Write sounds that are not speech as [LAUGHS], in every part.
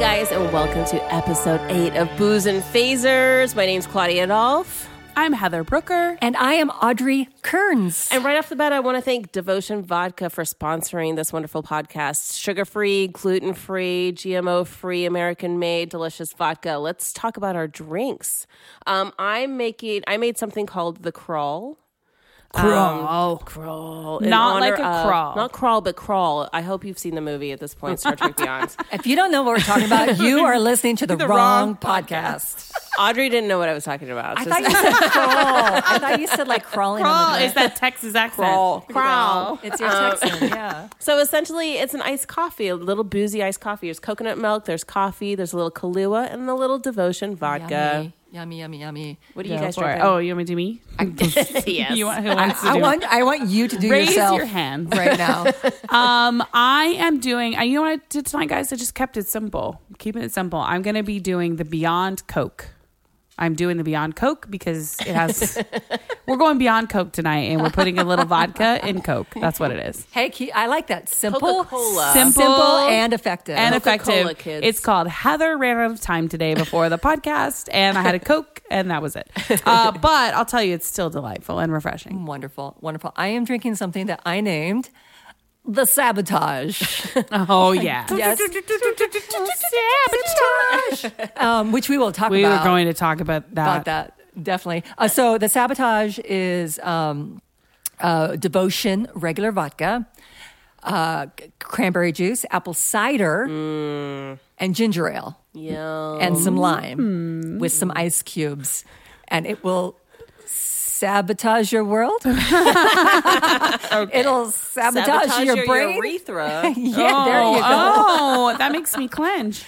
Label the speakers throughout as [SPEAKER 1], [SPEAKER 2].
[SPEAKER 1] guys, and welcome to episode eight of Booze and Phasers. My name's Claudia Adolph.
[SPEAKER 2] I'm Heather Brooker.
[SPEAKER 3] And I am Audrey Kearns.
[SPEAKER 1] And right off the bat, I want to thank Devotion Vodka for sponsoring this wonderful podcast. Sugar free, gluten free, GMO free, American made, delicious vodka. Let's talk about our drinks. Um, I'm making, I made something called the crawl.
[SPEAKER 2] Crawl.
[SPEAKER 1] Crawl. in
[SPEAKER 2] Not like
[SPEAKER 1] honor
[SPEAKER 2] a
[SPEAKER 1] of-
[SPEAKER 2] crawl.
[SPEAKER 1] Not crawl, but crawl. I hope you've seen the movie at this point, Star Trek Beyond.
[SPEAKER 3] if you don't know what we're talking about, you are listening to the,
[SPEAKER 2] wrong
[SPEAKER 3] wrong, podcast.
[SPEAKER 1] Audrey didn't know what I was talking about.
[SPEAKER 3] I
[SPEAKER 1] Just-
[SPEAKER 3] thought you said crawl. [LAUGHS] I thought you said like crawling
[SPEAKER 2] Crawl
[SPEAKER 3] on the
[SPEAKER 2] is that Texas accent.
[SPEAKER 1] Crawl. Crawl.
[SPEAKER 3] It's your Texan, yeah.
[SPEAKER 1] So essentially, it's an iced coffee, a little boozy iced coffee. There's coconut milk, there's coffee, there's a little Kahlua, and a little devotion vodka.
[SPEAKER 3] Yummy, yummy, yummy, yummy.
[SPEAKER 1] What do
[SPEAKER 2] Go
[SPEAKER 1] you guys
[SPEAKER 2] for it.
[SPEAKER 1] drink?
[SPEAKER 2] Oh, you want me to do me?
[SPEAKER 1] yes.
[SPEAKER 2] You want who wants to
[SPEAKER 3] I
[SPEAKER 2] do it?
[SPEAKER 3] want, I want you to do
[SPEAKER 2] Raise
[SPEAKER 3] yourself
[SPEAKER 2] your hand.
[SPEAKER 3] [LAUGHS] right now.
[SPEAKER 2] Um, I am doing. I, you know what I did tonight, guys? I just kept it simple. Keeping it simple. I'm going to be doing the Beyond Coke. I'm doing the Beyond Coke because it [LAUGHS] has. we're going Beyond Coke tonight, and we're putting a little vodka in Coke. That's what it is.
[SPEAKER 3] Hey, Ke- I like that. Simple,
[SPEAKER 1] Coca-Cola.
[SPEAKER 2] Simple.
[SPEAKER 3] simple and effective.
[SPEAKER 2] and
[SPEAKER 1] Coca-Cola,
[SPEAKER 2] effective.
[SPEAKER 1] kids.
[SPEAKER 2] It's called Heather ran out of time today before the podcast, and I had a Coke, and that was it.
[SPEAKER 3] [LAUGHS]
[SPEAKER 2] Uh, but I'll tell you, it's still delightful and refreshing.
[SPEAKER 3] wonderful, wonderful. I am drinking something that I named the sabotage. [LAUGHS]
[SPEAKER 2] Oh yeah,
[SPEAKER 3] Yes. [LAUGHS] sabotage, um, which we will talk
[SPEAKER 2] we
[SPEAKER 3] about.
[SPEAKER 2] were going to talk about that.
[SPEAKER 3] about that definitely. Uh, so the sabotage is um, uh, devotion, regular vodka, uh, c- cranberry juice, apple cider,
[SPEAKER 2] Mm.
[SPEAKER 3] and ginger ale,
[SPEAKER 1] Yeah.
[SPEAKER 3] and
[SPEAKER 2] Um.
[SPEAKER 3] some
[SPEAKER 2] Hmm.
[SPEAKER 3] lime with some ice cubes, and it will. Sabotage your world. [LAUGHS] It'll sabotage,
[SPEAKER 1] Sabotage
[SPEAKER 3] your, brain. [LAUGHS]
[SPEAKER 1] urethra.
[SPEAKER 3] yeah, there you go.
[SPEAKER 2] Oh, that makes
[SPEAKER 3] [LAUGHS]
[SPEAKER 2] me clench.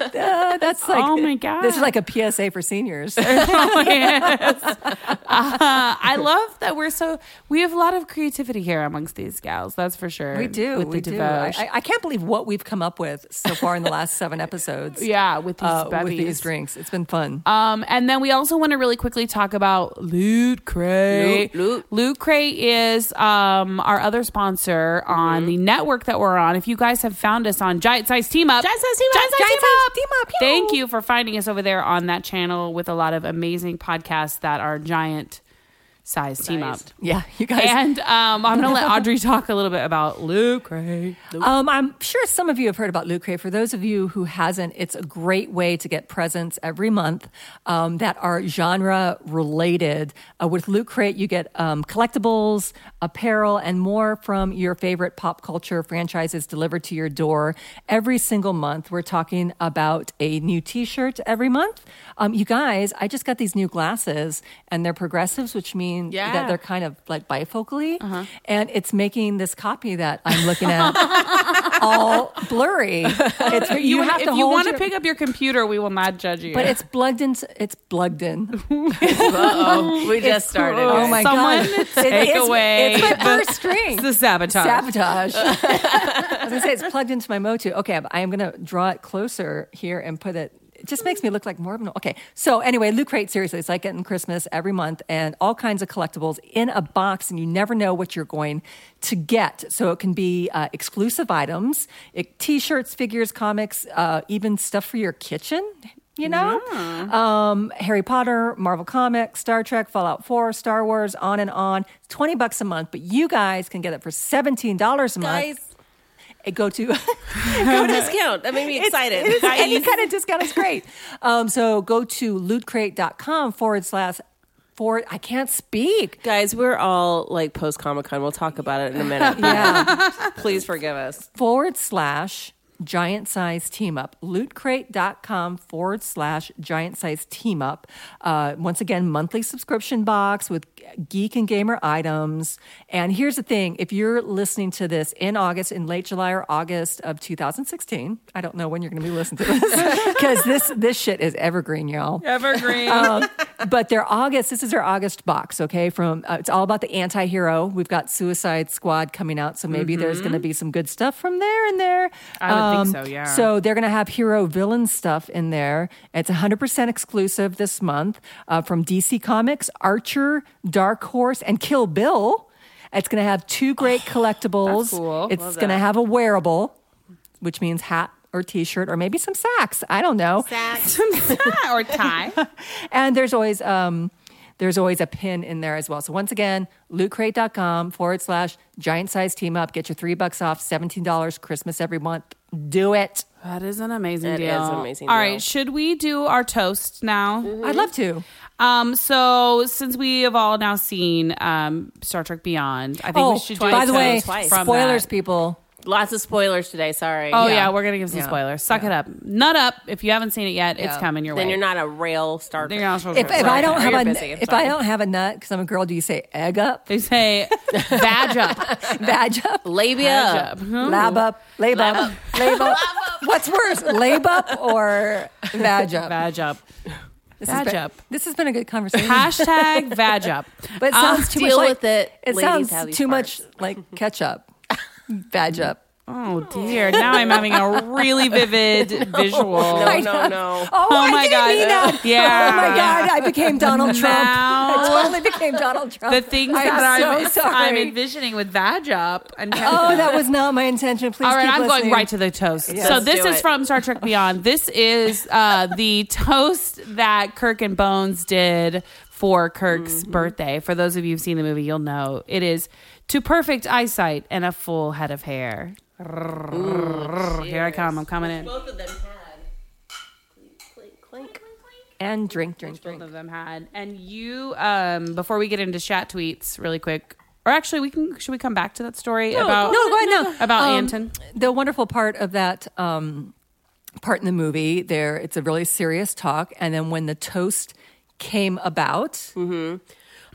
[SPEAKER 3] Uh, that's like
[SPEAKER 2] Oh my
[SPEAKER 3] This is
[SPEAKER 2] God.
[SPEAKER 3] like a PSA for seniors.
[SPEAKER 2] Oh, yes. Uh, I love that we're so we have a lot of creativity here amongst these gals. That's for sure.
[SPEAKER 3] We do.
[SPEAKER 2] With
[SPEAKER 3] we
[SPEAKER 2] the
[SPEAKER 3] do. I,
[SPEAKER 2] Devosh.
[SPEAKER 3] I- I can't believe what we've come up with so far in the last seven
[SPEAKER 2] [LAUGHS]
[SPEAKER 3] episodes.
[SPEAKER 2] yeah, with these
[SPEAKER 3] uh, with
[SPEAKER 2] bevvies.
[SPEAKER 3] these drinks, it's been fun.
[SPEAKER 2] Um, and then we also want to really quickly talk about Loot Crate.
[SPEAKER 1] Loot, Loot.
[SPEAKER 2] Loot Crate is um, our other sponsor on the network that we're on. If you guys have found us on Giant Size Team Up,
[SPEAKER 1] Giant Size Team Up,
[SPEAKER 2] Giant Size
[SPEAKER 1] Giant
[SPEAKER 2] Team
[SPEAKER 1] Size
[SPEAKER 2] Up.
[SPEAKER 1] Team Up, pew.
[SPEAKER 2] Thank you for finding us over there on that channel with a lot of amazing podcasts that are giant size team up.
[SPEAKER 1] Sized.
[SPEAKER 3] yeah, you guys.
[SPEAKER 2] And um, I'm [LAUGHS] gonna let Audrey talk a little bit about Loot Crate.
[SPEAKER 3] um, I'm sure some of you have heard about Lucre. For those of you who hasn't, it's a great way to get presents every month um, that are genre related. Uh, with Lucre, you get um, collectibles, apparel, and more from your favorite pop culture franchises delivered to your door every single month. We're talking about a new T-shirt every month. Um, you guys, I just got these new glasses, and they're progressives, which means
[SPEAKER 2] Yeah.
[SPEAKER 3] that they're kind of like bifocally, and it's making this copy that I'm looking at all
[SPEAKER 2] [LAUGHS]
[SPEAKER 3] blurry. It's, you,
[SPEAKER 2] You
[SPEAKER 3] have
[SPEAKER 2] if
[SPEAKER 3] to
[SPEAKER 2] you
[SPEAKER 3] hold
[SPEAKER 2] want
[SPEAKER 3] your-
[SPEAKER 2] to pick up your computer, we will not judge you.
[SPEAKER 3] [LAUGHS] but it's plugged in. It's
[SPEAKER 2] [LAUGHS]
[SPEAKER 3] plugged in. [LAUGHS]
[SPEAKER 1] Uh-oh. We just started.
[SPEAKER 3] Oh
[SPEAKER 1] it.
[SPEAKER 3] my
[SPEAKER 2] Someone
[SPEAKER 3] god! It
[SPEAKER 2] take
[SPEAKER 3] is-
[SPEAKER 2] away
[SPEAKER 3] It's my
[SPEAKER 2] the-
[SPEAKER 3] first drink.
[SPEAKER 2] the sabotage.
[SPEAKER 3] Sabotage. [LAUGHS] I was
[SPEAKER 2] [LAUGHS]
[SPEAKER 3] gonna say it's plugged into my Motu. Okay, I am gonna draw it closer here and put it. It just makes me look like Mormon. Okay, so anyway, Loot Crate, seriously, it's like getting Christmas every month and all kinds of collectibles in a box, and you never know what you're going to get. So it can be uh, exclusive items, it, t-shirts, figures, comics, uh, even stuff for your kitchen you know? Um, Harry Potter, Marvel Comics, Star Trek, Fallout 4, Star Wars, on and on. It's 20 bucks a month, but you guys can get it for $17 a month.
[SPEAKER 1] Guys,
[SPEAKER 3] It go to [LAUGHS]
[SPEAKER 1] no discount. That made me excited.
[SPEAKER 3] It is,
[SPEAKER 1] Guys.
[SPEAKER 3] any kind of discount is great. Um, so go to lootcrate.com forward slash forward. I can't speak.
[SPEAKER 1] Guys, we're all like post Comic Con. We'll talk about it in a minute.
[SPEAKER 3] [LAUGHS] Yeah.
[SPEAKER 1] Please forgive us.
[SPEAKER 3] forward slash giant size team up lootcrate.com forward slash giant size team up uh, once again monthly subscription box with geek and gamer items and here's the thing if you're listening to this in august in late july or august of 2016 i don't know when you're going to be listening to this [LAUGHS] because this this shit is evergreen y'all
[SPEAKER 2] evergreen.
[SPEAKER 3] um, but their August, this is their August box, okay? From uh, it's all about the anti-hero. We've got Suicide Squad coming out, so maybe there's going to be some good stuff from there and there.
[SPEAKER 2] Mm-hmm.
[SPEAKER 3] Um,
[SPEAKER 2] I would think so, yeah.
[SPEAKER 3] So they're going to have hero villain stuff in there. It's 100% exclusive this month uh, from DC Comics, Archer, Dark Horse, and Kill Bill. It's
[SPEAKER 2] [SIGHS]
[SPEAKER 3] going to have two great collectibles.
[SPEAKER 2] cool.
[SPEAKER 3] It's
[SPEAKER 2] Love
[SPEAKER 3] going to
[SPEAKER 2] that.
[SPEAKER 3] have a wearable, which means hat or T-shirt or maybe some socks. I don't know.
[SPEAKER 2] [LAUGHS] or tie.
[SPEAKER 3] And there's always um, there's always a pin in there as well. So once again, lootcrate.com forward slash giant size team up. Get your three bucks off, seventeen dollars Christmas every month. Do it.
[SPEAKER 2] That is an amazing
[SPEAKER 1] That
[SPEAKER 2] deal.
[SPEAKER 1] is an amazing
[SPEAKER 2] All
[SPEAKER 1] deal.
[SPEAKER 2] right, should we do our toast now?
[SPEAKER 3] I'd love to.
[SPEAKER 2] Um, so since we have all now seen um Star Trek Beyond, I think we should do
[SPEAKER 3] Oh, by
[SPEAKER 2] a
[SPEAKER 3] the way,
[SPEAKER 2] toast
[SPEAKER 1] twice.
[SPEAKER 2] from
[SPEAKER 3] spoilers,
[SPEAKER 2] that.
[SPEAKER 3] people.
[SPEAKER 1] [LAUGHS] Lots of spoilers today. Sorry.
[SPEAKER 2] Oh yeah.
[SPEAKER 3] Yeah.
[SPEAKER 2] we're gonna give some
[SPEAKER 3] Yeah.
[SPEAKER 2] spoilers. Suck it up, nut up. If you haven't seen it yet, it's
[SPEAKER 3] Yeah.
[SPEAKER 2] coming your way.
[SPEAKER 1] Then you're not a rail star.
[SPEAKER 2] Then you're not supposed to-
[SPEAKER 3] If, if I don't
[SPEAKER 1] Or
[SPEAKER 3] have
[SPEAKER 1] you're
[SPEAKER 3] a
[SPEAKER 1] busy.
[SPEAKER 3] if
[SPEAKER 1] Sorry.
[SPEAKER 3] I don't have a nut because I'm a girl, do you say egg
[SPEAKER 2] [LAUGHS]
[SPEAKER 3] up,
[SPEAKER 2] They say badge up.
[SPEAKER 3] badge up,
[SPEAKER 1] labia.
[SPEAKER 2] up.
[SPEAKER 3] lab up, lab up, [LAUGHS] lab up? What's worse, lab up or vag up?
[SPEAKER 2] Badge up.
[SPEAKER 3] This has
[SPEAKER 2] Badge
[SPEAKER 3] been-
[SPEAKER 2] up.
[SPEAKER 3] This has been a good conversation.
[SPEAKER 2] Hashtag badge up.
[SPEAKER 3] But it sounds too
[SPEAKER 1] deal
[SPEAKER 3] much
[SPEAKER 1] with
[SPEAKER 3] like,
[SPEAKER 1] it,
[SPEAKER 3] It
[SPEAKER 1] ladies
[SPEAKER 3] sounds
[SPEAKER 1] have these
[SPEAKER 3] too much [LAUGHS] like ketchup. Badge up.
[SPEAKER 2] Oh dear. Now I'm having a really [LAUGHS] vivid visual.
[SPEAKER 1] No, no, no.
[SPEAKER 3] Oh,
[SPEAKER 2] Oh
[SPEAKER 3] I
[SPEAKER 2] my
[SPEAKER 3] didn't
[SPEAKER 2] God.
[SPEAKER 3] mean that.
[SPEAKER 2] Yeah.
[SPEAKER 3] Oh my god, I
[SPEAKER 2] [LAUGHS]
[SPEAKER 3] became Donald Trump. I
[SPEAKER 2] Now-
[SPEAKER 3] totally became Donald
[SPEAKER 2] [LAUGHS]
[SPEAKER 3] Trump.
[SPEAKER 2] The
[SPEAKER 3] [LAUGHS]
[SPEAKER 2] things [LAUGHS]
[SPEAKER 3] I'm
[SPEAKER 2] that I'm,
[SPEAKER 3] so sorry.
[SPEAKER 2] I'm envisioning with badge up and
[SPEAKER 3] oh, that was not my intention. Please.
[SPEAKER 2] All right,
[SPEAKER 3] keep
[SPEAKER 2] I'm
[SPEAKER 3] listening.
[SPEAKER 2] going right to the toast. So
[SPEAKER 1] Let's
[SPEAKER 2] this
[SPEAKER 1] do
[SPEAKER 2] is
[SPEAKER 1] it.
[SPEAKER 2] from Star Trek Beyond. This is uh,
[SPEAKER 3] [LAUGHS]
[SPEAKER 2] the toast that Kirk and Bones did for Kirk's
[SPEAKER 3] Mm-hmm.
[SPEAKER 2] birthday. For those of you who've seen the movie, you'll know it is to perfect eyesight and a full head of hair. Here I come. I'm coming in.
[SPEAKER 1] Both of them had. Clink, clink.
[SPEAKER 3] and drink, drink, drink.
[SPEAKER 2] Both of them had. And you, um, before we get into chat tweets, really quick, or actually, we can. Should we come back to that story about
[SPEAKER 3] no, right now
[SPEAKER 2] about
[SPEAKER 3] Um,
[SPEAKER 2] Anton?
[SPEAKER 3] The wonderful part of that um, part in the movie, there it's a really serious talk, and then when the toast came about,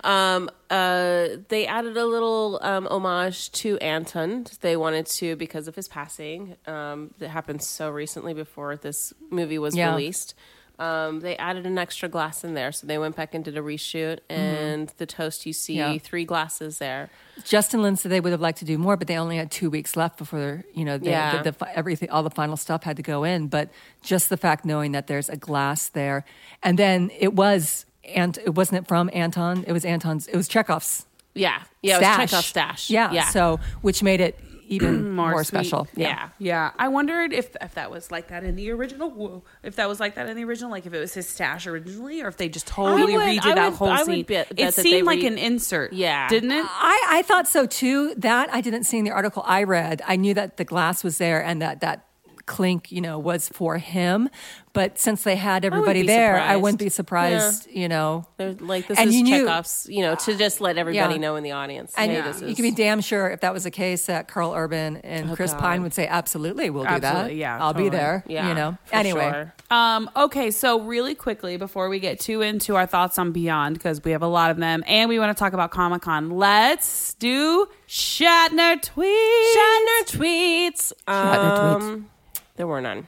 [SPEAKER 1] Um, uh, they added a little um, homage to Anton. They wanted to because of his passing. Um, that happened so recently before this movie was
[SPEAKER 3] Yeah.
[SPEAKER 1] released. Um, they added an extra glass in there, so they went back and did a reshoot. And the toast you see
[SPEAKER 3] Mm-hmm. Yeah.
[SPEAKER 1] three glasses there.
[SPEAKER 3] Justin Lin said they would have liked to do more, but they only had two weeks left before you know they,
[SPEAKER 1] Yeah.
[SPEAKER 3] the, the, fi- everything, all the final stuff had to go in. But just the fact knowing that there's a glass there, and then it was and it wasn't it from Anton? It was Anton's. It was Chekhov's
[SPEAKER 1] Yeah, yeah,
[SPEAKER 3] stash.
[SPEAKER 1] it was Chekhov's stash.
[SPEAKER 3] Yeah,
[SPEAKER 1] yeah.
[SPEAKER 3] So which made it
[SPEAKER 1] [CLEARS THROAT]
[SPEAKER 3] even more,
[SPEAKER 2] sweet.
[SPEAKER 3] special.
[SPEAKER 1] yeah.
[SPEAKER 2] Yeah, I wondered if if that was like that in the original. Whoa, if that was like that in the original, like if it was his stash originally, or if they just totally
[SPEAKER 1] would-
[SPEAKER 2] redid
[SPEAKER 1] I
[SPEAKER 2] that
[SPEAKER 1] would-
[SPEAKER 2] whole
[SPEAKER 1] I would
[SPEAKER 2] scene.
[SPEAKER 1] bet- bet that
[SPEAKER 2] it
[SPEAKER 1] they
[SPEAKER 2] seemed like
[SPEAKER 1] re-
[SPEAKER 2] an insert.
[SPEAKER 1] Yeah.
[SPEAKER 2] didn't it?
[SPEAKER 3] I, I thought so too. That I didn't see in the article I read. I knew that the glass was there and that that clink, you know, was for him. But since they had everybody
[SPEAKER 1] be
[SPEAKER 3] there, I
[SPEAKER 1] surprised.
[SPEAKER 3] wouldn't be surprised, you know.
[SPEAKER 1] They're like this
[SPEAKER 3] And
[SPEAKER 1] is
[SPEAKER 3] you knew-
[SPEAKER 1] Chekhov's, you know, to just let everybody
[SPEAKER 3] Yeah.
[SPEAKER 1] know in the audience.
[SPEAKER 3] And
[SPEAKER 1] hey,
[SPEAKER 3] you-
[SPEAKER 1] this
[SPEAKER 3] you,
[SPEAKER 1] is- Oh,
[SPEAKER 3] can be damn sure if that was the case that Carl Urban and Chris Pine would say, absolutely, we'll do that.
[SPEAKER 2] Absolutely, yeah,
[SPEAKER 3] I'll
[SPEAKER 2] totally.
[SPEAKER 3] be there.
[SPEAKER 1] yeah,
[SPEAKER 3] you know.
[SPEAKER 1] for
[SPEAKER 3] Anyway.
[SPEAKER 1] sure.
[SPEAKER 2] Um, okay, so really quickly before we get too into our thoughts on Beyond, because we have a lot of them, and we want to talk about Comic Con. Let's do Shatner tweet.
[SPEAKER 1] Shatner tweets.
[SPEAKER 3] Shatner
[SPEAKER 1] Um, There were none.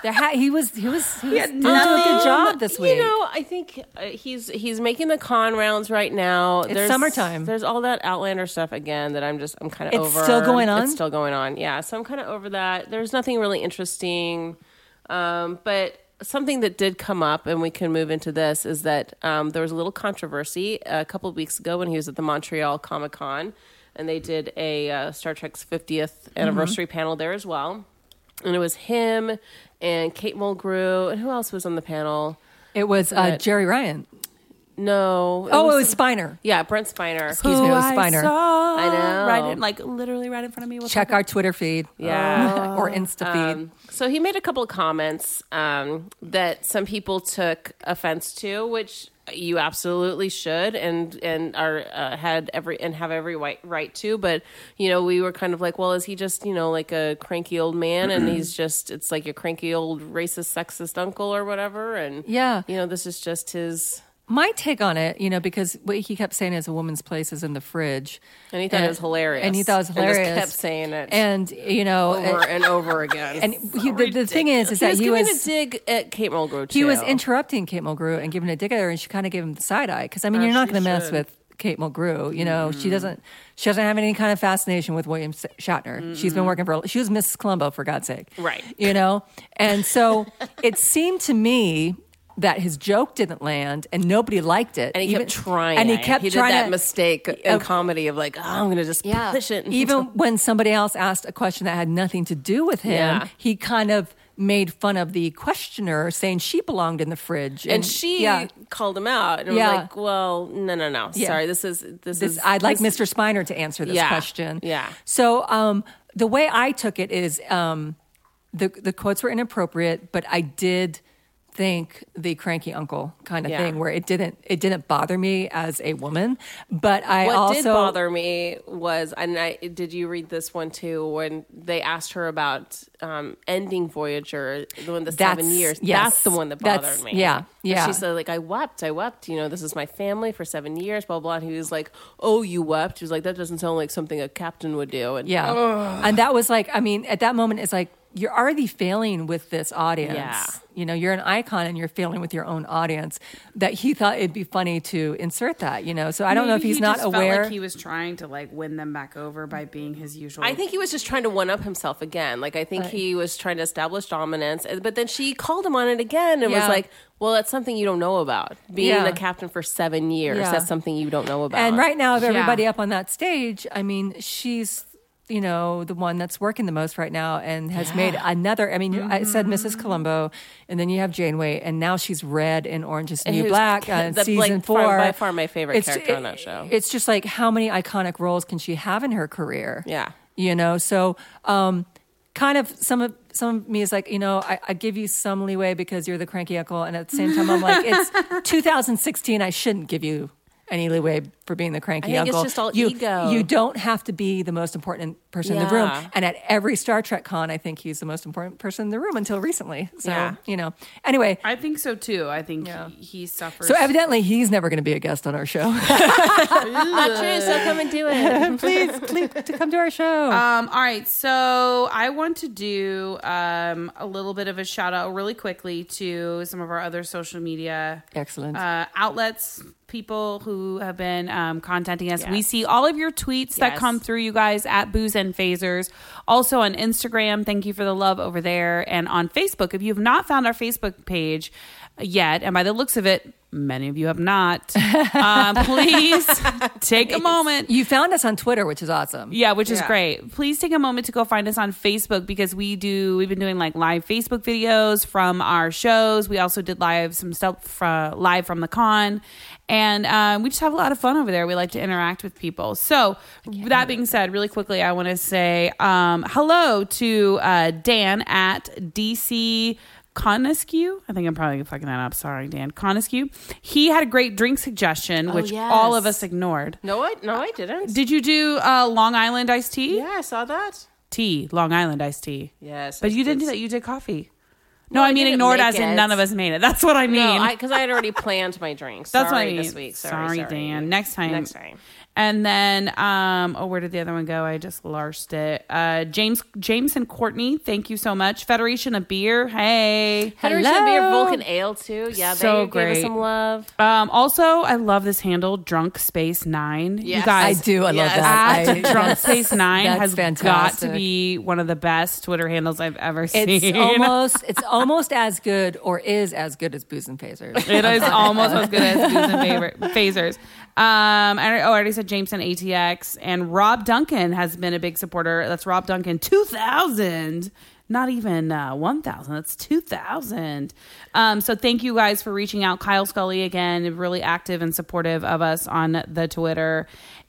[SPEAKER 3] There ha- he was he was he, was
[SPEAKER 2] had
[SPEAKER 3] did do a good job this week.
[SPEAKER 1] You know, I think uh, he's he's making the con rounds right now. It's
[SPEAKER 3] summertime.
[SPEAKER 1] There's all that Outlander stuff again that I'm just I'm kind of
[SPEAKER 3] It's
[SPEAKER 1] over.
[SPEAKER 3] still going on?
[SPEAKER 1] It's still going on. Yeah, so I'm kind of over that. There's nothing really interesting, um, but. Something that did come up, and we can move into this, is that um, there was a little controversy a couple of weeks ago when he was at the Montreal Comic Con, and they did a uh, Star Trek's 50th anniversary
[SPEAKER 3] Mm-hmm.
[SPEAKER 1] panel there as well. And it was him and Kate Mulgrew, and who else was on the panel?
[SPEAKER 3] it was uh, Jerry Ryan.
[SPEAKER 1] No.
[SPEAKER 3] Oh, it was Spiner.
[SPEAKER 1] yeah, Brent Spiner.
[SPEAKER 3] Excuse me, it was
[SPEAKER 2] I
[SPEAKER 3] Spiner.
[SPEAKER 2] saw
[SPEAKER 1] I know.
[SPEAKER 2] right, in, like literally right in front of me. What's
[SPEAKER 3] Check our Twitter feed.
[SPEAKER 1] Yeah.
[SPEAKER 3] [LAUGHS] or Insta feed.
[SPEAKER 1] Um, so he made a couple of comments um, that some people took offense to, which you absolutely should and and are uh, had every and have every right, right to. But you know, we were kind of like, well, is he just you know like a cranky old man, and he's just it's like a cranky old racist, sexist uncle or whatever, and
[SPEAKER 3] Yeah.
[SPEAKER 1] you know, this is just his.
[SPEAKER 3] My take on it, you know, because what he kept saying is a woman's place is in the fridge.
[SPEAKER 1] And he thought it was hilarious.
[SPEAKER 3] And he thought it was
[SPEAKER 1] And just
[SPEAKER 3] hilarious.
[SPEAKER 1] kept saying it.
[SPEAKER 3] And, you know,
[SPEAKER 1] over
[SPEAKER 3] and,
[SPEAKER 1] and over again.
[SPEAKER 3] he, the, the thing is, is
[SPEAKER 1] he
[SPEAKER 3] that
[SPEAKER 1] was
[SPEAKER 3] he
[SPEAKER 1] giving
[SPEAKER 3] was.
[SPEAKER 1] a dig at Kate Mulgrew too.
[SPEAKER 3] He was interrupting Kate Mulgrew and giving a dig at her, and she kind of gave him the side eye. Because I mean, you're not
[SPEAKER 1] Oh, she
[SPEAKER 3] going to mess
[SPEAKER 1] should.
[SPEAKER 3] with Kate Mulgrew. You know, she doesn't. She doesn't have any kind of fascination with William S- Shatner. She's been working for. She was Mrs. Columbo for God's sake,
[SPEAKER 1] Right. [LAUGHS]
[SPEAKER 3] You know, and so it seemed to me that his joke didn't land and nobody liked it.
[SPEAKER 1] And he
[SPEAKER 3] even-
[SPEAKER 1] kept trying.
[SPEAKER 3] And he
[SPEAKER 1] it.
[SPEAKER 3] kept
[SPEAKER 1] he did
[SPEAKER 3] trying
[SPEAKER 1] that
[SPEAKER 3] to-
[SPEAKER 1] mistake in comedy of like, oh, I'm going to just push it. [LAUGHS]
[SPEAKER 3] Even when somebody else asked a question that had nothing to do with him,
[SPEAKER 1] Yeah.
[SPEAKER 3] he kind of made fun of the questioner, saying she belonged in the fridge.
[SPEAKER 1] and she
[SPEAKER 3] yeah,
[SPEAKER 1] called him out and
[SPEAKER 3] Yeah.
[SPEAKER 1] was like, "Well, no, no, no.
[SPEAKER 3] Yeah.
[SPEAKER 1] Sorry, this is this,
[SPEAKER 3] this,
[SPEAKER 1] is
[SPEAKER 3] I'd like
[SPEAKER 1] this-
[SPEAKER 3] Mr. Spiner to answer this
[SPEAKER 1] Yeah,
[SPEAKER 3] question.
[SPEAKER 1] yeah.
[SPEAKER 3] So um, the way I took it is um, the the quotes were inappropriate, but I did think the cranky uncle kind of
[SPEAKER 1] Yeah.
[SPEAKER 3] thing where it didn't it didn't bother me as a woman, but I
[SPEAKER 1] What
[SPEAKER 3] also
[SPEAKER 1] did bother me was, and I did you read this one too when they asked her about um, ending Voyager, the one the seven
[SPEAKER 3] That's-
[SPEAKER 1] years.
[SPEAKER 3] yes.
[SPEAKER 1] that's the one that bothered
[SPEAKER 3] That's-
[SPEAKER 1] me.
[SPEAKER 3] yeah, yeah.
[SPEAKER 1] She said like, "I wept, I wept. You know, this is my family for seven years." Blah blah. And he was like, "Oh, you wept." She was like, "That doesn't sound like something a captain would do." And
[SPEAKER 3] Yeah. And that was like, I mean, at that moment, it's like, you're already failing with this audience.
[SPEAKER 1] Yeah.
[SPEAKER 3] You know, you're an icon and you're failing with your own audience. That he thought it'd be funny to insert that, you know. So I don't know if
[SPEAKER 2] Maybe
[SPEAKER 3] he's
[SPEAKER 2] he
[SPEAKER 3] not
[SPEAKER 2] just felt
[SPEAKER 3] aware.
[SPEAKER 2] like he was trying to like win them back over by being his usual.
[SPEAKER 1] I think he was just trying to one up himself again. Like I think he was trying to establish dominance, and- but then she called him on it again and
[SPEAKER 3] Yeah.
[SPEAKER 1] was like, "Well, that's something you don't know about. Being
[SPEAKER 3] Yeah.
[SPEAKER 1] the captain for seven years,
[SPEAKER 3] Yeah.
[SPEAKER 1] that's something you don't know about."
[SPEAKER 3] and right now, of everybody
[SPEAKER 2] Yeah.
[SPEAKER 3] up on that stage, I mean, she's, you know, the one that's working the most right now and has made another. I mean, you I
[SPEAKER 1] Mm-hmm.
[SPEAKER 3] said Mrs. Columbo, and then you have Janeway, and now she's red and orange is the new
[SPEAKER 1] who's-
[SPEAKER 3] black
[SPEAKER 1] [LAUGHS]
[SPEAKER 3] on
[SPEAKER 1] that's,
[SPEAKER 3] season
[SPEAKER 1] like,
[SPEAKER 3] four.
[SPEAKER 1] far- by far my favorite character on that show.
[SPEAKER 3] It's just like how many iconic roles can she have in her career?
[SPEAKER 1] Yeah.
[SPEAKER 3] you know. So, um, kind of some of some of me is like, you know, I, I give you some leeway because you're the cranky uncle, and at the same time, I'm like,
[SPEAKER 1] [LAUGHS]
[SPEAKER 3] it's 2016. I shouldn't give you any leeway for being the cranky
[SPEAKER 1] I think it's
[SPEAKER 3] uncle.
[SPEAKER 1] just all
[SPEAKER 3] you,
[SPEAKER 1] ego.
[SPEAKER 3] You don't have to be the most important person in the room.
[SPEAKER 1] Yeah.
[SPEAKER 3] And at every Star Trek con, I think he's the most important person in the room until recently. So,
[SPEAKER 1] Yeah.
[SPEAKER 3] you know. Anyway.
[SPEAKER 2] I think so too. I think
[SPEAKER 3] Yeah.
[SPEAKER 2] he, he suffers.
[SPEAKER 3] So evidently he's never going to be a guest on our show.
[SPEAKER 1] not true. "Ah, So come and do it.
[SPEAKER 2] [LAUGHS]
[SPEAKER 3] [LAUGHS] please, please to come to our show.
[SPEAKER 2] Um, all right, so I want to do um, a little bit of a shout out really quickly to some of our other social media
[SPEAKER 3] Excellent.
[SPEAKER 2] uh, outlets, people who have been um, contacting us. We
[SPEAKER 1] Yes.
[SPEAKER 2] see all of your tweets that
[SPEAKER 1] Yes.
[SPEAKER 2] come through, you guys, at Booze and Phasers. Also on Instagram, thank you for the love over there. And on Facebook, if you have not found our Facebook page yet, and by the looks of it, many of you have
[SPEAKER 3] [LAUGHS]
[SPEAKER 2] not, um, please take a moment.
[SPEAKER 3] you found us on Twitter, which is awesome.
[SPEAKER 2] Yeah, which is
[SPEAKER 1] Yeah.
[SPEAKER 2] great. Please take a moment to go find us on Facebook because we do. We've been doing like live Facebook videos from our shows. We also did live some stuff from, live from the con, and um, we just have a lot of fun over there. We like to interact with people. So that being said, really quickly, I want to say um, hello to uh, Dan at DC. Conescu, I think I'm probably fucking that up. Sorry, Dan. Conescu. He had a great drink suggestion, which all of
[SPEAKER 1] Oh, yes.
[SPEAKER 2] us ignored.
[SPEAKER 1] no, I no, I didn't.
[SPEAKER 2] Did you do uh, Long Island iced tea?
[SPEAKER 1] yeah, I saw that.
[SPEAKER 2] Tea, Long Island iced tea.
[SPEAKER 1] Yes,
[SPEAKER 2] But
[SPEAKER 1] I
[SPEAKER 2] you didn't
[SPEAKER 1] did.
[SPEAKER 2] do that. You did coffee. No,
[SPEAKER 1] Well, I
[SPEAKER 2] I mean
[SPEAKER 1] didn't
[SPEAKER 2] ignored
[SPEAKER 1] make
[SPEAKER 2] as in
[SPEAKER 1] it.
[SPEAKER 2] none of us made it. That's what I mean.
[SPEAKER 1] No, because I, had already planned my drinks.
[SPEAKER 2] [LAUGHS] That's
[SPEAKER 1] sorry
[SPEAKER 2] what I mean.
[SPEAKER 1] this week. Sorry, sorry,
[SPEAKER 2] Dan. Next time.
[SPEAKER 1] Next time.
[SPEAKER 2] And then, um, oh, where did the other one go? I just lost it. Uh, James, James and Courtney, thank you so much. Federation of Beer, hey.
[SPEAKER 1] Federation of Beer Vulcan Ale too. Yeah, they
[SPEAKER 2] So
[SPEAKER 1] gave us
[SPEAKER 2] great.
[SPEAKER 1] some love.
[SPEAKER 2] Um, also, I love this handle, Drunk Space Nine. You
[SPEAKER 1] Yes.
[SPEAKER 3] I
[SPEAKER 2] guys,
[SPEAKER 3] do. I love
[SPEAKER 1] Yes.
[SPEAKER 3] that.
[SPEAKER 2] at
[SPEAKER 3] I,
[SPEAKER 2] Drunk Space Nine
[SPEAKER 3] that's
[SPEAKER 2] has got
[SPEAKER 3] fantastic.
[SPEAKER 2] to be one of the best Twitter handles I've ever seen. [LAUGHS]
[SPEAKER 3] It's almost it's almost as good or is as good as Booze and Phasers.
[SPEAKER 2] [LAUGHS] It is almost as good as Booze and Favor- Phasers. Um, I, oh, I already said Jameson ATX and Rob Duncan has been a big supporter. That's Rob Duncan, two thousand. Not even uh, 1,000. That's 2,000. Um, so thank you guys for reaching out. Kyle Scully, again, really active and supportive of us on the Twitter.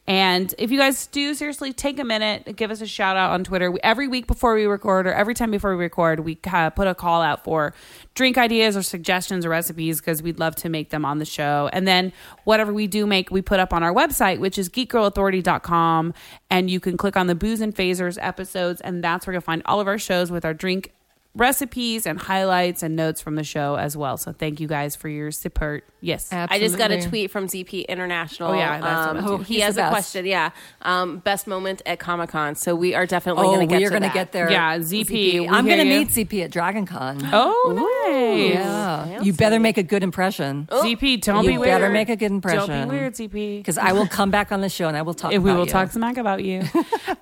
[SPEAKER 2] And if you guys do seriously take a minute, give us a shout out on Twitter. We, every week before we record, or every time before we record, we uh, put a call out for drink ideas or suggestions or recipes because we'd love to make them on the show. And then whatever we do make, we put up on our website, which is geekgirlauthority.com. And you can click on the Booze and Phasers episodes, and that's where you'll find all of our shows with our drink recipes and highlights and notes from the show as well. So thank you guys for your support. Yes.
[SPEAKER 1] I just got a
[SPEAKER 3] Absolutely.
[SPEAKER 1] tweet from ZP International.
[SPEAKER 2] Oh, yeah, that's what
[SPEAKER 1] um,
[SPEAKER 2] I do.
[SPEAKER 1] who- he
[SPEAKER 3] He's
[SPEAKER 1] has
[SPEAKER 3] the
[SPEAKER 1] a
[SPEAKER 3] best.
[SPEAKER 1] question. Yeah, um, best moment at Comic Con. So we are definitely
[SPEAKER 3] Oh,
[SPEAKER 1] going to get.
[SPEAKER 3] we are
[SPEAKER 1] going to
[SPEAKER 3] get there.
[SPEAKER 2] Yeah, ZP, we
[SPEAKER 3] I'm
[SPEAKER 2] hear
[SPEAKER 3] gonna
[SPEAKER 2] you.
[SPEAKER 3] meet ZP at Dragon Con.
[SPEAKER 2] Oh, nice.
[SPEAKER 3] Yeah.
[SPEAKER 1] Fancy.
[SPEAKER 3] You better make a good impression.
[SPEAKER 2] ZP, don't
[SPEAKER 3] You
[SPEAKER 2] be weird.
[SPEAKER 3] better make a good
[SPEAKER 2] Don't
[SPEAKER 3] impression.
[SPEAKER 2] be weird, ZP.
[SPEAKER 3] Because I will come back on the show and I will talk.
[SPEAKER 2] If we
[SPEAKER 3] about
[SPEAKER 2] will
[SPEAKER 3] you.
[SPEAKER 2] talk smack
[SPEAKER 1] [LAUGHS]
[SPEAKER 2] about you.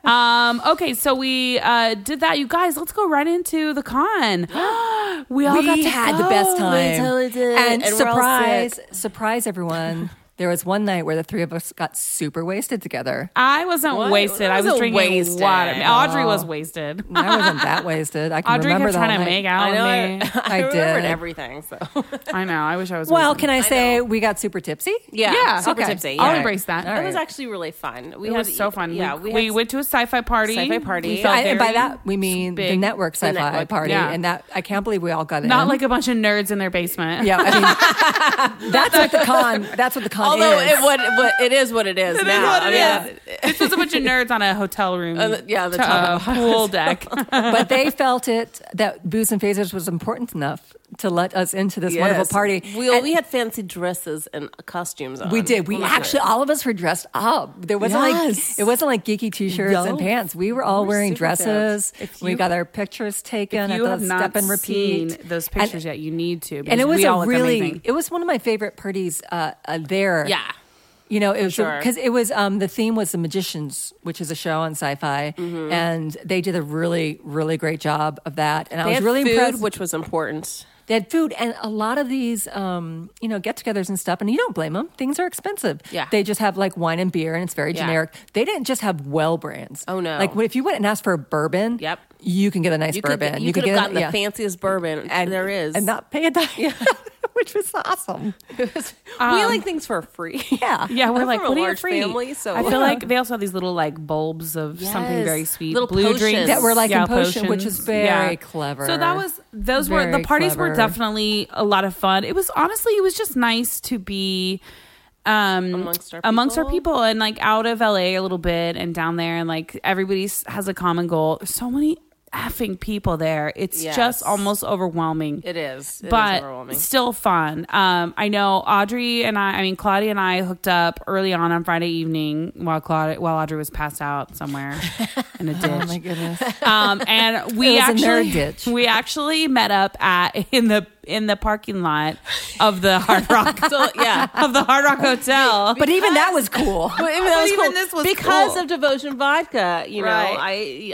[SPEAKER 2] um, okay, so we uh, did that. You guys, let's go right into the
[SPEAKER 1] [GASPS]
[SPEAKER 2] con. [GASPS] we all got
[SPEAKER 3] we
[SPEAKER 2] to
[SPEAKER 3] had
[SPEAKER 2] go.
[SPEAKER 3] the best time.
[SPEAKER 1] totally did. And
[SPEAKER 3] And,
[SPEAKER 1] we're all
[SPEAKER 3] surprise,
[SPEAKER 2] [LAUGHS]
[SPEAKER 3] surprise, everyone. There was one night where the three of us got super wasted together.
[SPEAKER 2] I wasn't
[SPEAKER 1] What?
[SPEAKER 2] wasted. I was
[SPEAKER 1] Wasn't
[SPEAKER 2] drinking
[SPEAKER 1] wasted. Oh. Mm.
[SPEAKER 2] water. Audrey was wasted.
[SPEAKER 3] I wasn't
[SPEAKER 2] [LAUGHS]
[SPEAKER 3] that wasted. I can
[SPEAKER 2] Audrey
[SPEAKER 3] remember
[SPEAKER 2] kept
[SPEAKER 3] the whole
[SPEAKER 2] trying to
[SPEAKER 3] night.
[SPEAKER 2] make out
[SPEAKER 1] I know.
[SPEAKER 2] with me.
[SPEAKER 1] I, [LAUGHS] I,
[SPEAKER 3] I
[SPEAKER 1] remembered
[SPEAKER 3] did.
[SPEAKER 1] everything. So [LAUGHS]
[SPEAKER 2] I know. I wish I was.
[SPEAKER 3] Well,
[SPEAKER 2] wasted.
[SPEAKER 3] can I say we got super tipsy?
[SPEAKER 1] yeah,
[SPEAKER 2] Yeah.
[SPEAKER 1] super
[SPEAKER 3] Okay.
[SPEAKER 1] tipsy.
[SPEAKER 2] I'll
[SPEAKER 1] yeah.
[SPEAKER 2] embrace that.
[SPEAKER 1] That
[SPEAKER 3] All
[SPEAKER 1] was
[SPEAKER 3] right.
[SPEAKER 1] actually really fun. We
[SPEAKER 2] It
[SPEAKER 1] had
[SPEAKER 2] was so fun.
[SPEAKER 1] Yeah,
[SPEAKER 2] we,
[SPEAKER 1] we,
[SPEAKER 2] we
[SPEAKER 1] had-
[SPEAKER 2] went to a sci-fi party.
[SPEAKER 1] Sci-fi party.
[SPEAKER 2] We
[SPEAKER 1] So
[SPEAKER 2] felt
[SPEAKER 3] I, and by
[SPEAKER 2] very
[SPEAKER 3] that we mean the
[SPEAKER 2] big.
[SPEAKER 3] network sci-fi
[SPEAKER 1] network,
[SPEAKER 3] party,
[SPEAKER 2] yeah.
[SPEAKER 3] and that I can't believe we all got in.
[SPEAKER 2] Not like a bunch of nerds in their basement.
[SPEAKER 3] yeah, I
[SPEAKER 2] [LAUGHS]
[SPEAKER 3] mean, that's what the con. That's what the con
[SPEAKER 1] although
[SPEAKER 3] is.
[SPEAKER 1] it what, what it is what it
[SPEAKER 3] [LAUGHS]
[SPEAKER 1] is now.
[SPEAKER 2] what it
[SPEAKER 1] I mean,
[SPEAKER 2] is. This was a bunch of nerds on a hotel room.
[SPEAKER 1] [LAUGHS] Uh, yeah, the
[SPEAKER 2] to- uh,
[SPEAKER 1] top.
[SPEAKER 2] pool deck.
[SPEAKER 1] [LAUGHS]
[SPEAKER 3] but they felt it that booze and phasers was important enough to let us into this wonderful
[SPEAKER 1] yes.
[SPEAKER 3] party.
[SPEAKER 1] We,
[SPEAKER 3] And
[SPEAKER 1] we had fancy dresses and costumes on.
[SPEAKER 3] we did. We
[SPEAKER 1] Love it.
[SPEAKER 3] actually all of us were dressed up. There wasn't
[SPEAKER 1] Yes.
[SPEAKER 3] like it wasn't like geeky t-shirts and
[SPEAKER 1] No.
[SPEAKER 3] pants. We were all
[SPEAKER 1] were
[SPEAKER 3] wearing
[SPEAKER 1] super dressed.
[SPEAKER 3] dresses.
[SPEAKER 2] If
[SPEAKER 3] we
[SPEAKER 2] you-
[SPEAKER 3] got our pictures taken
[SPEAKER 2] If
[SPEAKER 3] at
[SPEAKER 2] you have
[SPEAKER 3] the
[SPEAKER 2] not
[SPEAKER 3] step and repeat.
[SPEAKER 2] seen those
[SPEAKER 3] And-
[SPEAKER 2] pictures yet, you need to.
[SPEAKER 3] and
[SPEAKER 2] because
[SPEAKER 3] it was
[SPEAKER 2] we all
[SPEAKER 3] a
[SPEAKER 2] looked
[SPEAKER 3] really
[SPEAKER 2] amazing.
[SPEAKER 3] it was one of my favorite parties uh, uh, there
[SPEAKER 1] Yeah.
[SPEAKER 3] you know it was
[SPEAKER 1] Sure.
[SPEAKER 3] because it was um, the theme was the magicians which is a show on sci-fi
[SPEAKER 1] Mm-hmm.
[SPEAKER 3] and they did a really really great job of that and i
[SPEAKER 1] They
[SPEAKER 3] was
[SPEAKER 1] had
[SPEAKER 3] really
[SPEAKER 1] food,
[SPEAKER 3] impressed
[SPEAKER 1] which was important.
[SPEAKER 3] they had food and a lot of these um, you know get-togethers and stuff and you don't blame them things are expensive
[SPEAKER 1] Yeah.
[SPEAKER 3] they just have like wine and beer and it's very
[SPEAKER 1] Yeah.
[SPEAKER 3] generic they didn't just have well brands
[SPEAKER 1] Oh, no.
[SPEAKER 3] like if you went and asked for a bourbon
[SPEAKER 1] Yep.
[SPEAKER 3] you can get a nice
[SPEAKER 1] You could,
[SPEAKER 3] bourbon
[SPEAKER 1] you could have
[SPEAKER 3] get a-
[SPEAKER 1] gotten the
[SPEAKER 3] yeah.
[SPEAKER 1] fanciest bourbon there is.
[SPEAKER 3] and not pay a dime [LAUGHS] which was awesome
[SPEAKER 1] we
[SPEAKER 3] um,
[SPEAKER 2] Um,
[SPEAKER 1] like things for free.
[SPEAKER 3] yeah
[SPEAKER 2] Yeah, we're
[SPEAKER 1] I'm
[SPEAKER 2] like,
[SPEAKER 1] from a
[SPEAKER 2] what are you
[SPEAKER 1] large
[SPEAKER 2] free?
[SPEAKER 1] family, so-
[SPEAKER 2] I
[SPEAKER 1] [LAUGHS]
[SPEAKER 2] feel like they also have these little like bulbs of something
[SPEAKER 1] Yes.
[SPEAKER 2] very sweet,
[SPEAKER 1] Little
[SPEAKER 2] blue drinks
[SPEAKER 1] potions. That
[SPEAKER 3] were, like,
[SPEAKER 2] yeah,
[SPEAKER 3] in potion, which
[SPEAKER 2] potions.
[SPEAKER 3] is very clever.
[SPEAKER 2] So that was those were the
[SPEAKER 3] Very
[SPEAKER 2] parties were
[SPEAKER 3] clever.
[SPEAKER 2] definitely a lot of fun. It was honestly, it was just nice to be um
[SPEAKER 1] Amongst our
[SPEAKER 2] amongst our
[SPEAKER 1] people.
[SPEAKER 2] people and like out of LA a little bit and down there and like everybody s- has a common goal. There's so many effing people there. It's
[SPEAKER 1] Yes.
[SPEAKER 2] just almost overwhelming
[SPEAKER 1] It is. It is
[SPEAKER 2] but
[SPEAKER 1] overwhelming.
[SPEAKER 2] still fun. Um, I know Audrey and I. I mean, Claudia and I hooked up early on on Friday evening while Claudia, while Audrey was passed out
[SPEAKER 1] [LAUGHS]
[SPEAKER 2] somewhere in a
[SPEAKER 3] Oh
[SPEAKER 2] ditch.
[SPEAKER 3] my [LAUGHS] goodness.
[SPEAKER 2] um, and
[SPEAKER 3] [LAUGHS]
[SPEAKER 2] we
[SPEAKER 3] It was a
[SPEAKER 2] actually
[SPEAKER 3] nerd ditch.
[SPEAKER 2] we actually met up at in the in the parking lot of the Hard
[SPEAKER 1] [LAUGHS]
[SPEAKER 2] Rock
[SPEAKER 1] So, oh,
[SPEAKER 2] [LAUGHS]
[SPEAKER 1] yeah.
[SPEAKER 2] of the Hard Rock Hotel.
[SPEAKER 3] But even that was [LAUGHS] cool.
[SPEAKER 1] But even, that was
[SPEAKER 2] even
[SPEAKER 1] cool.
[SPEAKER 2] this was
[SPEAKER 1] because
[SPEAKER 2] cool.
[SPEAKER 1] of Devotion Vodka. You know,
[SPEAKER 2] Right.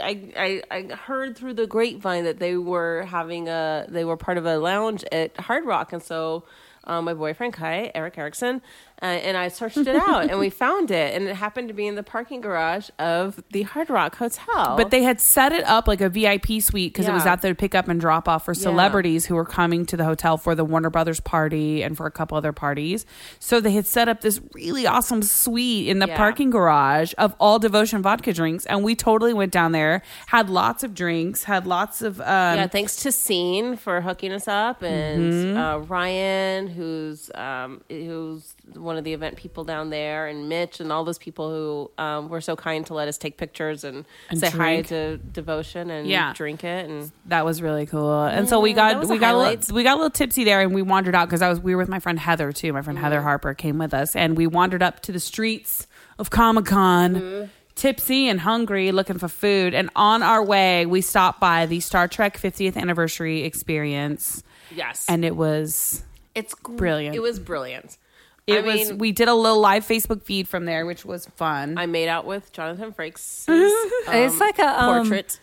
[SPEAKER 1] I, I I I heard through the grapevine that they were having a they were part of a lounge at Hard Rock, and so um, my boyfriend Kai Eric Erickson uh, and I searched it out,
[SPEAKER 2] [LAUGHS]
[SPEAKER 1] and we found it, and it happened to be in the parking garage of the Hard Rock Hotel.
[SPEAKER 2] But they had set it up like a VIP suite because it was
[SPEAKER 1] Yeah.
[SPEAKER 2] out there to pick up and drop off for celebrities who were coming to the hotel for the Warner Brothers party and for a couple other parties. So they had set up this really awesome suite in the
[SPEAKER 1] Yeah.
[SPEAKER 2] parking garage of all devotion vodka drinks. And we totally went down there, had lots of drinks, had lots of. Um,
[SPEAKER 1] yeah, thanks to Scene for hooking us up, and uh, Ryan, who's um, who's one of the event people down there, and Mitch, and all those people who um, were so kind to let us take pictures and,
[SPEAKER 2] And
[SPEAKER 1] say hi
[SPEAKER 2] drink.
[SPEAKER 1] to Devotion and
[SPEAKER 2] Yeah.
[SPEAKER 1] drink it. And
[SPEAKER 2] That was really cool. And so we
[SPEAKER 1] Yeah, that
[SPEAKER 2] got
[SPEAKER 1] was
[SPEAKER 2] we
[SPEAKER 1] a
[SPEAKER 2] got a
[SPEAKER 1] highlight.
[SPEAKER 2] little, we got a little tipsy there, and we wandered out because I was we were with my friend Heather too. My friend
[SPEAKER 1] Mm-hmm.
[SPEAKER 2] Heather Harper came with us, and we wandered up to the streets of Comic Con.
[SPEAKER 1] Mm-hmm.
[SPEAKER 2] Tipsy and hungry, looking for food. And on our way, we stopped by the Star Trek 50th anniversary experience,
[SPEAKER 1] yes,
[SPEAKER 2] and it was
[SPEAKER 1] it's gr-
[SPEAKER 2] brilliant.
[SPEAKER 1] It was brilliant.
[SPEAKER 2] it
[SPEAKER 1] I
[SPEAKER 2] was.
[SPEAKER 1] mean,
[SPEAKER 2] we did a little live Facebook feed from there, which was fun.
[SPEAKER 1] I made out with Jonathan Frakes.
[SPEAKER 3] It's like a, um,
[SPEAKER 1] portrait.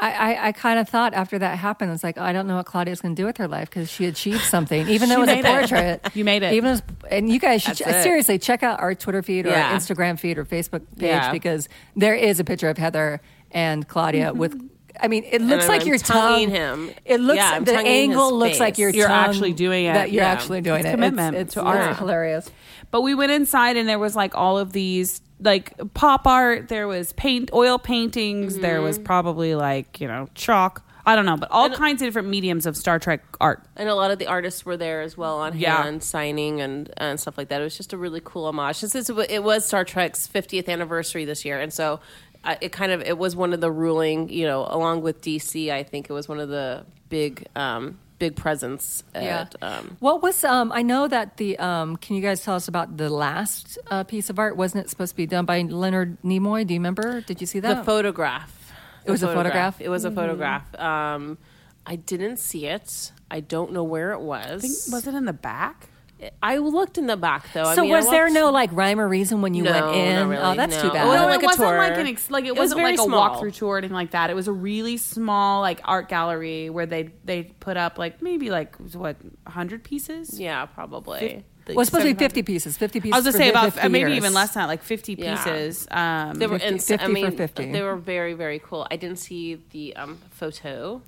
[SPEAKER 3] I, I, I kind of thought after that happened, it's like, oh, I don't know what Claudia's going to do with her life because she achieved something, even though it was a
[SPEAKER 2] made it.
[SPEAKER 3] portrait.
[SPEAKER 2] You made it.
[SPEAKER 3] Even as, and you guys should
[SPEAKER 1] That's it.
[SPEAKER 3] ch- seriously check out our Twitter feed or
[SPEAKER 1] Yeah.
[SPEAKER 3] our Instagram feed or Facebook page
[SPEAKER 1] Yeah.
[SPEAKER 3] because there is a picture of Heather and Claudia with. I mean, it looks
[SPEAKER 1] I'm-
[SPEAKER 3] like
[SPEAKER 1] I'm
[SPEAKER 3] your
[SPEAKER 1] tonguing
[SPEAKER 3] tongue.
[SPEAKER 1] him.
[SPEAKER 3] It looks
[SPEAKER 1] Yeah, I'm
[SPEAKER 3] the
[SPEAKER 1] tonguing his
[SPEAKER 3] angle looks like
[SPEAKER 1] face.
[SPEAKER 3] your
[SPEAKER 2] You're
[SPEAKER 3] tongue-
[SPEAKER 2] actually doing it.
[SPEAKER 3] That you're
[SPEAKER 1] Yeah.
[SPEAKER 3] actually doing
[SPEAKER 2] It's
[SPEAKER 3] it.
[SPEAKER 2] commitment. It's
[SPEAKER 3] It's, it's
[SPEAKER 2] art.
[SPEAKER 3] hilarious.
[SPEAKER 2] But we went inside and there was like all of these like pop art, there was paint, oil paintings, there was probably like, you know, chalk. I don't know, but all kinds of different mediums of Star Trek art.
[SPEAKER 1] And a lot of the artists were there as well on
[SPEAKER 2] Yeah.
[SPEAKER 1] hand signing and, and stuff like that. It was just a really cool homage. Since it's, it was Star Trek's 50th anniversary this year, and so uh, it kind of it was one of the ruling, you know, along with DC. I think it was one of the big um, big presents. At, um,
[SPEAKER 3] what was um? I know that the um. Can you guys tell us about the last uh, piece of art? Wasn't it supposed to be done by Leonard Nimoy? Oh. Do you remember? Did you see that?
[SPEAKER 1] the photograph.
[SPEAKER 3] It was a photograph?
[SPEAKER 1] It was a photograph. Um, I didn't see it. I don't know where it was.
[SPEAKER 2] think, was it in the back?
[SPEAKER 1] I looked in the back though. I
[SPEAKER 3] So
[SPEAKER 1] mean, I
[SPEAKER 3] was there
[SPEAKER 1] looked-
[SPEAKER 3] no like rhyme or reason when you
[SPEAKER 1] No, not
[SPEAKER 3] went in?
[SPEAKER 1] really,
[SPEAKER 3] oh, that's
[SPEAKER 1] no.
[SPEAKER 3] too bad.
[SPEAKER 1] It wasn't
[SPEAKER 2] No,
[SPEAKER 1] like
[SPEAKER 2] it
[SPEAKER 1] a
[SPEAKER 2] wasn't
[SPEAKER 1] tour.
[SPEAKER 2] like an ex- like it,
[SPEAKER 1] It was
[SPEAKER 2] wasn't
[SPEAKER 1] very
[SPEAKER 2] like a
[SPEAKER 1] small.
[SPEAKER 2] walkthrough tour or anything like that. It was a really small like art gallery where they they put up like maybe like what hundred pieces.
[SPEAKER 1] Yeah, probably.
[SPEAKER 3] Well, it's supposed to be 50 pieces. 50 pieces.
[SPEAKER 2] I was gonna
[SPEAKER 3] for
[SPEAKER 2] say about
[SPEAKER 3] 50
[SPEAKER 2] uh, maybe
[SPEAKER 3] years.
[SPEAKER 2] even less than that, like fifty
[SPEAKER 1] Yeah.
[SPEAKER 2] pieces. Um,
[SPEAKER 1] They were
[SPEAKER 3] 50
[SPEAKER 1] ins- I
[SPEAKER 3] 50 for
[SPEAKER 1] mean,
[SPEAKER 3] 50.
[SPEAKER 1] they were very very cool. I didn't see the um, photo,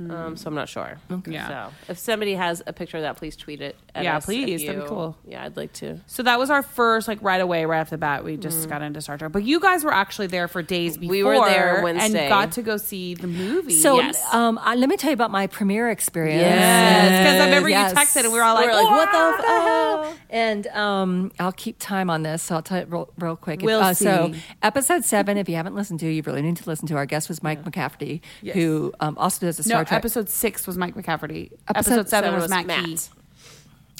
[SPEAKER 3] Mm.
[SPEAKER 1] um, so I'm not sure.
[SPEAKER 2] Yeah.
[SPEAKER 1] So if somebody has a picture of that, please tweet it. At
[SPEAKER 2] Yeah,
[SPEAKER 1] us if
[SPEAKER 2] please. That'd be
[SPEAKER 1] you-
[SPEAKER 2] cool.
[SPEAKER 1] Yeah, I'd like to.
[SPEAKER 2] so that was our first like right away, right off the bat. We just got into Star Trek, but you guys were actually there for days before.
[SPEAKER 1] We were there Wednesday.
[SPEAKER 2] and got to go see the movie.
[SPEAKER 3] So
[SPEAKER 1] Yes.
[SPEAKER 3] um, I, let me tell you about my premiere experience.
[SPEAKER 2] Yes, 'cause I remember you texted and we were all like,
[SPEAKER 3] what the
[SPEAKER 2] "What
[SPEAKER 3] f-? And um, I'll keep time on this, so I'll tell it real, real quick.
[SPEAKER 2] We'll
[SPEAKER 3] uh, So
[SPEAKER 2] see.
[SPEAKER 3] episode seven, if you haven't listened to, you really need to listen to. Our guest was Mike McCafferty, who um, also does the
[SPEAKER 2] no,
[SPEAKER 3] Star Trek.
[SPEAKER 2] episode six was Mike McCafferty. Episode, seven
[SPEAKER 3] Episode
[SPEAKER 1] seven
[SPEAKER 2] was,
[SPEAKER 1] was
[SPEAKER 2] Matt,
[SPEAKER 1] Matt.
[SPEAKER 2] Key.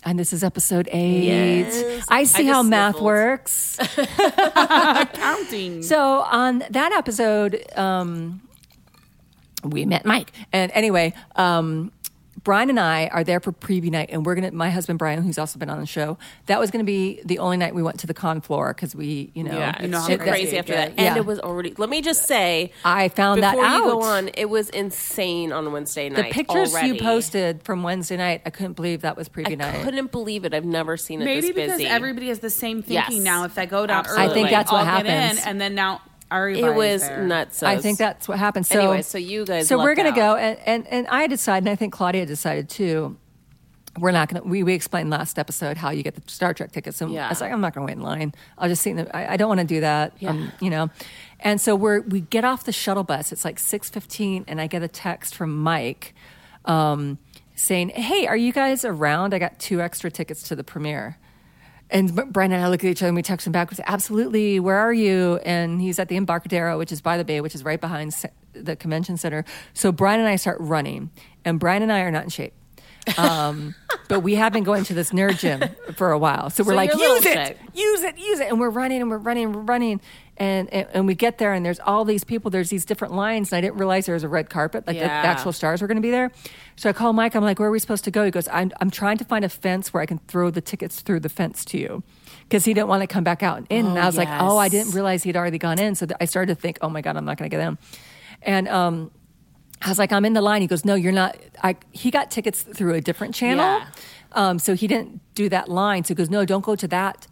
[SPEAKER 3] and this is episode eight.
[SPEAKER 1] Yes.
[SPEAKER 3] I see
[SPEAKER 1] I
[SPEAKER 3] how
[SPEAKER 1] just
[SPEAKER 3] math
[SPEAKER 1] sniffled.
[SPEAKER 3] works.
[SPEAKER 2] Counting.
[SPEAKER 3] So on that episode, um, we met Mike, and anyway, um, Brian and I are there for preview night, and we're gonna. My husband Brian, who's also been on the show, that was gonna be the only night we went to the con floor because we, you know,
[SPEAKER 1] Yeah,
[SPEAKER 2] Oh, You know
[SPEAKER 1] it's
[SPEAKER 2] how
[SPEAKER 1] just
[SPEAKER 2] crazy
[SPEAKER 1] crazy
[SPEAKER 2] it
[SPEAKER 1] after
[SPEAKER 2] gets.
[SPEAKER 1] that, and
[SPEAKER 3] Yeah.
[SPEAKER 1] it was already. Let me just say,
[SPEAKER 3] I found that
[SPEAKER 1] before you go
[SPEAKER 3] out.
[SPEAKER 1] on, it was insane on Wednesday
[SPEAKER 3] the
[SPEAKER 1] night.
[SPEAKER 3] pictures
[SPEAKER 1] already.
[SPEAKER 3] you posted from Wedday night, I couldn't believe that was preview
[SPEAKER 1] I
[SPEAKER 3] night.
[SPEAKER 1] couldn't believe it. I've never seen it
[SPEAKER 2] Maybe
[SPEAKER 1] this
[SPEAKER 2] because
[SPEAKER 1] busy.
[SPEAKER 2] everybody has the same thinking
[SPEAKER 1] Yes.
[SPEAKER 2] now. If they go down early,
[SPEAKER 1] Absolutely. I think
[SPEAKER 3] that's
[SPEAKER 2] all
[SPEAKER 3] what
[SPEAKER 2] get
[SPEAKER 3] happens.
[SPEAKER 2] In, and then now everybody's
[SPEAKER 1] it was
[SPEAKER 2] there.
[SPEAKER 1] nuts.
[SPEAKER 3] I think that's what happened. So
[SPEAKER 1] Anyway, so you guys
[SPEAKER 3] So we're
[SPEAKER 1] lucked
[SPEAKER 3] gonna
[SPEAKER 1] out.
[SPEAKER 3] go, and, and and I decided, and I think Claudia decided too. We're not gonna. We, we explained last episode how you get the Star Trek tickets, and
[SPEAKER 1] Yeah.
[SPEAKER 3] I was like, I'm not gonna wait in line. I'll just see. in the- I, I don't want to do that.
[SPEAKER 1] Yeah.
[SPEAKER 3] Um, you know. And so we're we get off the shuttle bus. It's like six fifteen, and I get a text from Mike. Um, saying, "Hey, are you guys around? I got two extra tickets to the premiere." And B- Brian and I look at each other and we text him back. We say, "Absolutely, where are you?" And he's at the Embarcadero, which is by the bay, which is right behind se- the convention center. So Brian and I start running, and Brian and I are not in shape. Um, [LAUGHS] but we have been going to this nerd gym for a while, so we're
[SPEAKER 1] So
[SPEAKER 3] like,
[SPEAKER 1] you're a little
[SPEAKER 3] "Use it,
[SPEAKER 1] sick."
[SPEAKER 3] use it, use it!" And we're running and we're running and we're running, and, and and we get there and there's all these people. There's these different lines, and I didn't realize there was a red carpet, like the-
[SPEAKER 1] Yeah.
[SPEAKER 3] the actual stars were going to be there. So I call Mike. I'm like, where are we supposed to go? He goes, I'm, I'm trying to find a fence where I can throw the tickets through the fence to you because he didn't want to come back out and in. and I was like, oh, I didn't realize he'd already gone in. So th- I started to think, oh my God, I'm not going to get in. And, um, I was like, I'm in the line. He goes, No, you're not. I, he got tickets through a different channel.
[SPEAKER 1] Yeah.
[SPEAKER 3] Um, so he didn't do that line. So he goes, No, don't go to that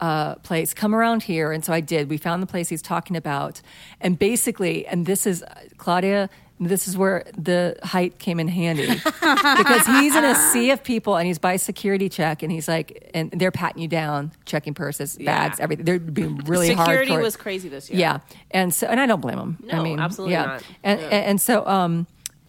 [SPEAKER 3] uh, place. Come around here. And so I did. We found the place he's talking about. And basically, and this is uh, Claudia, this is where the height came
[SPEAKER 1] [LAUGHS]
[SPEAKER 3] in handy because he's in a sea of people and he's by security check and he's like, and they're patting you down, checking purses, bags, everything.
[SPEAKER 1] [LAUGHS]
[SPEAKER 3] They're being really hard.
[SPEAKER 1] Security
[SPEAKER 3] for it.
[SPEAKER 1] was crazy this year.
[SPEAKER 3] Yeah. And so, and I don't blame him. I
[SPEAKER 1] No,
[SPEAKER 3] mean,
[SPEAKER 1] absolutely
[SPEAKER 3] yeah.
[SPEAKER 1] not.
[SPEAKER 3] And,
[SPEAKER 1] Yeah.
[SPEAKER 3] and and so um [CLEARS THROAT]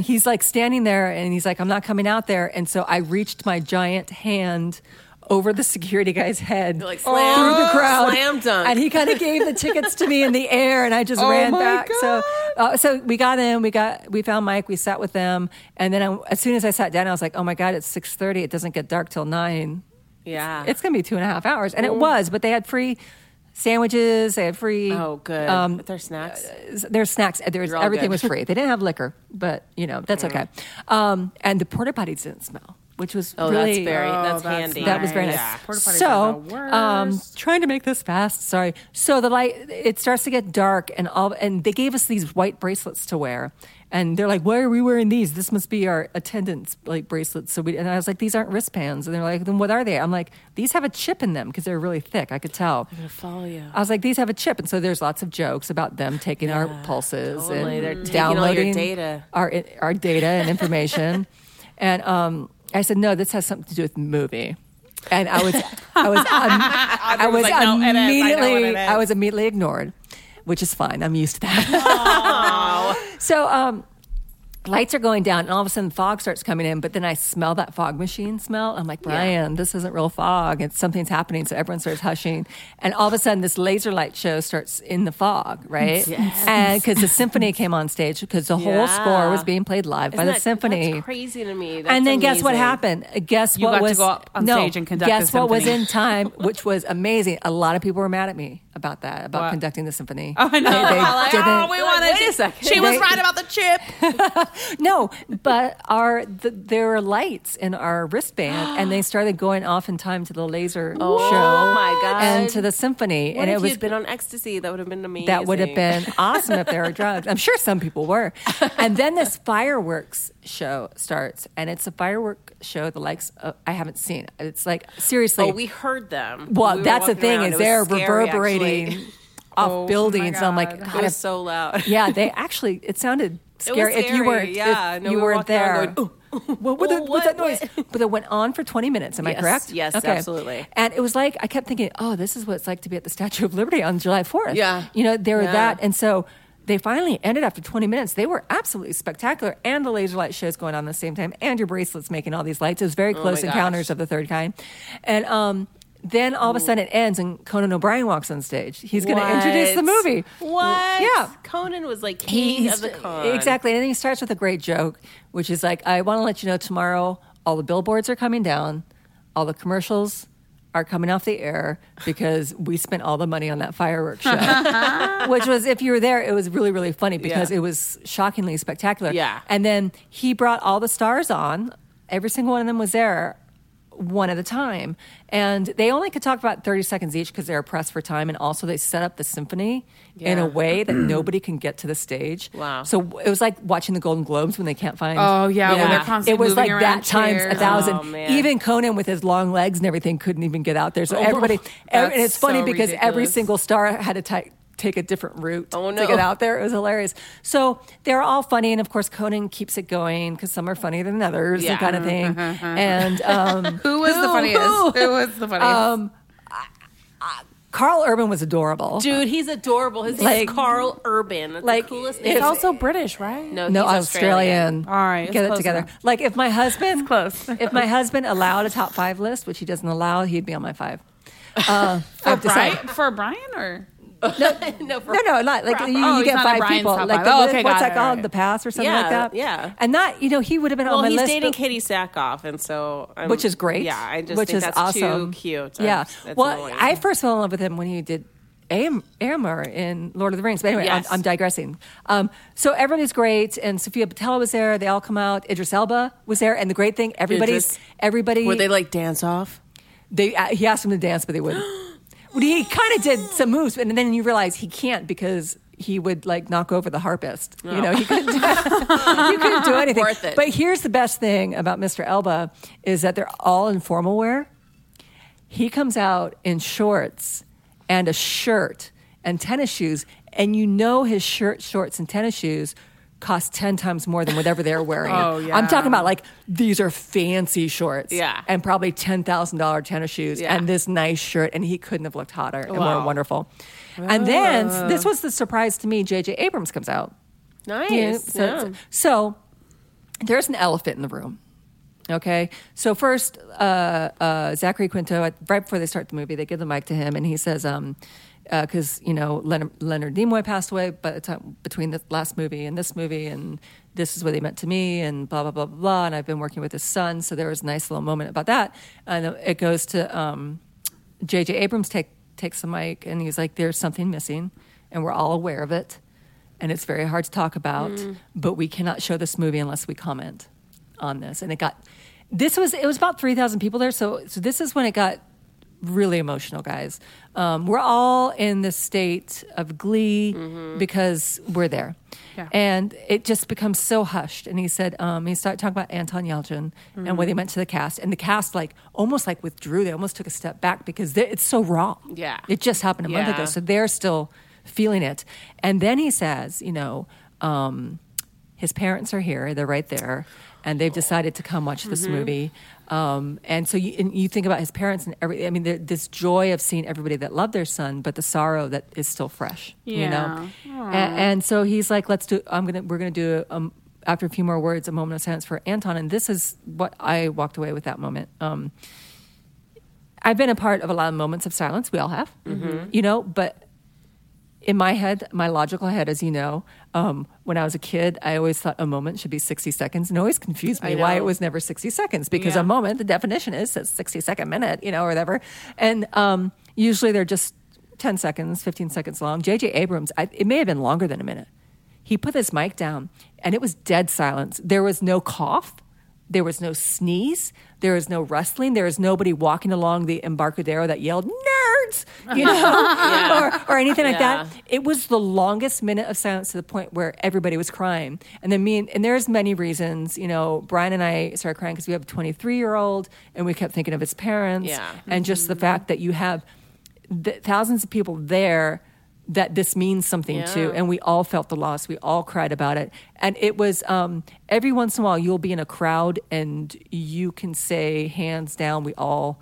[SPEAKER 3] he's like standing there and he's like, I'm not coming out there. And so I reached my giant hand over the security guy's head
[SPEAKER 1] You're like,
[SPEAKER 3] through
[SPEAKER 1] slam-
[SPEAKER 3] the crowd.
[SPEAKER 1] slam dunk. Oh
[SPEAKER 3] And he kind of gave the tickets to me in the air and I just ran
[SPEAKER 2] my
[SPEAKER 3] back. So uh, so we got in, we got we found Mike, we sat with them, and then I, as soon as I sat down, I was like, Oh my god, it's six thirty, it doesn't get dark till nine
[SPEAKER 1] Yeah.
[SPEAKER 3] it's going to be two and a half hours. And it was, but they had free sandwiches. They had free.
[SPEAKER 1] oh good.
[SPEAKER 3] Um,
[SPEAKER 1] With their snacks.
[SPEAKER 3] their snacks. There was,
[SPEAKER 1] You're all
[SPEAKER 3] everything
[SPEAKER 1] good. Mm.
[SPEAKER 3] was free. They didn't have liquor, but you know that's okay. Um, and the porta potties didn't smell, which was
[SPEAKER 1] Oh, that's
[SPEAKER 3] really uh,
[SPEAKER 1] very-
[SPEAKER 2] Oh,
[SPEAKER 1] that's
[SPEAKER 2] that's
[SPEAKER 1] handy.
[SPEAKER 3] that was very nice.
[SPEAKER 2] Yeah. Porta potties are
[SPEAKER 3] So,
[SPEAKER 2] the worst.
[SPEAKER 3] um, trying to make this fast. Sorry. So the light it starts to get dark, and all and they gave us these white bracelets to wear, and they're like, "Why are we wearing these? This must be our attendance like bracelets." So we and I was like, "These aren't wristbands," and they're like, "Then what are they?" I'm like, "These have a chip in them because they're really thick. I could tell."
[SPEAKER 1] I follow you.
[SPEAKER 3] I was like, these have a chip, and so there's lots of jokes about them taking our pulses
[SPEAKER 1] totally.
[SPEAKER 3] and
[SPEAKER 1] They're taking all your
[SPEAKER 3] downloading
[SPEAKER 1] data.
[SPEAKER 3] our our data and information. [LAUGHS] and um, I said, no, this has something to do with the movie. And I was, I
[SPEAKER 2] [LAUGHS]
[SPEAKER 3] was, um, I was
[SPEAKER 2] like, no, it is. I know what
[SPEAKER 3] immediately,
[SPEAKER 2] it is.
[SPEAKER 3] I was immediately ignored, which is fine. I'm used to that. [LAUGHS] So um, lights are going down, and all of a sudden fog starts coming in. But then I smell that fog machine smell. I'm like, Brian, this isn't real fog. It's something's happening. So everyone starts hushing, and all of a sudden this laser light show starts in the fog, right? And because the symphony came on stage, because the whole
[SPEAKER 1] Yeah.
[SPEAKER 3] score was being played live by
[SPEAKER 1] Isn't
[SPEAKER 3] the
[SPEAKER 1] that-
[SPEAKER 3] symphony.
[SPEAKER 1] That's crazy to me. That's
[SPEAKER 3] And then guess what
[SPEAKER 1] amazing.
[SPEAKER 3] happened? Guess
[SPEAKER 2] You
[SPEAKER 3] what
[SPEAKER 2] got to
[SPEAKER 3] was
[SPEAKER 2] go up on
[SPEAKER 3] no,
[SPEAKER 2] stage and conduct
[SPEAKER 3] Guess
[SPEAKER 2] the
[SPEAKER 3] what
[SPEAKER 2] [LAUGHS]
[SPEAKER 3] was
[SPEAKER 2] symphony.
[SPEAKER 3] in time, which was amazing. A lot of people were mad at me about that, about
[SPEAKER 2] What?
[SPEAKER 3] conducting the symphony.
[SPEAKER 2] [LAUGHS] Oh, I know.
[SPEAKER 3] They- they
[SPEAKER 2] Like, oh,
[SPEAKER 3] didn't-
[SPEAKER 2] we wanted
[SPEAKER 1] wait a
[SPEAKER 2] to-
[SPEAKER 1] second.
[SPEAKER 2] She was
[SPEAKER 3] They-
[SPEAKER 2] right about the chip.
[SPEAKER 3] No, but our th there are lights in our
[SPEAKER 1] [GASPS]
[SPEAKER 3] wristband, and they started going off in time to the laser show.
[SPEAKER 1] Oh my God.
[SPEAKER 3] And to the symphony,
[SPEAKER 1] What
[SPEAKER 3] and
[SPEAKER 1] if
[SPEAKER 3] it was
[SPEAKER 1] you'd been on ecstasy? That would have been amazing.
[SPEAKER 3] that would have been awesome if there were drugs. I'm sure some
[SPEAKER 1] [LAUGHS]
[SPEAKER 3] people were. And then this fireworks show starts, and it's a firework show the likes of, I haven't seen. It's like seriously.
[SPEAKER 1] Oh, we heard them.
[SPEAKER 3] well,
[SPEAKER 1] We were
[SPEAKER 3] that's the
[SPEAKER 1] walking
[SPEAKER 3] thing
[SPEAKER 1] around.
[SPEAKER 3] is
[SPEAKER 1] It was
[SPEAKER 3] they're
[SPEAKER 1] scary, [LAUGHS]
[SPEAKER 3] reverberating [LAUGHS]
[SPEAKER 1] actually.
[SPEAKER 3] off
[SPEAKER 2] Oh my
[SPEAKER 3] buildings. And I'm like,
[SPEAKER 2] God.
[SPEAKER 3] God,
[SPEAKER 1] It
[SPEAKER 3] if
[SPEAKER 1] was so [LAUGHS] loud.
[SPEAKER 3] yeah, they actually. It sounded scary. If you
[SPEAKER 1] scary,
[SPEAKER 3] weren't,
[SPEAKER 1] yeah.
[SPEAKER 3] if
[SPEAKER 1] No,
[SPEAKER 3] you
[SPEAKER 1] we
[SPEAKER 3] weren't
[SPEAKER 1] walked around
[SPEAKER 3] there.
[SPEAKER 1] going,
[SPEAKER 3] "Ooh, ooh, [LAUGHS] what, what, the-
[SPEAKER 1] Well,
[SPEAKER 3] what's that
[SPEAKER 1] what-
[SPEAKER 3] noise? But it went on for 20 minutes. Am I
[SPEAKER 1] Yes,
[SPEAKER 3] correct?
[SPEAKER 1] yes, absolutely.
[SPEAKER 3] And it was like I kept thinking, oh, this is what it's like to be at the Statue of Liberty on July 4th.
[SPEAKER 1] Yeah.
[SPEAKER 3] you know, there were
[SPEAKER 1] Yeah.
[SPEAKER 3] that, and so. They finally ended after 20 minutes. They were absolutely spectacular. And the laser light shows going on at the same time, and your bracelets making all these lights. It was very close
[SPEAKER 1] Oh my
[SPEAKER 3] encounters
[SPEAKER 1] gosh.
[SPEAKER 3] of the third kind. And um, then all of a sudden it ends, and Conan O'Brien walks on stage. He's going to introduce the
[SPEAKER 1] What?
[SPEAKER 3] movie.
[SPEAKER 1] What?
[SPEAKER 3] Yeah.
[SPEAKER 1] Conan was like king
[SPEAKER 3] He's-
[SPEAKER 1] of the con.
[SPEAKER 3] Exactly. And then he starts with a great joke, which is like, I want to let you know tomorrow all the billboards are coming down, all the commercials are coming off the air because we spent all the money on that
[SPEAKER 1] [LAUGHS]
[SPEAKER 3] fireworks show. which was, if you were there, it was really, really funny because
[SPEAKER 1] Yeah.
[SPEAKER 3] it was shockingly spectacular.
[SPEAKER 1] Yeah.
[SPEAKER 3] And then he brought all the stars on, every single one of them was there. One at a time. And they only could talk about 30 seconds each because they're pressed for time. And also, they set up the symphony in a
[SPEAKER 1] Yeah.
[SPEAKER 3] way
[SPEAKER 2] [CLEARS THROAT]
[SPEAKER 3] way that nobody can get to the stage.
[SPEAKER 1] Wow.
[SPEAKER 3] So it was like watching the Golden Globes when they can't find.
[SPEAKER 2] Oh, yeah,
[SPEAKER 1] when they're
[SPEAKER 2] constantly
[SPEAKER 3] It was
[SPEAKER 2] moving around
[SPEAKER 3] like that times a
[SPEAKER 2] chairs.
[SPEAKER 3] thousand.
[SPEAKER 1] Oh, man.
[SPEAKER 3] even Conan with his long legs and everything couldn't even get out there. So
[SPEAKER 2] [LAUGHS]
[SPEAKER 3] everybody, every, and
[SPEAKER 2] Oh, that's
[SPEAKER 3] it's funny
[SPEAKER 2] so
[SPEAKER 3] because every
[SPEAKER 2] ridiculous.
[SPEAKER 3] single star had to ti- Take a different route
[SPEAKER 1] Oh,
[SPEAKER 3] to
[SPEAKER 1] no.
[SPEAKER 3] get out there. It was hilarious. So they're all funny, and of course Conan keeps it going because some are funnier than others,
[SPEAKER 1] Yeah. Uh-huh.
[SPEAKER 3] and kind of thing.
[SPEAKER 1] [LAUGHS]
[SPEAKER 3] and um,
[SPEAKER 2] Who Um, was the funniest?
[SPEAKER 3] who?
[SPEAKER 2] Who was the funniest?
[SPEAKER 3] Carl Urban was adorable.
[SPEAKER 1] Dude, he's adorable. His name
[SPEAKER 3] Like-
[SPEAKER 1] is Carl Urban. That's
[SPEAKER 3] like,
[SPEAKER 1] the coolest
[SPEAKER 3] it's
[SPEAKER 1] name.
[SPEAKER 3] also
[SPEAKER 2] British, right?
[SPEAKER 1] no,
[SPEAKER 3] No,
[SPEAKER 1] he's
[SPEAKER 3] Australian.
[SPEAKER 2] All right, it's
[SPEAKER 3] get it
[SPEAKER 2] close
[SPEAKER 3] together.
[SPEAKER 2] enough.
[SPEAKER 3] Like if my husband,
[SPEAKER 2] close.
[SPEAKER 3] [LAUGHS] if my husband allowed a top five list, which he doesn't allow, he'd be on
[SPEAKER 1] [LAUGHS]
[SPEAKER 3] my five. Uh, I've decided.
[SPEAKER 2] Brian, for Brian or
[SPEAKER 1] [LAUGHS] no, for,
[SPEAKER 3] No, no, not like you,
[SPEAKER 2] Oh,
[SPEAKER 3] you
[SPEAKER 2] he's
[SPEAKER 3] get
[SPEAKER 2] not on
[SPEAKER 3] five
[SPEAKER 2] Brian's
[SPEAKER 3] people.
[SPEAKER 2] top
[SPEAKER 3] Like
[SPEAKER 2] five.
[SPEAKER 3] the-
[SPEAKER 2] Oh, okay,
[SPEAKER 3] what's
[SPEAKER 2] got
[SPEAKER 3] that
[SPEAKER 2] it,
[SPEAKER 3] called?
[SPEAKER 2] alright.
[SPEAKER 3] The pass or something like
[SPEAKER 1] Yeah,
[SPEAKER 3] that.
[SPEAKER 1] yeah.
[SPEAKER 3] And that you know he would have been
[SPEAKER 1] Well,
[SPEAKER 3] on my
[SPEAKER 1] he's
[SPEAKER 3] list.
[SPEAKER 1] dating
[SPEAKER 3] but-
[SPEAKER 1] Katie Sackhoff, and so I'm,
[SPEAKER 3] Um, which is great.
[SPEAKER 1] Yeah, I just
[SPEAKER 3] which
[SPEAKER 1] think
[SPEAKER 3] is
[SPEAKER 1] that's
[SPEAKER 3] awesome.
[SPEAKER 1] too cute.
[SPEAKER 3] Yeah.
[SPEAKER 1] I'm- that's
[SPEAKER 3] well,
[SPEAKER 1] annoying.
[SPEAKER 3] I first fell in love with him when he did Am- Amor in Lord of the Rings. But anyway,
[SPEAKER 1] Yes.
[SPEAKER 3] I'm, I'm digressing. Um, so everybody's great, and Sophia Patella was there. They all come out. Idris Elba was there, and the great thing, everybody's
[SPEAKER 1] Idris.
[SPEAKER 3] everybody.
[SPEAKER 1] were they like dance off?
[SPEAKER 3] They uh, he asked them to dance, but they
[SPEAKER 1] [GASPS]
[SPEAKER 3] wouldn't. Well, he kind of did some moves, but then you realize he can't because he would like knock over the harpist. You know, he couldn't. Do, [LAUGHS] you
[SPEAKER 1] [LAUGHS]
[SPEAKER 3] couldn't do anything.
[SPEAKER 1] Oh. Worth it.
[SPEAKER 3] But here's the best thing about Mr. Elba is that they're all in formal wear. He comes out in shorts and a shirt and tennis shoes, and you know his shirt, shorts, and tennis shoes. Cost 10 times more than whatever
[SPEAKER 1] [LAUGHS]
[SPEAKER 3] they're wearing.
[SPEAKER 2] Oh,
[SPEAKER 3] I'm talking
[SPEAKER 2] yeah.
[SPEAKER 3] about like these are fancy shorts
[SPEAKER 1] Yeah.
[SPEAKER 3] and probably ten thousand dollar tennis shoes
[SPEAKER 1] Yeah.
[SPEAKER 3] and this nice shirt, and he couldn't have looked hotter and more
[SPEAKER 1] Wow. Ah.
[SPEAKER 3] wonderful. And then this was the surprise to me: J.J. Abrams comes out.
[SPEAKER 1] Nice.
[SPEAKER 3] Yeah, so,
[SPEAKER 1] yeah.
[SPEAKER 3] so there's an elephant in the room. Okay, so first, uh, uh, Zachary Quinto, at, right before they start the movie, they give the mic to him, and he says, um, because you know Leonard, Leonard Nimoy passed away, by the time between the last movie and this movie, and this is what they meant to me, and blah blah blah blah, blah, and I've been working with his son, so there was a nice little moment about that, and it goes to um, J.J. Abrams take, takes the mic, and he's like, "There's something missing, and we're all aware of it." and it's very hard to talk about, but we cannot show this movie unless we comment on this. And it got this was it was about 3,000 people there, so so this is when it got really emotional, guys. Um, we're all in the state of glee
[SPEAKER 1] Mm-hmm.
[SPEAKER 3] because we're there.
[SPEAKER 2] Yeah.
[SPEAKER 3] And it just becomes so hushed. And he said, um, he started talking about Anton Yelchin and
[SPEAKER 1] Mm-hmm.
[SPEAKER 3] what he meant to the cast. And the cast, like, almost like withdrew. They almost took a step back because they, it's so raw.
[SPEAKER 1] Yeah.
[SPEAKER 3] It just happened a month ago.
[SPEAKER 1] Yeah.
[SPEAKER 3] So they're still feeling it. And then he says, you know, um, his parents are here, they're right there, and they've decided to come watch this movie. Um, and so you, and you think about his parents and every, I mean, there- this joy of seeing everybody that loved their son, but the sorrow that is still fresh, you know? And, and so he's like, let's do, I'm going to, we're going to do, um, after a few more words, a moment of silence for Anton. And this is what I walked away with that moment. Um, I've been a part of a lot of moments of silence. We all have,
[SPEAKER 1] Mm-hmm.
[SPEAKER 3] you know. But in my head, my logical head, as you know, um, when I was a kid, I always thought a moment should be sixty seconds, and it always confused me
[SPEAKER 1] I
[SPEAKER 3] why
[SPEAKER 1] know.
[SPEAKER 3] it was never sixty seconds because
[SPEAKER 2] Yeah.
[SPEAKER 3] a moment, the definition is a sixty second minute, you know, or whatever. And um, usually they're just 10 seconds, 15 seconds long. J.J. Abrams, I, it may have been longer than a minute. He put his mic down and it was dead silence. There was no cough. There was no sneeze. There was no rustling. There was nobody walking along the embarcadero that yelled, nerds, you know, [LAUGHS] or, or anything like
[SPEAKER 1] Yeah.
[SPEAKER 3] that it was the longest minute of silence to the point where everybody was crying. And then me and, and there's many reasons, you know, Brian and I started crying because we have a 23 year old and we kept thinking of his parents
[SPEAKER 1] Yeah.
[SPEAKER 3] and just the fact that you have th- thousands of people there that this means something
[SPEAKER 1] Yeah.
[SPEAKER 3] to and we all felt the loss we all cried about it and it was um, every once in a while you'll be in a crowd and you can say hands down we all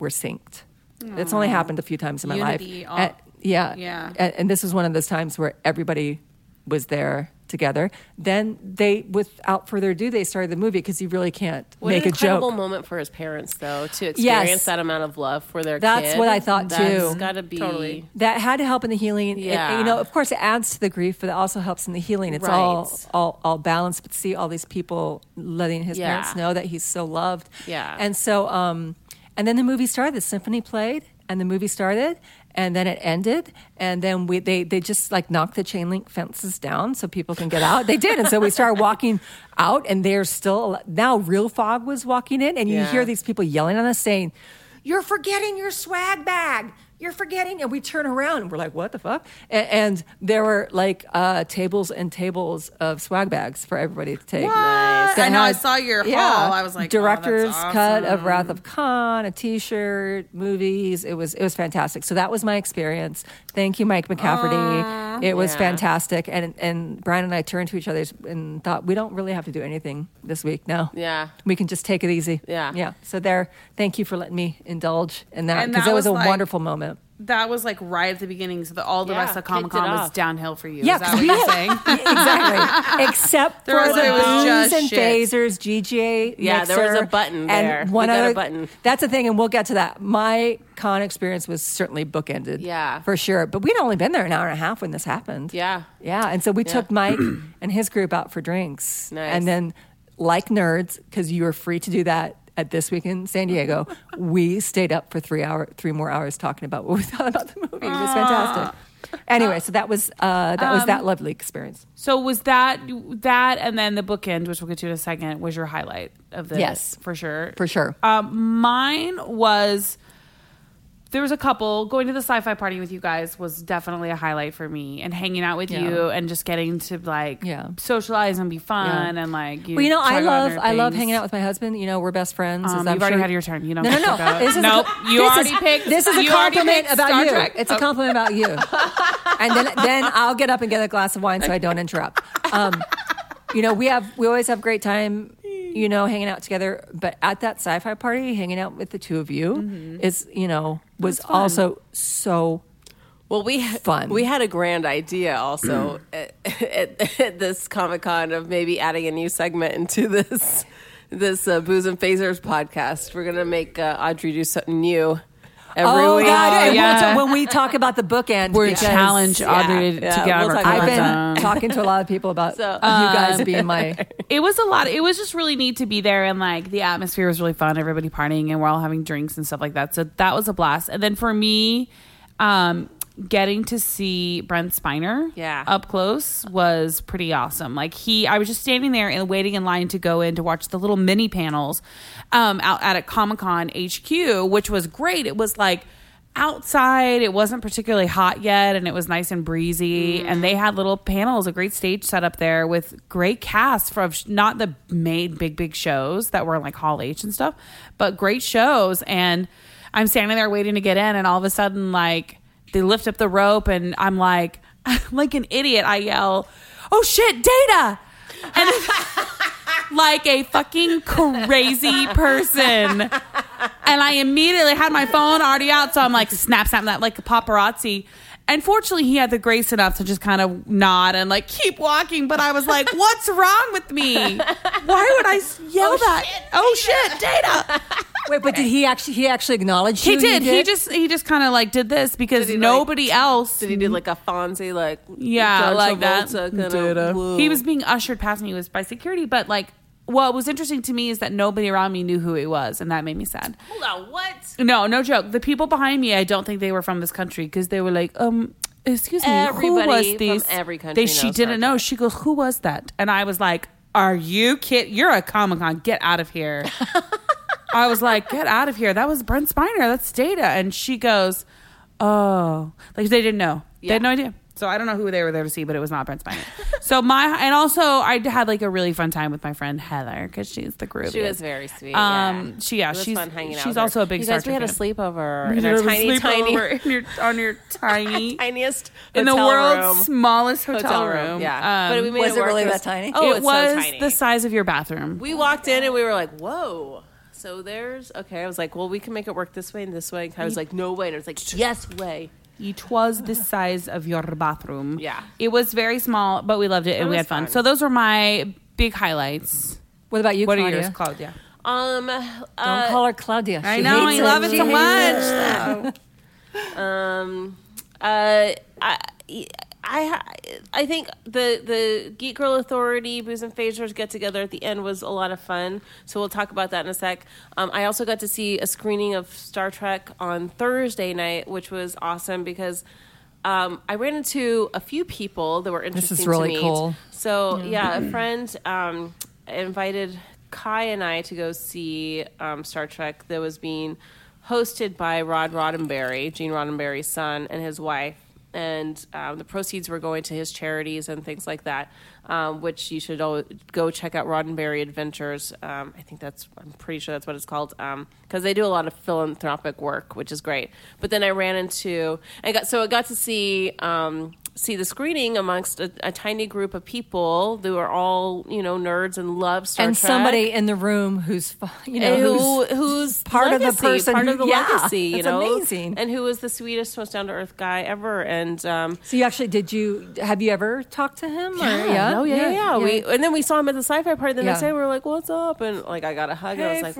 [SPEAKER 3] were synced it's only happened a few times in my
[SPEAKER 2] Unity,
[SPEAKER 3] life
[SPEAKER 2] all-
[SPEAKER 3] And- yeah
[SPEAKER 2] Yeah.
[SPEAKER 3] and, and this was one of those times where everybody was there together then they without further ado they started the movie because you really can't
[SPEAKER 1] What
[SPEAKER 3] make
[SPEAKER 1] an
[SPEAKER 3] a joke
[SPEAKER 1] incredible moment for his parents, though, to experience that amount of love for their
[SPEAKER 3] That's
[SPEAKER 1] kid.
[SPEAKER 3] what I thought,
[SPEAKER 1] That's
[SPEAKER 3] too.
[SPEAKER 1] got to be
[SPEAKER 2] Totally.
[SPEAKER 3] that had to help in the healing. It-
[SPEAKER 1] Yeah.
[SPEAKER 3] you know, of course, it adds to the grief, but it also helps in the healing. It's
[SPEAKER 1] Right.
[SPEAKER 3] all, all all balanced. But see, all these people letting his
[SPEAKER 1] Yeah.
[SPEAKER 3] parents know that he's so loved.
[SPEAKER 1] Yeah.
[SPEAKER 3] and so um, and then the movie started. The symphony played, and the movie started, and then it ended, and then we they they just like knocked the chain link fences down so people can get out. They did, and so we started walking out, and they're still now real fog was walking in, and you
[SPEAKER 1] Yeah.
[SPEAKER 3] hear these people yelling at us saying you're forgetting your swag bag. You're forgetting. And we turn around and we're like, what the fuck? And, and there were like uh, tables and tables of swag bags for everybody to take.
[SPEAKER 2] Nice.
[SPEAKER 3] That
[SPEAKER 2] I know, I saw your haul. I was like, oh, that's
[SPEAKER 3] director's cut of Wrath of Khan, a t shirt, movies. It was it was fantastic. So that was my experience. Thank you, Mike McCafferty. it was
[SPEAKER 1] Yeah.
[SPEAKER 3] fantastic. And and Brian and I turned to each other and thought, we don't really have to do anything this week now.
[SPEAKER 1] Yeah.
[SPEAKER 3] We can just take it easy.
[SPEAKER 1] Yeah.
[SPEAKER 3] Yeah. So there, thank you for letting me indulge in that
[SPEAKER 2] And
[SPEAKER 3] because
[SPEAKER 2] that
[SPEAKER 3] it was,
[SPEAKER 2] was
[SPEAKER 3] a
[SPEAKER 2] like-
[SPEAKER 3] wonderful moment.
[SPEAKER 2] That was like right at the beginning, so that all the
[SPEAKER 1] Yeah,
[SPEAKER 2] rest of Comic
[SPEAKER 1] kicked it
[SPEAKER 2] Con was
[SPEAKER 1] off.
[SPEAKER 2] downhill for you.
[SPEAKER 3] Yeah,
[SPEAKER 2] Is that
[SPEAKER 3] 'cause
[SPEAKER 2] what
[SPEAKER 3] we
[SPEAKER 2] you're
[SPEAKER 3] had- [LAUGHS] e,
[SPEAKER 2] saying?
[SPEAKER 3] exactly. Except
[SPEAKER 2] The
[SPEAKER 3] for
[SPEAKER 2] rest
[SPEAKER 3] the
[SPEAKER 2] of it was
[SPEAKER 3] booze
[SPEAKER 2] just
[SPEAKER 3] and
[SPEAKER 2] shit.
[SPEAKER 3] phasers, GGA.
[SPEAKER 1] Yeah, there was a
[SPEAKER 3] mixer,
[SPEAKER 1] button there.
[SPEAKER 3] And
[SPEAKER 1] We
[SPEAKER 3] one
[SPEAKER 1] got a
[SPEAKER 3] other
[SPEAKER 1] button.
[SPEAKER 3] That's the thing, and we'll get to that. My con experience was certainly bookended.
[SPEAKER 1] Yeah.
[SPEAKER 3] for sure. But we'd only been there an hour and a half when this happened.
[SPEAKER 1] Yeah.
[SPEAKER 3] yeah. And so we took [CLEARS THROAT] Mike and his group out for drinks,
[SPEAKER 1] Nice.
[SPEAKER 3] and then like nerds, because you were free to do that. At this week in San [LAUGHS] Diego, we stayed up for three hour, three more hours talking about what we [LAUGHS] thought about the movie. It was fantastic. Anyway, so that was uh, that was that lovely experience.
[SPEAKER 2] So was that that and then the bookend, which we'll get to in a second, was your highlight of this?
[SPEAKER 3] Yes.
[SPEAKER 2] for sure.
[SPEAKER 3] For sure.
[SPEAKER 2] Um, mine was there was a couple going to the sci-fi party with you guys was definitely a highlight for me, and hanging out with
[SPEAKER 3] Yeah.
[SPEAKER 2] you and just getting to like
[SPEAKER 3] Yeah.
[SPEAKER 2] socialize and be fun and like you.
[SPEAKER 3] Well, you know, I
[SPEAKER 2] talk about
[SPEAKER 3] love
[SPEAKER 2] nerd
[SPEAKER 3] I love
[SPEAKER 2] things.
[SPEAKER 3] hanging out with my husband. You know, we're best friends. as
[SPEAKER 2] Um,
[SPEAKER 3] I'm
[SPEAKER 2] you've already
[SPEAKER 3] sure-
[SPEAKER 2] had your turn. You don't
[SPEAKER 3] No,
[SPEAKER 2] have
[SPEAKER 3] no,
[SPEAKER 2] to
[SPEAKER 3] no.
[SPEAKER 2] go.
[SPEAKER 3] This is a-
[SPEAKER 2] Nope. You
[SPEAKER 3] this
[SPEAKER 2] already
[SPEAKER 3] is,
[SPEAKER 2] picked-
[SPEAKER 3] This is a
[SPEAKER 2] you already
[SPEAKER 3] compliment
[SPEAKER 2] picked
[SPEAKER 3] about
[SPEAKER 2] Star
[SPEAKER 3] you.
[SPEAKER 2] Trek.
[SPEAKER 3] It's a compliment about you. and then then I'll get up and get a glass of wine so I don't interrupt. Um, you know, we have we always have great time. You know, hanging out together. But at that sci-fi party, hanging out with the two of you
[SPEAKER 2] Mm-hmm.
[SPEAKER 3] is you know was also so
[SPEAKER 1] Well, we ha-
[SPEAKER 3] Fun.
[SPEAKER 1] We had a grand idea also [CLEARS THROAT] at, at, at this Comic Con of maybe adding a new segment into this this uh, Booze and Phasers podcast. We're gonna make uh, Audrey do something new every
[SPEAKER 3] oh
[SPEAKER 1] week.
[SPEAKER 3] god. and we'll
[SPEAKER 2] yeah.
[SPEAKER 3] ta- when we talk about the bookend,
[SPEAKER 2] We're
[SPEAKER 3] because
[SPEAKER 2] challenge Audrey to
[SPEAKER 1] yeah,
[SPEAKER 2] get out
[SPEAKER 1] we'll
[SPEAKER 2] of
[SPEAKER 1] talk
[SPEAKER 2] her
[SPEAKER 1] about
[SPEAKER 2] comfort
[SPEAKER 3] I've
[SPEAKER 2] zone.
[SPEAKER 3] been talking to a lot of people about you
[SPEAKER 2] um,
[SPEAKER 3] guys being
[SPEAKER 2] [LAUGHS]
[SPEAKER 3] my
[SPEAKER 2] it was a lot. It was just really neat to be there, and like the atmosphere was really fun. Everybody partying, and we're all having drinks and stuff like that. So that was a blast. And then for me, um, getting to see Brent Spiner,
[SPEAKER 1] Yeah.
[SPEAKER 2] up close was pretty awesome. Like he, I was just standing there and waiting in line to go in to watch the little mini panels, um, out at a Comic Con HQ, which was great. It was like outside it wasn't particularly hot yet and it was nice and breezy and they had little panels a great stage set up there with great casts from sh- not the made big big shows that were like hall h and stuff but great shows and i'm standing there waiting to get in and all of a sudden like they lift up the rope and i'm like [LAUGHS] like an idiot i yell oh shit data and [LAUGHS] like a fucking crazy person and I immediately had my phone already out, so I'm like, snap, snap, that like a paparazzi. And fortunately, he had the grace enough to just kind of nod and like keep walking. But I was like, "What's wrong with me? Why would I s- yell that? oh shit, Data!"
[SPEAKER 3] Wait, but did he actually? He actually acknowledged
[SPEAKER 2] He
[SPEAKER 3] you?
[SPEAKER 2] did. He just he just kind of like did this because
[SPEAKER 1] he, like,
[SPEAKER 2] nobody else
[SPEAKER 1] Did he do like a Fonzie, like
[SPEAKER 2] Mm-hmm. Yeah,
[SPEAKER 1] John
[SPEAKER 2] like
[SPEAKER 1] Travolta
[SPEAKER 2] that.
[SPEAKER 1] kinda-
[SPEAKER 2] Data.
[SPEAKER 1] Whoa.
[SPEAKER 2] He was being ushered past me was by security, but like what was interesting to me is that nobody around me knew who he was, and that made me sad.
[SPEAKER 1] Hold on, what?
[SPEAKER 2] No, no joke. The people behind me, I don't think they were from this country because they were like, um, excuse me, who
[SPEAKER 1] Everybody
[SPEAKER 2] was
[SPEAKER 1] from
[SPEAKER 2] this?
[SPEAKER 1] every country
[SPEAKER 2] They, she
[SPEAKER 1] knows
[SPEAKER 2] didn't
[SPEAKER 1] Star
[SPEAKER 2] know.
[SPEAKER 1] Trek.
[SPEAKER 2] She goes, who was that? And I was like, are you kid? You're a Comic Con. Get out
[SPEAKER 1] [LAUGHS]
[SPEAKER 2] of here. I was like, get out of here. That was Brent Spiner. That's Data. And she goes, oh, like they didn't know. They had no
[SPEAKER 1] Yeah.
[SPEAKER 2] idea. So I don't know who they were there to see, but it was not Brent Spiner. so my and also I had like a really fun time with my friend Heather because she's the group.
[SPEAKER 1] She was very sweet.
[SPEAKER 2] Um,
[SPEAKER 1] yeah.
[SPEAKER 2] she- yeah,
[SPEAKER 1] It was
[SPEAKER 2] she's-
[SPEAKER 1] fun hanging out
[SPEAKER 2] she's
[SPEAKER 1] with her.
[SPEAKER 2] also a big
[SPEAKER 1] You
[SPEAKER 2] Star
[SPEAKER 1] guys, we
[SPEAKER 2] Trek
[SPEAKER 1] had a
[SPEAKER 2] fan.
[SPEAKER 1] sleepover in our tiny, [LAUGHS] tiny,
[SPEAKER 2] [LAUGHS] in your, on your tiny
[SPEAKER 1] tiniest
[SPEAKER 2] in the
[SPEAKER 1] hotel
[SPEAKER 2] world's
[SPEAKER 1] room.
[SPEAKER 2] smallest hotel,
[SPEAKER 1] hotel
[SPEAKER 2] room.
[SPEAKER 1] room. Yeah,
[SPEAKER 2] Um,
[SPEAKER 1] but we made
[SPEAKER 3] was it
[SPEAKER 1] work.
[SPEAKER 3] really
[SPEAKER 1] was-
[SPEAKER 3] that tiny?
[SPEAKER 1] Oh,
[SPEAKER 2] it
[SPEAKER 1] it's
[SPEAKER 2] was
[SPEAKER 1] so tiny.
[SPEAKER 2] the size of your bathroom.
[SPEAKER 1] we walked in and we were like, "Whoa!" So there's okay. I was like, "Well, we can make it work this way and this way." And I was like, "No way!" And I was like, "Yes way."
[SPEAKER 2] it was the size of your bathroom.
[SPEAKER 1] Yeah.
[SPEAKER 2] it was very small, but we loved it and we
[SPEAKER 1] was
[SPEAKER 2] had fun.
[SPEAKER 1] fun.
[SPEAKER 2] So those were my big highlights.
[SPEAKER 3] What about you,
[SPEAKER 2] What
[SPEAKER 3] Claudia?
[SPEAKER 2] are yours, Claudia?
[SPEAKER 1] Um,
[SPEAKER 3] Don't
[SPEAKER 1] uh,
[SPEAKER 3] call her Claudia.
[SPEAKER 2] I
[SPEAKER 3] She
[SPEAKER 2] know
[SPEAKER 3] hates
[SPEAKER 2] I love it
[SPEAKER 3] She
[SPEAKER 2] so
[SPEAKER 3] hates
[SPEAKER 2] much.
[SPEAKER 1] um, uh, I. I I think the the Geek Girl Authority Booze and Phasers get together at the end was a lot of fun. So we'll talk about that in a sec. Um, I also got to see a screening of Star Trek on Thursday night, which was awesome because um, I ran into a few people that were interesting.
[SPEAKER 3] is
[SPEAKER 1] to
[SPEAKER 3] really
[SPEAKER 1] meet.
[SPEAKER 3] cool.
[SPEAKER 1] So yeah, a friend um, invited Kai and I to go see um, Star Trek that was being hosted by Rod Roddenberry, Gene Roddenberry's son, and his wife. And um, the proceeds were going to his charities and things like that, um, which you should al- go check out Roddenberry Adventures. Um, I think that's, I'm pretty sure that's what it's called, because they do a lot of philanthropic work, which is great. But then I ran into, I got so I got to see um, see the screening amongst a, a tiny group of people who are all you know nerds and love Star
[SPEAKER 3] and
[SPEAKER 1] Trek.
[SPEAKER 3] somebody in the room who's [LAUGHS] fu- you know
[SPEAKER 1] And
[SPEAKER 3] who's,
[SPEAKER 1] who, who's
[SPEAKER 3] part of the
[SPEAKER 1] legacy,
[SPEAKER 3] person
[SPEAKER 1] part
[SPEAKER 3] who-
[SPEAKER 1] of the
[SPEAKER 3] yeah,
[SPEAKER 1] legacy, you
[SPEAKER 3] that's
[SPEAKER 1] know,
[SPEAKER 3] amazing.
[SPEAKER 1] and who was the sweetest, most down to earth guy ever. And um,
[SPEAKER 3] so you actually did you have you ever talked to him or yeah,
[SPEAKER 1] no, yeah, yeah, yeah. We and then we saw him at the sci-fi party the next
[SPEAKER 3] Yeah.
[SPEAKER 1] day. We were like, "What's up?" And like, I got a hug. and I was like,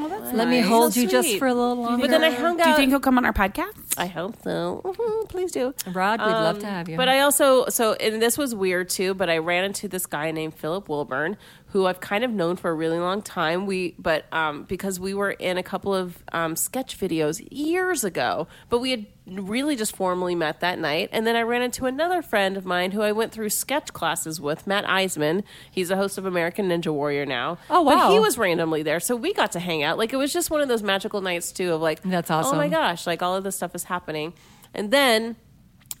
[SPEAKER 1] "What?"
[SPEAKER 3] let me
[SPEAKER 1] Nice.
[SPEAKER 3] hold
[SPEAKER 1] So
[SPEAKER 3] you just
[SPEAKER 1] sweet.
[SPEAKER 3] for a little longer
[SPEAKER 1] But then I hung out.
[SPEAKER 2] Do you think he'll come on our podcast?
[SPEAKER 1] I hope so. Mhm, Please do. Um,
[SPEAKER 3] Rod, we'd love to have you.
[SPEAKER 1] But I also, so, and this was weird too, but I ran into this guy named Philip Wilburn, who I've kind of known for a really long time. We, but um, because we were in a couple of um, sketch videos years ago, but we had really just formally met that night. And then I ran into another friend of mine who I went through sketch classes with, Matt Eisman. He's a host of American Ninja Warrior now.
[SPEAKER 3] Oh,
[SPEAKER 1] But he
[SPEAKER 3] wow.
[SPEAKER 1] was randomly there. So we got to hang out. Like, it was just one of those magical nights too of like,
[SPEAKER 3] That's
[SPEAKER 1] Oh my
[SPEAKER 3] awesome.
[SPEAKER 1] God gosh, like all of this stuff is happening. And then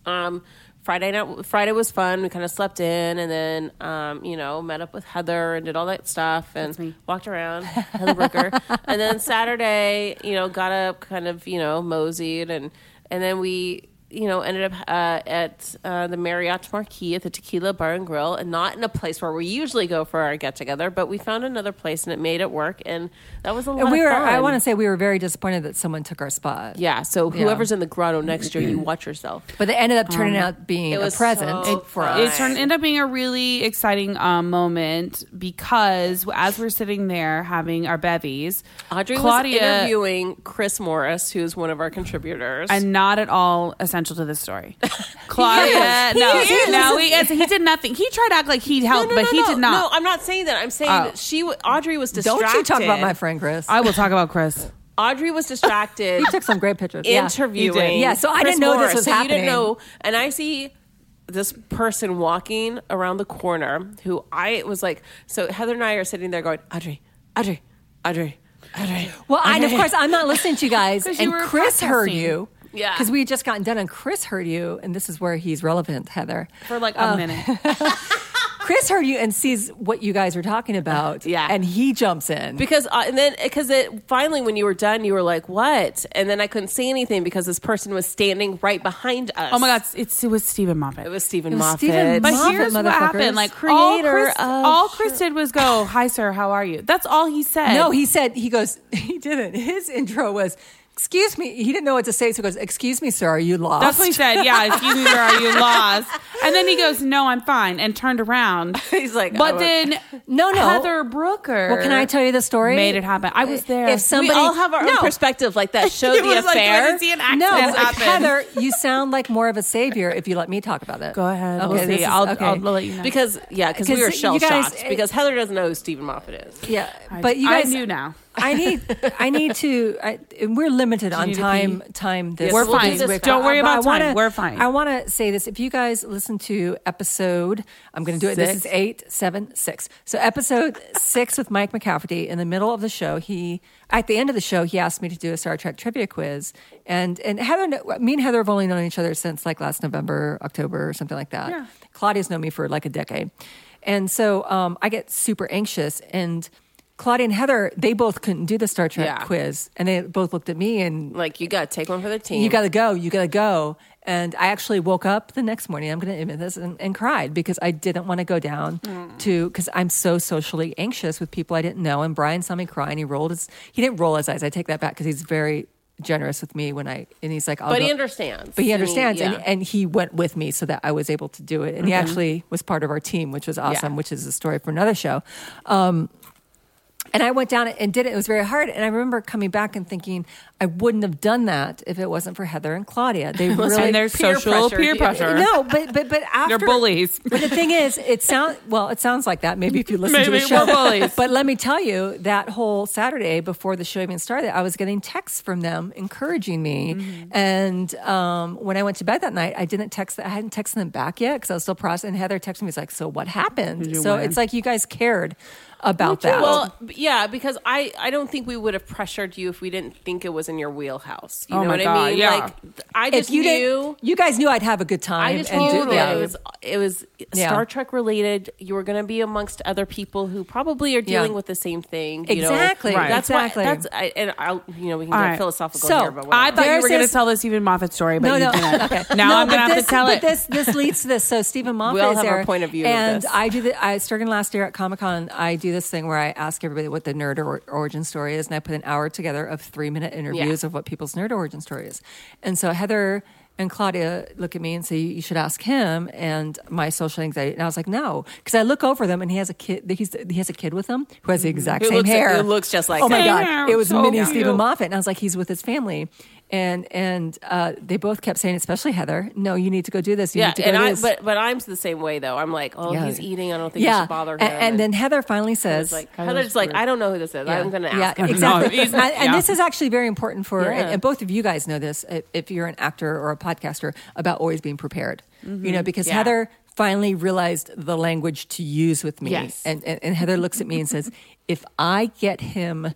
[SPEAKER 1] um, Friday night, Friday was fun. We kind of slept in, and then um, you know met up with Heather and did all that stuff and walked
[SPEAKER 3] [LAUGHS]
[SPEAKER 1] around Heather Brooker. and then Saturday, you know, got up, kind of you know moseyed, and and then we. You know, ended up uh, at uh, the Marriott Marquis at the Tequila Bar and Grill, and not in a place where we usually go for our get together, but we found another place and it made it work, and that was a lot.
[SPEAKER 3] And we
[SPEAKER 1] of
[SPEAKER 3] were
[SPEAKER 1] fun.
[SPEAKER 3] i want to say we were very disappointed that someone took our spot
[SPEAKER 1] Yeah, so whoever's in the grotto next year, you watch yourself.
[SPEAKER 3] but they ended up turning out being
[SPEAKER 1] Um, it
[SPEAKER 3] a
[SPEAKER 1] was
[SPEAKER 3] present
[SPEAKER 1] so
[SPEAKER 3] for
[SPEAKER 1] fun.
[SPEAKER 3] us
[SPEAKER 2] It turned ended up being a really exciting um, moment because as we're sitting there having our bevies,
[SPEAKER 1] Audrey was interviewing Chris Morris, who's one of our contributors.
[SPEAKER 2] and not at all essential to
[SPEAKER 1] [LAUGHS]
[SPEAKER 2] this story. Claudia, no,
[SPEAKER 3] He is.
[SPEAKER 2] no, he, is- he did nothing. He tried to act like he helped, but he did not.
[SPEAKER 1] No, I'm not saying that. I'm saying
[SPEAKER 2] Oh.
[SPEAKER 1] that she, w- Audrey was
[SPEAKER 3] don't
[SPEAKER 1] distracted.
[SPEAKER 3] you talk about my friend chris
[SPEAKER 2] I will talk about Chris.
[SPEAKER 1] Audrey was
[SPEAKER 3] [LAUGHS]
[SPEAKER 1] distracted.
[SPEAKER 3] took some great pictures Yeah.
[SPEAKER 1] interviewing.
[SPEAKER 2] he did.
[SPEAKER 3] Yeah, so I didn't know this was
[SPEAKER 1] so You
[SPEAKER 3] happening.
[SPEAKER 1] didn't know, and I see this person walking around the corner who I was like, so Heather and I are sitting there going, Audrey, Audrey, Audrey, Audrey.
[SPEAKER 3] Well, and of course, I'm not listening to you
[SPEAKER 2] [LAUGHS]
[SPEAKER 3] guys.
[SPEAKER 2] 'Cause
[SPEAKER 3] and
[SPEAKER 2] you were
[SPEAKER 3] Chris heard
[SPEAKER 2] podcasting.
[SPEAKER 3] you.
[SPEAKER 1] Yeah.
[SPEAKER 3] Because we had just gotten done, and Chris heard you. And this is where he's relevant, Heather.
[SPEAKER 2] For like a minute.
[SPEAKER 3] Chris heard you and sees what you guys were talking
[SPEAKER 2] [LAUGHS]
[SPEAKER 3] about.
[SPEAKER 1] Yeah.
[SPEAKER 3] And he jumps in.
[SPEAKER 1] because uh, and then because it finally when you were done you were like what and then i couldn't say anything because this person was standing right behind us
[SPEAKER 2] Oh my God, it's, it was Stephen Moffat.
[SPEAKER 1] it was stephen
[SPEAKER 3] was
[SPEAKER 1] moffat
[SPEAKER 3] Stephen
[SPEAKER 2] But
[SPEAKER 3] Moffat,
[SPEAKER 2] here's what
[SPEAKER 3] motherfuckers.
[SPEAKER 2] happened. Like all
[SPEAKER 1] Creator
[SPEAKER 2] Chris,
[SPEAKER 1] of-
[SPEAKER 2] all Chris did was go, "Hi, sir. How are you?" That's all he said.
[SPEAKER 3] [LAUGHS] no, he said, he goes, he didn't. His intro was, Excuse me. He didn't know what to say, so he goes, Excuse me, sir, are you lost?
[SPEAKER 2] That's what he said. Yeah, excuse me, sir, are you lost? And then he goes, "No, I'm fine," and turned
[SPEAKER 3] [LAUGHS]
[SPEAKER 2] around.
[SPEAKER 1] He's like,
[SPEAKER 2] But
[SPEAKER 1] "I'm
[SPEAKER 2] then,
[SPEAKER 3] oh, No, no.
[SPEAKER 2] Heather Brooker.
[SPEAKER 3] Well, can I tell you the story?
[SPEAKER 2] Made it happen. I was there.
[SPEAKER 3] If
[SPEAKER 1] we
[SPEAKER 3] somebody,
[SPEAKER 1] all have our own
[SPEAKER 3] No.
[SPEAKER 1] perspective like [LAUGHS] that. Show
[SPEAKER 2] It
[SPEAKER 1] the
[SPEAKER 2] was like, do I
[SPEAKER 1] affair.
[SPEAKER 2] see an
[SPEAKER 3] No,
[SPEAKER 2] accident
[SPEAKER 3] like,
[SPEAKER 2] happen?
[SPEAKER 3] Heather, you sound like more of a savior if you let me talk about it.
[SPEAKER 2] Go ahead.
[SPEAKER 3] Okay,
[SPEAKER 2] we'll
[SPEAKER 3] this
[SPEAKER 2] see.
[SPEAKER 3] is-
[SPEAKER 2] I'll,
[SPEAKER 3] okay.
[SPEAKER 2] I'll let you know.
[SPEAKER 1] because yeah, because we
[SPEAKER 3] 'Cause
[SPEAKER 1] were shell
[SPEAKER 3] you guys-
[SPEAKER 1] shocked because Heather doesn't know who Stephen Moffat is.
[SPEAKER 3] yeah,
[SPEAKER 2] I-
[SPEAKER 3] but you
[SPEAKER 2] I
[SPEAKER 3] guys
[SPEAKER 2] knew now.
[SPEAKER 3] I need, I need to. I, and we're limited on
[SPEAKER 2] need to
[SPEAKER 3] time. Time. This
[SPEAKER 1] Yes, We're
[SPEAKER 3] we'll do
[SPEAKER 1] fine.
[SPEAKER 3] this quick.
[SPEAKER 2] Don't worry
[SPEAKER 3] Uh, but
[SPEAKER 2] about
[SPEAKER 3] I wanna-
[SPEAKER 2] time. We're fine.
[SPEAKER 3] I want to say this. If you guys listen to episode, I'm going to do it. This is eight, seven, six. So episode six with Mike McCafferty. In the middle of the show, he at the end of the show, he asked me to do a Star Trek trivia quiz. And and Heather, kn- me and Heather have only known each other since like last November, October, or something like that.
[SPEAKER 2] Yeah.
[SPEAKER 3] Claudia's known me for like a decade. And so um, I get super anxious. And Claudia and Heather, they both couldn't do the Star Trek
[SPEAKER 1] Yeah.
[SPEAKER 3] quiz. And they both looked at me and,
[SPEAKER 1] Like you got to take one for the team.
[SPEAKER 3] you got to go, you got to go. And I actually woke up the next morning, I'm going to admit this, and, and cried because I didn't want to go down
[SPEAKER 1] Mm.
[SPEAKER 3] to, because I'm so socially anxious with people I didn't know. And Brian saw me cry and he rolled his, he didn't roll his eyes. I take that back because he's very generous with me when I, and he's like, I'll
[SPEAKER 1] but
[SPEAKER 3] go-
[SPEAKER 1] he understands.
[SPEAKER 3] but he
[SPEAKER 1] I mean,
[SPEAKER 3] understands,
[SPEAKER 1] yeah.
[SPEAKER 3] and, and he went with me so that I was able to do it. And
[SPEAKER 2] Mm-hmm.
[SPEAKER 3] he actually was part of our team, which was awesome, which is a story for another show. Um, and I went down and did it. It was very hard. And I remember coming back and thinking, I wouldn't have done that if it wasn't for Heather and Claudia.
[SPEAKER 2] [LAUGHS]
[SPEAKER 3] They really
[SPEAKER 2] and there's
[SPEAKER 1] peer
[SPEAKER 2] social
[SPEAKER 1] pressure.
[SPEAKER 2] peer pressure.
[SPEAKER 3] [LAUGHS] no, but but but after
[SPEAKER 2] They're
[SPEAKER 3] [LAUGHS]
[SPEAKER 2] bullies.
[SPEAKER 3] But the thing is, it sound well. It sounds like that. Maybe if you listen to
[SPEAKER 2] Maybe
[SPEAKER 3] the show,
[SPEAKER 2] we're bullies.
[SPEAKER 3] but let me tell you, that whole Saturday before the show even started, I was getting texts from them encouraging me.
[SPEAKER 1] Mm-hmm.
[SPEAKER 3] And um, when I went to bed that night, I didn't text. I hadn't texted them back yet because I was still processing. And Heather texted me, was like, "So what happened?" So it's like you guys cared about that.
[SPEAKER 1] Well, b- yeah, because I I don't think we would have pressured you if we didn't think it was in your wheelhouse. You
[SPEAKER 2] Oh
[SPEAKER 1] know
[SPEAKER 2] my
[SPEAKER 1] what I
[SPEAKER 2] God,
[SPEAKER 1] mean?
[SPEAKER 2] yeah.
[SPEAKER 1] Like th- I
[SPEAKER 3] if
[SPEAKER 1] just
[SPEAKER 3] you
[SPEAKER 1] knew.
[SPEAKER 3] didn't, you guys knew I'd have a good time.
[SPEAKER 1] I just
[SPEAKER 3] and do-
[SPEAKER 1] knew that
[SPEAKER 3] yeah.
[SPEAKER 1] it was it was
[SPEAKER 3] Yeah.
[SPEAKER 1] Star Trek related. You were going to be amongst other people who probably are dealing
[SPEAKER 3] Yeah.
[SPEAKER 1] with the same thing. You
[SPEAKER 3] Exactly,
[SPEAKER 1] Know?
[SPEAKER 3] Right.
[SPEAKER 1] That's
[SPEAKER 3] exactly.
[SPEAKER 1] why. That's I, and I'll you know we can
[SPEAKER 2] All
[SPEAKER 1] get
[SPEAKER 2] right.
[SPEAKER 1] philosophical
[SPEAKER 3] So,
[SPEAKER 1] here, but
[SPEAKER 2] I
[SPEAKER 1] whatever.
[SPEAKER 2] thought you
[SPEAKER 3] There's
[SPEAKER 2] were going to
[SPEAKER 3] this-
[SPEAKER 2] tell the Stephen Moffat story, but
[SPEAKER 3] No,
[SPEAKER 2] you
[SPEAKER 3] no.
[SPEAKER 2] didn't.
[SPEAKER 3] [LAUGHS] Okay.
[SPEAKER 2] Now
[SPEAKER 3] No,
[SPEAKER 2] I'm going
[SPEAKER 3] but
[SPEAKER 2] to have
[SPEAKER 3] this-
[SPEAKER 2] to tell
[SPEAKER 3] but
[SPEAKER 2] it.
[SPEAKER 3] This this leads to this. So Stephen Moffat
[SPEAKER 1] all
[SPEAKER 3] is
[SPEAKER 1] have our
[SPEAKER 3] there,
[SPEAKER 1] point of view of
[SPEAKER 3] and
[SPEAKER 1] this.
[SPEAKER 3] I do. The, I starting last year at Comic Con. I do this thing where I ask everybody what the nerd or, origin story is, and I put an hour together of three minute interviews
[SPEAKER 1] Yeah.
[SPEAKER 3] of what people's nerd origin story is. And so Heather and Claudia look at me and say, "You should ask him." And my social anxiety, and I was like, "No," because I look over them, and he has a kid. He's, he has a kid with him who has the exact
[SPEAKER 1] Who
[SPEAKER 3] same
[SPEAKER 1] looks-
[SPEAKER 3] hair.
[SPEAKER 1] who looks just like
[SPEAKER 3] Oh my
[SPEAKER 1] him.
[SPEAKER 3] god! It was
[SPEAKER 2] So
[SPEAKER 3] mini
[SPEAKER 2] cute.
[SPEAKER 3] Stephen Moffat, and I was like, he's with his family. And and uh, they both kept saying, especially Heather, no, you need to go do this. You
[SPEAKER 1] yeah,
[SPEAKER 3] need to go
[SPEAKER 1] and
[SPEAKER 3] do
[SPEAKER 1] I
[SPEAKER 3] this.
[SPEAKER 1] but but I'm the same way though. I'm like, oh, he's eating. I don't think
[SPEAKER 3] yeah.
[SPEAKER 1] we should bother him.
[SPEAKER 3] A- And, then Heather finally says,
[SPEAKER 1] it's like Heather's like, I don't know who this is. I'm going to ask
[SPEAKER 3] yeah,
[SPEAKER 1] him.
[SPEAKER 3] exactly.
[SPEAKER 2] No, he's-
[SPEAKER 3] and, and
[SPEAKER 2] yeah.
[SPEAKER 3] this is actually very important for,
[SPEAKER 1] Yeah.
[SPEAKER 3] and, and both of you guys know this, i- if you're an actor or a podcaster, about always being prepared. You know, because
[SPEAKER 1] Mm-hmm. Yeah.
[SPEAKER 3] Heather finally realized the language to use with me.
[SPEAKER 1] Yes.
[SPEAKER 3] And, and, and Heather looks at me and says, [LAUGHS] if I get him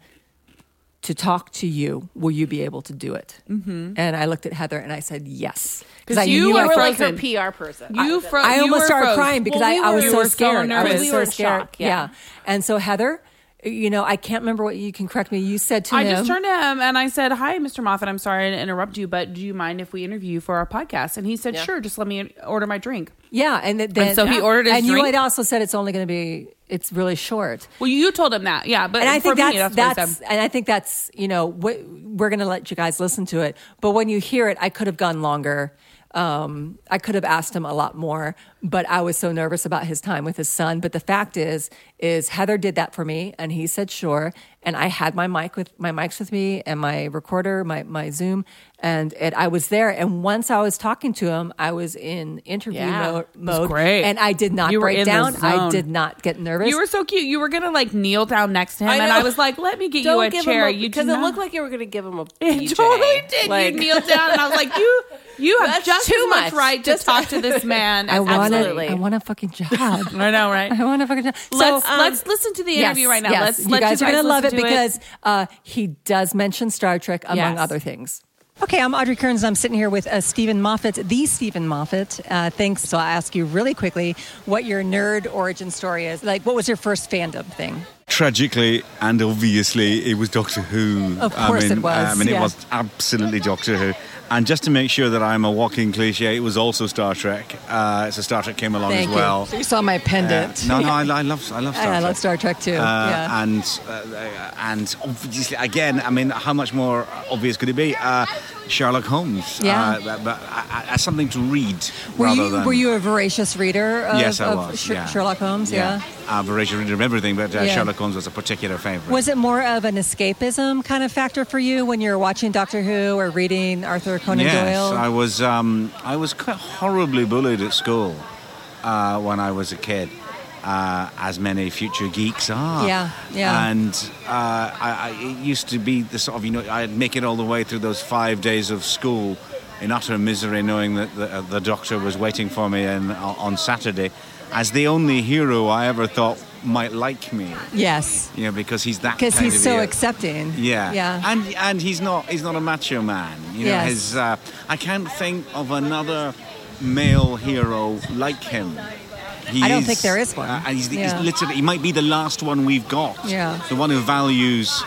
[SPEAKER 3] to talk to you, will you be able to do it? Mm-hmm. And I looked at Heather and I said, yes. I
[SPEAKER 2] you
[SPEAKER 3] knew
[SPEAKER 1] You
[SPEAKER 3] I
[SPEAKER 1] were
[SPEAKER 3] felt-
[SPEAKER 1] like her
[SPEAKER 2] frozen.
[SPEAKER 1] PR person.
[SPEAKER 2] You fro-
[SPEAKER 3] I
[SPEAKER 2] you
[SPEAKER 3] almost
[SPEAKER 2] were
[SPEAKER 3] started
[SPEAKER 2] froze.
[SPEAKER 3] crying because
[SPEAKER 1] Well,
[SPEAKER 3] I,
[SPEAKER 1] we
[SPEAKER 3] I was
[SPEAKER 1] were-
[SPEAKER 2] You
[SPEAKER 3] so
[SPEAKER 2] were so
[SPEAKER 3] scared. I
[SPEAKER 2] nervous.
[SPEAKER 3] was
[SPEAKER 1] were
[SPEAKER 2] We
[SPEAKER 3] so
[SPEAKER 1] in
[SPEAKER 3] scared.
[SPEAKER 1] shock, yeah.
[SPEAKER 3] And so Heather, you know, I can't remember what you can correct me. You said to
[SPEAKER 2] I
[SPEAKER 3] him,
[SPEAKER 2] just turned to him and I said, "Hi, Mr. Moffat. I'm sorry to interrupt you, but do you mind if we interview you for our podcast?" And he said,
[SPEAKER 1] Yeah.
[SPEAKER 2] "Sure. Just let me order my drink."
[SPEAKER 3] yeah, and th- then
[SPEAKER 2] so he ordered his
[SPEAKER 3] and you
[SPEAKER 2] drink?
[SPEAKER 3] had also said it's only going to be it's really short.
[SPEAKER 2] Well, you told him that, yeah. But
[SPEAKER 3] And I
[SPEAKER 2] for
[SPEAKER 3] think that's,
[SPEAKER 2] me, that's,
[SPEAKER 3] that's,
[SPEAKER 2] what he said.
[SPEAKER 3] and I think that's you know what, we're going to let you guys listen to it, but when you hear it, I could have gone longer. Um, I could have asked him a lot more, but I was so nervous about his time with his son. But the fact is, is Heather did that for me, and he said sure, and I had my mic with my mics with me and my recorder, my my Zoom, and it, I was there. And once I was talking to him, I was in interview
[SPEAKER 1] Yeah.
[SPEAKER 3] mo-
[SPEAKER 2] was
[SPEAKER 3] mode,
[SPEAKER 2] great.
[SPEAKER 3] and I did not
[SPEAKER 2] You were
[SPEAKER 3] break
[SPEAKER 2] in the
[SPEAKER 3] down. I
[SPEAKER 2] zone.
[SPEAKER 3] did not get nervous.
[SPEAKER 2] You were so cute. You were gonna like kneel down next to him,
[SPEAKER 1] I
[SPEAKER 2] and
[SPEAKER 1] know.
[SPEAKER 2] I was like, "Let me get
[SPEAKER 1] Don't
[SPEAKER 2] you a
[SPEAKER 1] give
[SPEAKER 2] chair."
[SPEAKER 1] Him a,
[SPEAKER 2] you
[SPEAKER 1] because
[SPEAKER 2] do
[SPEAKER 1] it
[SPEAKER 2] not-
[SPEAKER 1] looked like you were going to give him a.
[SPEAKER 2] It
[SPEAKER 1] BJ.
[SPEAKER 2] totally
[SPEAKER 1] [LAUGHS]
[SPEAKER 2] did.
[SPEAKER 1] Like-
[SPEAKER 2] you kneeled down, and I was like, "You, you have
[SPEAKER 1] That's
[SPEAKER 2] just
[SPEAKER 1] too
[SPEAKER 2] too
[SPEAKER 1] much.
[SPEAKER 2] much, right
[SPEAKER 1] Just-
[SPEAKER 2] to talk to [LAUGHS] this man."
[SPEAKER 3] I
[SPEAKER 2] as-
[SPEAKER 3] want
[SPEAKER 1] Absolutely.
[SPEAKER 3] a, I want a fucking job.
[SPEAKER 2] [LAUGHS]
[SPEAKER 3] [LAUGHS]
[SPEAKER 2] I know, right?
[SPEAKER 3] I want to fucking.
[SPEAKER 2] let's
[SPEAKER 3] so, um,
[SPEAKER 2] let's listen to the
[SPEAKER 3] yes,
[SPEAKER 2] interview right now.
[SPEAKER 3] yes.
[SPEAKER 2] Let's
[SPEAKER 3] you
[SPEAKER 2] let
[SPEAKER 3] guys are gonna love it
[SPEAKER 2] listen to
[SPEAKER 3] because Uh, he does mention Star Trek among
[SPEAKER 2] Yes.
[SPEAKER 3] other things. Okay, I'm Audrey Kearns. I'm sitting here with uh, Stephen Moffat, the Stephen Moffat. Uh, thanks. So I'll ask you really quickly what your nerd origin story is. Like, what was your first fandom thing?
[SPEAKER 4] Tragically and obviously, it was Doctor Who.
[SPEAKER 3] Of course
[SPEAKER 4] I mean,
[SPEAKER 3] it was,
[SPEAKER 4] I mean,
[SPEAKER 3] yeah.
[SPEAKER 4] it was absolutely Doctor Who. And just to make sure that I'm a walking cliche, it was also Star Trek. Uh, so Star Trek came along
[SPEAKER 3] Thank
[SPEAKER 4] as
[SPEAKER 3] you.
[SPEAKER 4] well.
[SPEAKER 5] You saw my
[SPEAKER 4] Uh,
[SPEAKER 5] pendant.
[SPEAKER 4] no, no, I, I love, I love Star
[SPEAKER 3] Yeah, [LAUGHS] I
[SPEAKER 4] Trek.
[SPEAKER 3] love Star Trek too.
[SPEAKER 4] Uh,
[SPEAKER 3] yeah.
[SPEAKER 4] And uh, and obviously, again, I mean, how much more obvious could it be? Uh, Sherlock Holmes.
[SPEAKER 3] Yeah.
[SPEAKER 4] Uh, but, but uh, uh, something to read.
[SPEAKER 3] Were
[SPEAKER 4] rather
[SPEAKER 3] you
[SPEAKER 4] than,
[SPEAKER 3] were you a voracious reader of,
[SPEAKER 4] Yes, I
[SPEAKER 3] of
[SPEAKER 4] was.
[SPEAKER 3] Sh-
[SPEAKER 4] yeah.
[SPEAKER 3] Sherlock Holmes? Yeah.
[SPEAKER 4] Uh, voracious reader of everything, but uh,
[SPEAKER 3] Yeah.
[SPEAKER 4] Sherlock Holmes was a particular favorite.
[SPEAKER 3] Was it more of an escapism kind of factor for you when you were watching Doctor Who or reading Arthur Conan
[SPEAKER 4] yes,
[SPEAKER 3] Doyle?
[SPEAKER 4] I was. Um, I was quite horribly bullied at school uh, when I was a kid, uh, as many future geeks are.
[SPEAKER 3] Yeah, yeah.
[SPEAKER 4] And uh, I, I, it used to be the sort of you know I'd make it all the way through those five days of school in utter misery, knowing that the, uh, the doctor was waiting for me in, on Saturday, as the only hero I ever thought might like me.
[SPEAKER 3] yes,
[SPEAKER 4] You know, because he's that.
[SPEAKER 3] because
[SPEAKER 4] kind
[SPEAKER 3] he's
[SPEAKER 4] of
[SPEAKER 3] so
[SPEAKER 4] hero.
[SPEAKER 3] accepting.
[SPEAKER 4] Yeah.
[SPEAKER 3] yeah.
[SPEAKER 4] And and he's not he's not a macho man. You know,
[SPEAKER 3] Yes.
[SPEAKER 4] his uh, I can't think of another male hero like him. He
[SPEAKER 3] I don't think there is one.
[SPEAKER 4] uh, and he's, the-
[SPEAKER 3] Yeah.
[SPEAKER 4] he's literally he might be the last one we've got.
[SPEAKER 3] Yeah.
[SPEAKER 4] The one who values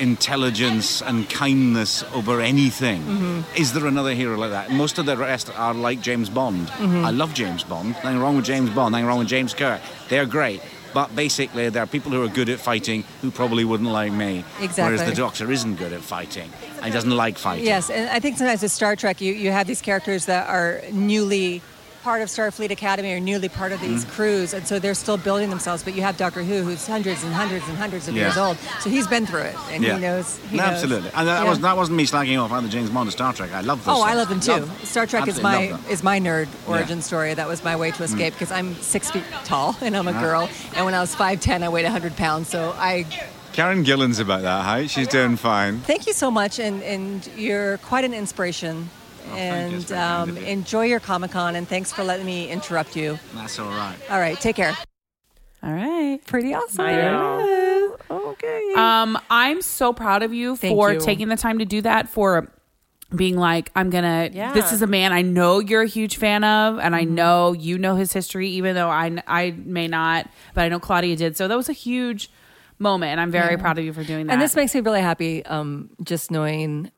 [SPEAKER 4] intelligence and kindness over anything.
[SPEAKER 3] Mm-hmm.
[SPEAKER 4] Is there another hero like that? Most of the rest are like James Bond.
[SPEAKER 3] Mm-hmm.
[SPEAKER 4] I love James Bond. Nothing wrong with James Bond. Nothing wrong with James Kirk. They're great. But basically, there are people who are good at fighting who probably wouldn't like me. Whereas
[SPEAKER 3] Exactly.
[SPEAKER 4] the Doctor isn't good at fighting. And he doesn't like fighting.
[SPEAKER 3] Yes, and I think sometimes with Star Trek, you, you have these characters that are newly part of Starfleet Academy or newly part of
[SPEAKER 4] Mm-hmm.
[SPEAKER 3] these crews, and so they're still building themselves. But you have Doctor Who, who's hundreds and hundreds and hundreds of
[SPEAKER 4] Yeah.
[SPEAKER 3] years old, so he's been through it, and he knows. He
[SPEAKER 4] No,
[SPEAKER 3] knows.
[SPEAKER 4] absolutely. And that,
[SPEAKER 3] Yeah.
[SPEAKER 4] was, that wasn't me slagging off either James Bond or Star Trek. I love those.
[SPEAKER 3] Oh, I
[SPEAKER 4] things.
[SPEAKER 3] love them too.
[SPEAKER 4] Love-
[SPEAKER 3] Star Trek is
[SPEAKER 4] absolutely
[SPEAKER 3] my
[SPEAKER 4] love them.
[SPEAKER 3] is my nerd origin
[SPEAKER 4] Yeah. Mm.
[SPEAKER 3] story. That was my way to escape because I'm six feet tall and I'm a girl. And when I was five ten, I weighed hundred pounds. So I
[SPEAKER 4] Karen Gillan's about that height.
[SPEAKER 3] Oh,
[SPEAKER 4] She's doing fine.
[SPEAKER 3] thank you so much, and and you're quite an inspiration.
[SPEAKER 4] thank you.
[SPEAKER 3] and
[SPEAKER 4] It's very kind
[SPEAKER 3] um,
[SPEAKER 4] of you.
[SPEAKER 3] enjoy your Comic Con, and thanks for letting me interrupt you.
[SPEAKER 4] That's all right.
[SPEAKER 3] All right, take care.
[SPEAKER 2] All right.
[SPEAKER 3] Pretty awesome.
[SPEAKER 1] Okay.
[SPEAKER 2] Um, I'm so proud of you
[SPEAKER 3] Thank
[SPEAKER 2] for
[SPEAKER 3] you.
[SPEAKER 2] taking the time to do that for being like I'm gonna.
[SPEAKER 1] Yeah.
[SPEAKER 2] This is a man I know you're a huge fan of, and I know you know his history, even though I I may not, but I know Claudia did. So that was a huge moment, and I'm very proud of you for doing that.
[SPEAKER 3] And this makes me really happy um, just knowing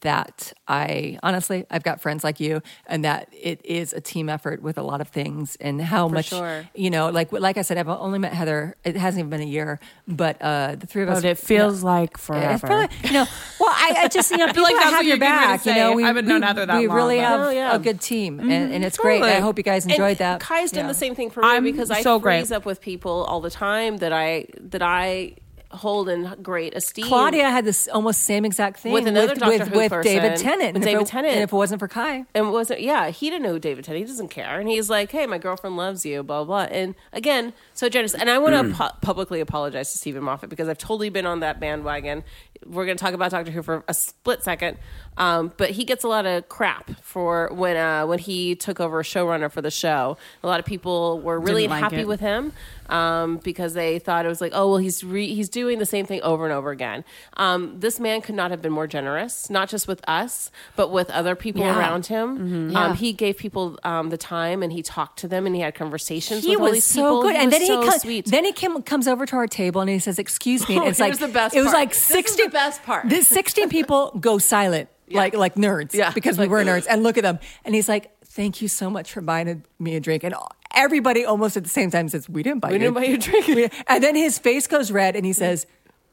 [SPEAKER 3] that I honestly, I've got friends like you and that it is a team effort with a lot of things and how much,
[SPEAKER 1] sure.
[SPEAKER 3] you know, like, like I said, I've only met Heather. It hasn't even been a year, but uh, the three of us.
[SPEAKER 2] but it feels like
[SPEAKER 3] It's
[SPEAKER 2] forever.
[SPEAKER 3] probably, you know, well, I, I just,
[SPEAKER 2] [LAUGHS]
[SPEAKER 3] you know, people
[SPEAKER 2] like that's
[SPEAKER 3] have
[SPEAKER 2] what
[SPEAKER 3] your
[SPEAKER 2] you're getting ready to
[SPEAKER 3] back. You
[SPEAKER 2] say.
[SPEAKER 3] know, we,
[SPEAKER 2] I haven't known
[SPEAKER 3] we-
[SPEAKER 2] Heather that
[SPEAKER 3] we
[SPEAKER 2] long, Mm-hmm.
[SPEAKER 3] really
[SPEAKER 2] but-
[SPEAKER 3] have
[SPEAKER 1] Oh, yeah.
[SPEAKER 3] a good team, and, and it's great.
[SPEAKER 1] totally.
[SPEAKER 3] I hope you guys enjoyed
[SPEAKER 1] and
[SPEAKER 3] that.
[SPEAKER 1] Kai's done
[SPEAKER 3] Yeah.
[SPEAKER 1] the same thing for me
[SPEAKER 2] I'm
[SPEAKER 1] because I
[SPEAKER 2] so great.
[SPEAKER 1] freeze up with people all the time that I that I hold in great esteem.
[SPEAKER 3] Claudia had this almost same exact thing
[SPEAKER 1] With another
[SPEAKER 3] with,
[SPEAKER 1] Doctor
[SPEAKER 3] with,
[SPEAKER 1] Who
[SPEAKER 3] with
[SPEAKER 1] person.
[SPEAKER 3] David Tennant.
[SPEAKER 1] With
[SPEAKER 3] And if
[SPEAKER 1] David
[SPEAKER 3] it-
[SPEAKER 1] Tennant.
[SPEAKER 3] And if it wasn't for Kai,
[SPEAKER 1] and wasn't yeah he didn't know who david tennant he doesn't care and he's like hey my girlfriend loves you blah blah blah. and again so generous and i want to
[SPEAKER 2] [CLEARS THROAT]
[SPEAKER 1] pu- publicly apologize to stephen moffat because i've totally been on that bandwagon we're going to talk about doctor who for a split second um, but he gets a lot of crap for when uh, when he took over showrunner for the show a lot of people were really
[SPEAKER 2] Didn't like
[SPEAKER 1] happy
[SPEAKER 2] it.
[SPEAKER 1] with him um, because they thought it was like, oh, well, he's re- he's doing the same thing over and over again. Um, this man could not have been more generous, not just with us, but with other people around him.
[SPEAKER 3] Mm-hmm.
[SPEAKER 1] Um, he gave people um, the time and he talked to them and he had conversations
[SPEAKER 3] he
[SPEAKER 1] with all
[SPEAKER 3] was
[SPEAKER 1] these
[SPEAKER 3] so
[SPEAKER 1] people.
[SPEAKER 3] good. and then
[SPEAKER 1] was so
[SPEAKER 3] he comes,
[SPEAKER 1] sweet. Oh,
[SPEAKER 3] then he came, comes over to our table and he says, "Excuse me." And it's
[SPEAKER 1] here's
[SPEAKER 3] like
[SPEAKER 1] the best
[SPEAKER 3] It was
[SPEAKER 1] part.
[SPEAKER 3] like
[SPEAKER 1] This is
[SPEAKER 3] sixty.
[SPEAKER 1] the best part.
[SPEAKER 3] The sixteen people go silent, like like nerds,
[SPEAKER 1] Yeah.
[SPEAKER 3] because we were nerds. And look at them. And he's like, "Thank you so much for buying me a drink." And everybody almost at the same time says, "We didn't buy
[SPEAKER 1] We
[SPEAKER 3] you.
[SPEAKER 1] didn't
[SPEAKER 3] [LAUGHS]
[SPEAKER 1] buy you a drink.
[SPEAKER 3] We- And then his face goes red and he says.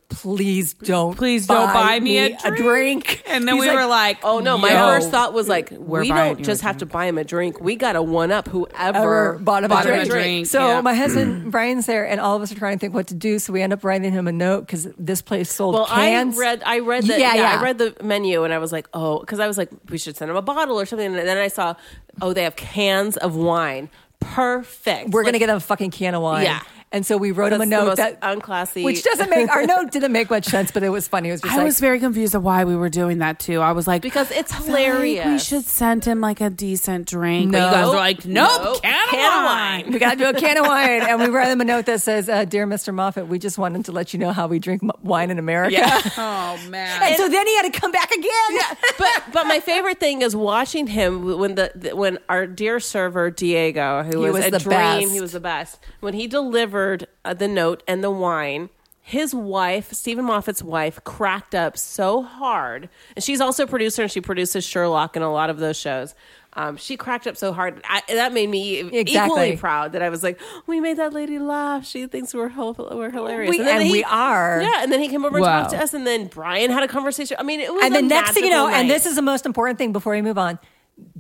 [SPEAKER 3] Please don't.
[SPEAKER 2] Please don't buy me a drink." And then
[SPEAKER 3] He's
[SPEAKER 2] we were like,
[SPEAKER 1] Oh no! My
[SPEAKER 2] Yo.
[SPEAKER 1] first thought was like,
[SPEAKER 2] We're
[SPEAKER 1] we
[SPEAKER 2] buying
[SPEAKER 1] don't
[SPEAKER 2] you a
[SPEAKER 1] just have to buy him a drink. We got to one up whoever
[SPEAKER 3] ever bought him a
[SPEAKER 2] him a
[SPEAKER 3] drink.
[SPEAKER 2] drink,
[SPEAKER 3] So
[SPEAKER 2] yeah.
[SPEAKER 3] my husband Brian's there, and all of us are trying to think what to do. So we end up writing him a note because this place sold
[SPEAKER 1] Well,
[SPEAKER 3] cans.
[SPEAKER 1] I read, I read the, yeah,
[SPEAKER 3] Yeah, yeah.
[SPEAKER 1] I read the menu, and I was like, oh, because I was like, we should send them a bottle or something. And then I saw, oh, they have cans of wine. Perfect.
[SPEAKER 3] We're
[SPEAKER 1] Like,
[SPEAKER 3] gonna get a fucking can of wine.
[SPEAKER 1] Yeah.
[SPEAKER 3] And so we wrote him a
[SPEAKER 1] That's the
[SPEAKER 3] note
[SPEAKER 1] most
[SPEAKER 3] that
[SPEAKER 1] unclassy-
[SPEAKER 3] which doesn't make our note didn't make much sense, but it was funny. It was just
[SPEAKER 2] I
[SPEAKER 3] like,
[SPEAKER 2] was very confused of why we were doing that too. I was like,
[SPEAKER 1] because it's
[SPEAKER 2] I feel like
[SPEAKER 1] hilarious.
[SPEAKER 2] we should send him like a decent drink.
[SPEAKER 3] No.
[SPEAKER 2] But you guys were like, nope,
[SPEAKER 1] Nope.
[SPEAKER 2] can, of
[SPEAKER 1] Can of
[SPEAKER 2] wine. [LAUGHS]
[SPEAKER 1] wine.
[SPEAKER 3] we got to do a can of wine, and we wrote him a note that says, uh, "Dear Mr. Moffat, we just wanted to let you know how we drink m- wine in America."
[SPEAKER 2] Oh man.
[SPEAKER 3] [LAUGHS] and so then he had to come back again.
[SPEAKER 1] but but my favorite thing is watching him when the, the- when our dear server Diego, who was,
[SPEAKER 3] was
[SPEAKER 1] a
[SPEAKER 3] the
[SPEAKER 1] dream,
[SPEAKER 3] best.
[SPEAKER 1] he was the best. When he delivered uh, the note and the wine, His wife, Stephen Moffat's wife, cracked up so hard, and she's also a producer and she produces Sherlock and a lot of those shows. Um, she cracked up so hard I, that made me e-, equally
[SPEAKER 3] Exactly.
[SPEAKER 1] proud that I was like, we made that lady laugh. She thinks we're ho- we're hilarious,
[SPEAKER 3] We- and we are.
[SPEAKER 1] Yeah, and then he came over and
[SPEAKER 2] Wow.
[SPEAKER 1] talked to us, and then Brian had a conversation. I mean, it was
[SPEAKER 3] and the next thing you know, and this
[SPEAKER 1] is.
[SPEAKER 3] is the most important thing before we move on.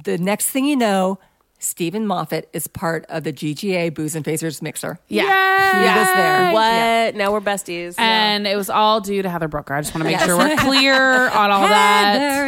[SPEAKER 3] The next thing you know, Stephen Moffat is part of the GGA Booze and Phasers mixer.
[SPEAKER 2] Yeah.
[SPEAKER 3] He was there.
[SPEAKER 1] What?
[SPEAKER 3] Yeah.
[SPEAKER 1] Now we're besties.
[SPEAKER 2] And it was all due to Heather Brooker. I just want to make sure we're clear on all
[SPEAKER 3] Heather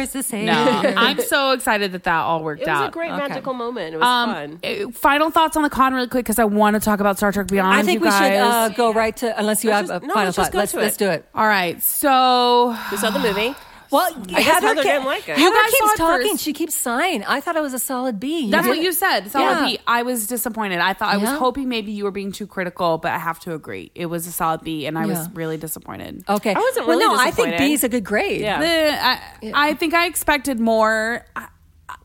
[SPEAKER 2] that.
[SPEAKER 3] is the same.
[SPEAKER 2] No, I'm so excited that that all worked
[SPEAKER 1] it was
[SPEAKER 2] out.
[SPEAKER 1] a great
[SPEAKER 3] Okay.
[SPEAKER 1] magical moment. It was
[SPEAKER 2] um,
[SPEAKER 1] fun.
[SPEAKER 2] eh, final thoughts on the con really quick because I want to talk about Star Trek Beyond.
[SPEAKER 3] I think
[SPEAKER 2] you
[SPEAKER 3] we should uh,
[SPEAKER 2] guys.
[SPEAKER 3] go right to unless you
[SPEAKER 1] Let's
[SPEAKER 3] have
[SPEAKER 1] just-
[SPEAKER 3] a
[SPEAKER 1] no,
[SPEAKER 3] final
[SPEAKER 1] let's just
[SPEAKER 3] thought.
[SPEAKER 1] go
[SPEAKER 3] Let's
[SPEAKER 1] to
[SPEAKER 3] let's
[SPEAKER 1] it.
[SPEAKER 3] do it.
[SPEAKER 2] all right, so
[SPEAKER 1] we saw the [SIGHS] movie.
[SPEAKER 3] Well,
[SPEAKER 1] Heather
[SPEAKER 3] Heather,
[SPEAKER 1] Heather
[SPEAKER 3] ke-
[SPEAKER 1] didn't like it.
[SPEAKER 3] Heather
[SPEAKER 2] You guys saw
[SPEAKER 3] keeps
[SPEAKER 2] it
[SPEAKER 3] talking.
[SPEAKER 2] first.
[SPEAKER 3] She keeps sighing. I thought it was a solid B.
[SPEAKER 2] That's what
[SPEAKER 3] didn't-
[SPEAKER 2] you said. Solid
[SPEAKER 3] Yeah.
[SPEAKER 2] B. I was disappointed. I thought I was
[SPEAKER 3] Yeah.
[SPEAKER 2] hoping maybe you were being too critical, but I have to agree. It was a solid B, and I
[SPEAKER 3] Yeah.
[SPEAKER 2] was really disappointed.
[SPEAKER 3] Okay.
[SPEAKER 1] I wasn't
[SPEAKER 3] well,
[SPEAKER 1] really
[SPEAKER 3] no, I think
[SPEAKER 1] disappointed.
[SPEAKER 3] B is a good grade.
[SPEAKER 1] Yeah.
[SPEAKER 2] The- I, I think I expected more. I,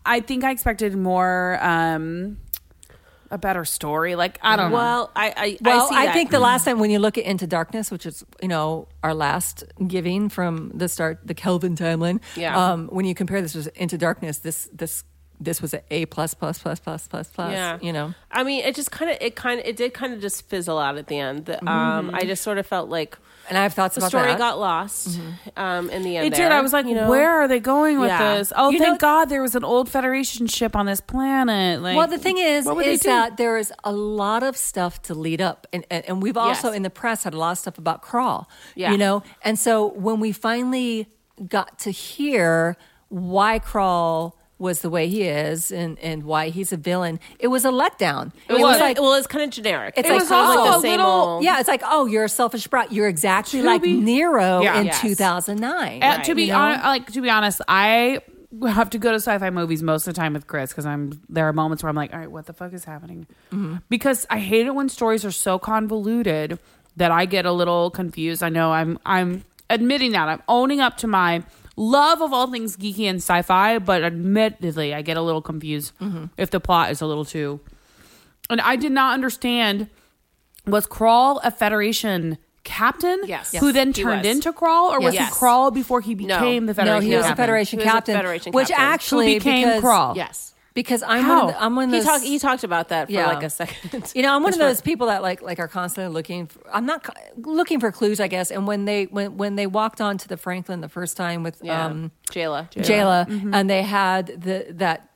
[SPEAKER 2] I think I expected more. Um, a better story. Like I don't know.
[SPEAKER 1] Well, I, I,
[SPEAKER 3] Well,
[SPEAKER 1] I, see
[SPEAKER 3] I,
[SPEAKER 1] that.
[SPEAKER 3] think the last time when you look at Into Darkness, which is you know our last giving from the start, the Kelvin timeline.
[SPEAKER 1] Yeah.
[SPEAKER 3] Um, when you compare this with Into Darkness, this this this was a A plus plus plus plus plus plus.
[SPEAKER 1] yeah,
[SPEAKER 3] You know.
[SPEAKER 1] I mean, it just kind of, it kind of, it did kind of just fizzle out at the end. The, um, I just sort of felt like
[SPEAKER 3] And I have thoughts
[SPEAKER 1] the
[SPEAKER 3] Mm-hmm. about
[SPEAKER 1] story
[SPEAKER 3] that. Mm-hmm.
[SPEAKER 1] got lost um, in the end.
[SPEAKER 2] it did.
[SPEAKER 1] there,
[SPEAKER 2] I was like,
[SPEAKER 1] you know?
[SPEAKER 2] where are they going with
[SPEAKER 1] Yeah.
[SPEAKER 2] this? Oh,
[SPEAKER 3] You
[SPEAKER 2] thank
[SPEAKER 3] know-
[SPEAKER 2] God there was an old Federation ship on this planet. Like,
[SPEAKER 3] well, the thing is,
[SPEAKER 2] what would they
[SPEAKER 3] is
[SPEAKER 2] do?
[SPEAKER 3] that there is a lot of stuff to lead up, and and, and we've also
[SPEAKER 1] Yes.
[SPEAKER 3] in the press had a lot of stuff about crawl,
[SPEAKER 1] Yeah.
[SPEAKER 3] you know. And so when we finally got to hear why crawl was the way he is, and and why he's a villain, it was a letdown.
[SPEAKER 1] It was, like, well, it's kind of generic.
[SPEAKER 3] It's
[SPEAKER 1] it
[SPEAKER 3] like
[SPEAKER 1] was all like
[SPEAKER 3] also
[SPEAKER 1] the
[SPEAKER 3] a
[SPEAKER 1] same
[SPEAKER 2] little-
[SPEAKER 1] old.
[SPEAKER 3] yeah, it's like oh, you're a selfish brat. You're exactly
[SPEAKER 2] To
[SPEAKER 3] like
[SPEAKER 2] be-
[SPEAKER 3] Nero
[SPEAKER 2] Yeah.
[SPEAKER 3] in
[SPEAKER 1] Yes.
[SPEAKER 3] 2009.
[SPEAKER 2] Uh, to be
[SPEAKER 3] you know?
[SPEAKER 2] hon- like to be honest, I have to go to sci-fi movies most of the time with Chris because I'm there are moments where I'm like, all right, what the fuck is happening?
[SPEAKER 1] Mm-hmm.
[SPEAKER 2] Because I hate it when stories are so convoluted that I get a little confused. I know I'm I'm admitting that I'm owning up to my love of all things geeky and sci-fi, but admittedly, I get a little confused
[SPEAKER 1] Mm-hmm.
[SPEAKER 2] if the plot is a little too. And I did not understand was Crawl a Federation captain?
[SPEAKER 1] Yes.
[SPEAKER 2] Who then
[SPEAKER 1] He
[SPEAKER 2] turned
[SPEAKER 1] was.
[SPEAKER 2] into Crawl, or was
[SPEAKER 1] Yes.
[SPEAKER 2] he Crawl before he
[SPEAKER 1] No.
[SPEAKER 2] became the
[SPEAKER 3] no,
[SPEAKER 2] Federation?
[SPEAKER 3] he was a
[SPEAKER 2] captain?
[SPEAKER 3] Federation
[SPEAKER 1] He was a
[SPEAKER 3] captain,
[SPEAKER 1] Federation
[SPEAKER 3] which
[SPEAKER 1] captain. Who
[SPEAKER 3] actually
[SPEAKER 2] became
[SPEAKER 3] because,
[SPEAKER 2] Crawl.
[SPEAKER 1] Yes.
[SPEAKER 3] Because I'm
[SPEAKER 2] How?
[SPEAKER 3] one of the, I'm one of
[SPEAKER 1] Oh. He
[SPEAKER 3] those-
[SPEAKER 1] talked. He talked about that for
[SPEAKER 3] Yeah.
[SPEAKER 1] like a second.
[SPEAKER 3] You know, I'm one of those people that like like are constantly looking. For, I'm not co- looking for clues, I guess. And when they when when they walked onto the Franklin the first time with
[SPEAKER 1] Yeah.
[SPEAKER 3] um,
[SPEAKER 1] Jayla. Mm-hmm.
[SPEAKER 3] Jayla, and they had the that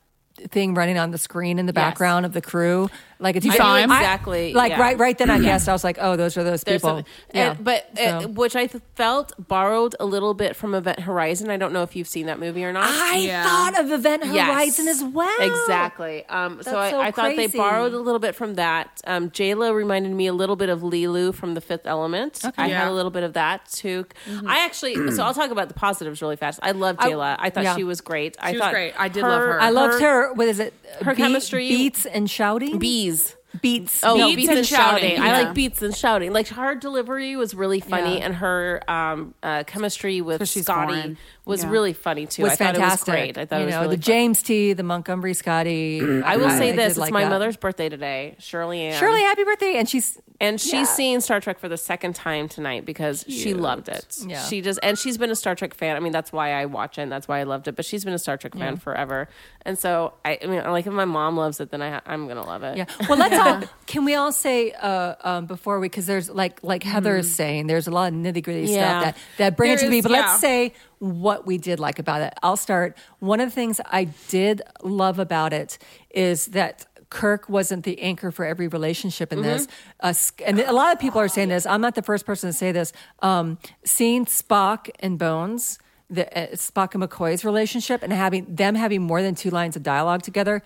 [SPEAKER 3] thing running on the screen in the
[SPEAKER 1] Yes.
[SPEAKER 3] background of the crew, like if you
[SPEAKER 1] I
[SPEAKER 2] saw him?
[SPEAKER 1] Exactly,
[SPEAKER 3] like
[SPEAKER 1] yeah.
[SPEAKER 3] right right then I guessed I was like, oh, those are those
[SPEAKER 1] There's
[SPEAKER 3] people.
[SPEAKER 1] something- and- but uh,
[SPEAKER 3] So-
[SPEAKER 1] which I th- felt borrowed a little bit from Event Horizon. I don't know if you've seen that movie or not.
[SPEAKER 3] I
[SPEAKER 2] Yeah.
[SPEAKER 3] thought of Event
[SPEAKER 1] Yes.
[SPEAKER 3] Horizon as well.
[SPEAKER 1] Exactly. Um, so I,
[SPEAKER 3] That's so
[SPEAKER 1] I thought they
[SPEAKER 3] crazy.
[SPEAKER 1] borrowed a little bit from that. Um, Jayla reminded me a little bit of Lilu from The Fifth Element. I
[SPEAKER 2] Yeah.
[SPEAKER 1] had a little bit of that too.
[SPEAKER 3] Mm-hmm.
[SPEAKER 1] I actually, [CLEARS THROAT] so I'll talk about the positives really fast. I love Jayla. I, thought
[SPEAKER 3] yeah.
[SPEAKER 1] she was great. I
[SPEAKER 2] She was
[SPEAKER 1] thought
[SPEAKER 2] great. I did love her.
[SPEAKER 3] I loved her. What is it?
[SPEAKER 1] her chemistry-
[SPEAKER 3] beats and shouting.
[SPEAKER 1] Bees.
[SPEAKER 3] beats.
[SPEAKER 1] Oh,
[SPEAKER 3] No,
[SPEAKER 1] beats,
[SPEAKER 2] beats
[SPEAKER 1] and,
[SPEAKER 2] and
[SPEAKER 1] shouting.
[SPEAKER 2] shouting.
[SPEAKER 1] I
[SPEAKER 2] Yeah.
[SPEAKER 1] like beats and shouting. Like her delivery was really funny,
[SPEAKER 3] Yeah.
[SPEAKER 1] and her um, uh, chemistry with
[SPEAKER 2] 'Cause she's
[SPEAKER 1] Scotty
[SPEAKER 2] foreign.
[SPEAKER 1] was
[SPEAKER 2] Yeah.
[SPEAKER 1] really funny too.
[SPEAKER 3] was
[SPEAKER 1] I thought
[SPEAKER 3] fantastic.
[SPEAKER 1] it was great. I thought
[SPEAKER 3] you
[SPEAKER 1] it was
[SPEAKER 3] know,
[SPEAKER 1] really
[SPEAKER 3] the
[SPEAKER 1] fun.
[SPEAKER 3] James T, the Montgomery Scotty.
[SPEAKER 1] [CLEARS THROAT] I will say
[SPEAKER 3] did
[SPEAKER 1] this: it's
[SPEAKER 3] like
[SPEAKER 1] my
[SPEAKER 3] that.
[SPEAKER 1] mother's birthday today, Shirley Ann.
[SPEAKER 3] Shirley, happy birthday! And she's
[SPEAKER 1] and she's
[SPEAKER 3] Yeah.
[SPEAKER 1] seeing Star Trek for the second time tonight because she loved it.
[SPEAKER 3] Yeah.
[SPEAKER 1] She just and she's been a Star Trek fan. I mean, that's why I watch it. and That's why I loved it. But she's been a Star Trek fan forever, and so I, I mean, like if my mom loves it, then I, ha- I'm gonna love it.
[SPEAKER 3] yeah. Well, let's
[SPEAKER 2] [LAUGHS]
[SPEAKER 3] all. Can we all say uh, um, before we? Because there's like like Heather is saying, there's a lot of nitty gritty
[SPEAKER 1] Yeah.
[SPEAKER 3] stuff that that bring it
[SPEAKER 2] Hmm. There
[SPEAKER 3] to me.
[SPEAKER 2] is-
[SPEAKER 3] But
[SPEAKER 2] yeah.
[SPEAKER 3] let's say what we did like about it. I'll start. One of the things I did love about it is that. Kirk wasn't the anchor for every relationship in this.
[SPEAKER 2] Mm-hmm.
[SPEAKER 3] Uh, Sk- and a lot of people are saying this. I'm not the first person to say this. Um, seeing Spock and Bones, the, uh, Spock and McCoy's relationship, and having them having more than two lines of dialogue together,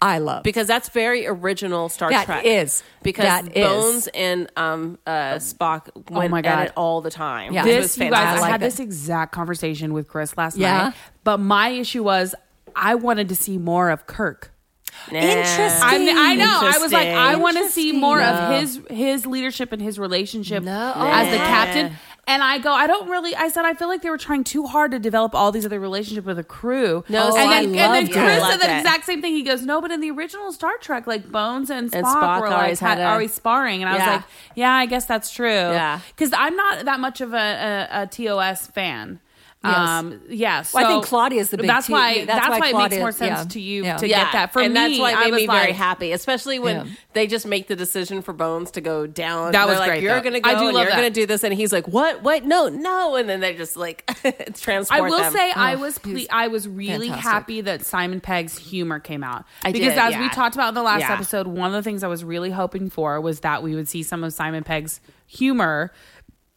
[SPEAKER 3] I love.
[SPEAKER 1] because that's very original Star
[SPEAKER 3] That
[SPEAKER 1] Trek.
[SPEAKER 3] is.
[SPEAKER 1] because
[SPEAKER 3] That is.
[SPEAKER 1] Bones and um, uh, Spock went
[SPEAKER 2] my God.
[SPEAKER 1] at it all the time.
[SPEAKER 3] Yeah.
[SPEAKER 1] which
[SPEAKER 3] It
[SPEAKER 2] This,
[SPEAKER 1] was
[SPEAKER 2] you guys,
[SPEAKER 1] fantastic.
[SPEAKER 2] I,
[SPEAKER 3] like
[SPEAKER 2] had
[SPEAKER 3] it.
[SPEAKER 2] this exact conversation with Chris last
[SPEAKER 3] Yeah?
[SPEAKER 2] night. But my issue was I wanted to see more of Kirk.
[SPEAKER 1] Nah.
[SPEAKER 3] Interesting.
[SPEAKER 2] I, I know. I was like,
[SPEAKER 1] Interesting.
[SPEAKER 2] I want to see more
[SPEAKER 3] Interesting.
[SPEAKER 2] of his his leadership and his relationship
[SPEAKER 3] No.
[SPEAKER 2] as the
[SPEAKER 3] Yeah.
[SPEAKER 2] captain. And I go, I don't really. I said, I feel like they were trying too hard to develop all these other relationships with the crew.
[SPEAKER 1] No, see,
[SPEAKER 2] and
[SPEAKER 1] I
[SPEAKER 2] then, and then
[SPEAKER 1] loved it. I
[SPEAKER 2] Chris
[SPEAKER 1] loved
[SPEAKER 2] said the
[SPEAKER 1] it.
[SPEAKER 2] exact same thing. He goes, no, but in the original Star Trek, like Bones and Spock,
[SPEAKER 1] And Spock
[SPEAKER 2] were
[SPEAKER 1] always
[SPEAKER 2] like
[SPEAKER 1] had
[SPEAKER 2] had,
[SPEAKER 1] a-
[SPEAKER 2] always sparring, and I
[SPEAKER 1] Yeah.
[SPEAKER 2] was like, yeah, I guess that's true.
[SPEAKER 1] Yeah.
[SPEAKER 2] because I'm not that much of a, a, a TOS fan.
[SPEAKER 3] Yes.
[SPEAKER 2] Um, yeah, so
[SPEAKER 3] Well, I think Claudia's the big
[SPEAKER 2] That's
[SPEAKER 3] T-
[SPEAKER 2] why.
[SPEAKER 3] yeah,
[SPEAKER 2] that's,
[SPEAKER 3] that's
[SPEAKER 2] why,
[SPEAKER 3] why
[SPEAKER 2] it makes
[SPEAKER 3] Claudia-
[SPEAKER 2] more sense
[SPEAKER 3] yeah.
[SPEAKER 2] to you
[SPEAKER 3] Yeah.
[SPEAKER 2] to
[SPEAKER 3] Yeah.
[SPEAKER 2] get that. For
[SPEAKER 1] and
[SPEAKER 2] me,
[SPEAKER 1] that's why it made
[SPEAKER 2] I was
[SPEAKER 1] me
[SPEAKER 2] like,
[SPEAKER 1] very happy, especially when
[SPEAKER 3] Yeah.
[SPEAKER 1] they just make the decision for Bones to go down.
[SPEAKER 2] That
[SPEAKER 1] They're
[SPEAKER 2] was
[SPEAKER 1] like,
[SPEAKER 2] great,
[SPEAKER 1] You're
[SPEAKER 2] though.
[SPEAKER 1] gonna go.
[SPEAKER 2] I do
[SPEAKER 1] and
[SPEAKER 2] love
[SPEAKER 1] you're
[SPEAKER 2] that.
[SPEAKER 1] gonna do this, and he's like, "What? What? No, no!" And then they just like [LAUGHS] transport.
[SPEAKER 2] I will
[SPEAKER 1] them.
[SPEAKER 2] say I
[SPEAKER 3] Oh,
[SPEAKER 2] was ple-
[SPEAKER 3] he's
[SPEAKER 2] I was really
[SPEAKER 3] fantastic.
[SPEAKER 2] happy that Simon Pegg's humor came out
[SPEAKER 1] I
[SPEAKER 2] because
[SPEAKER 1] did,
[SPEAKER 2] as
[SPEAKER 1] yeah.
[SPEAKER 2] we talked about in the last
[SPEAKER 1] Yeah.
[SPEAKER 2] episode, one of the things I was really hoping for was that we would see some of Simon Pegg's humor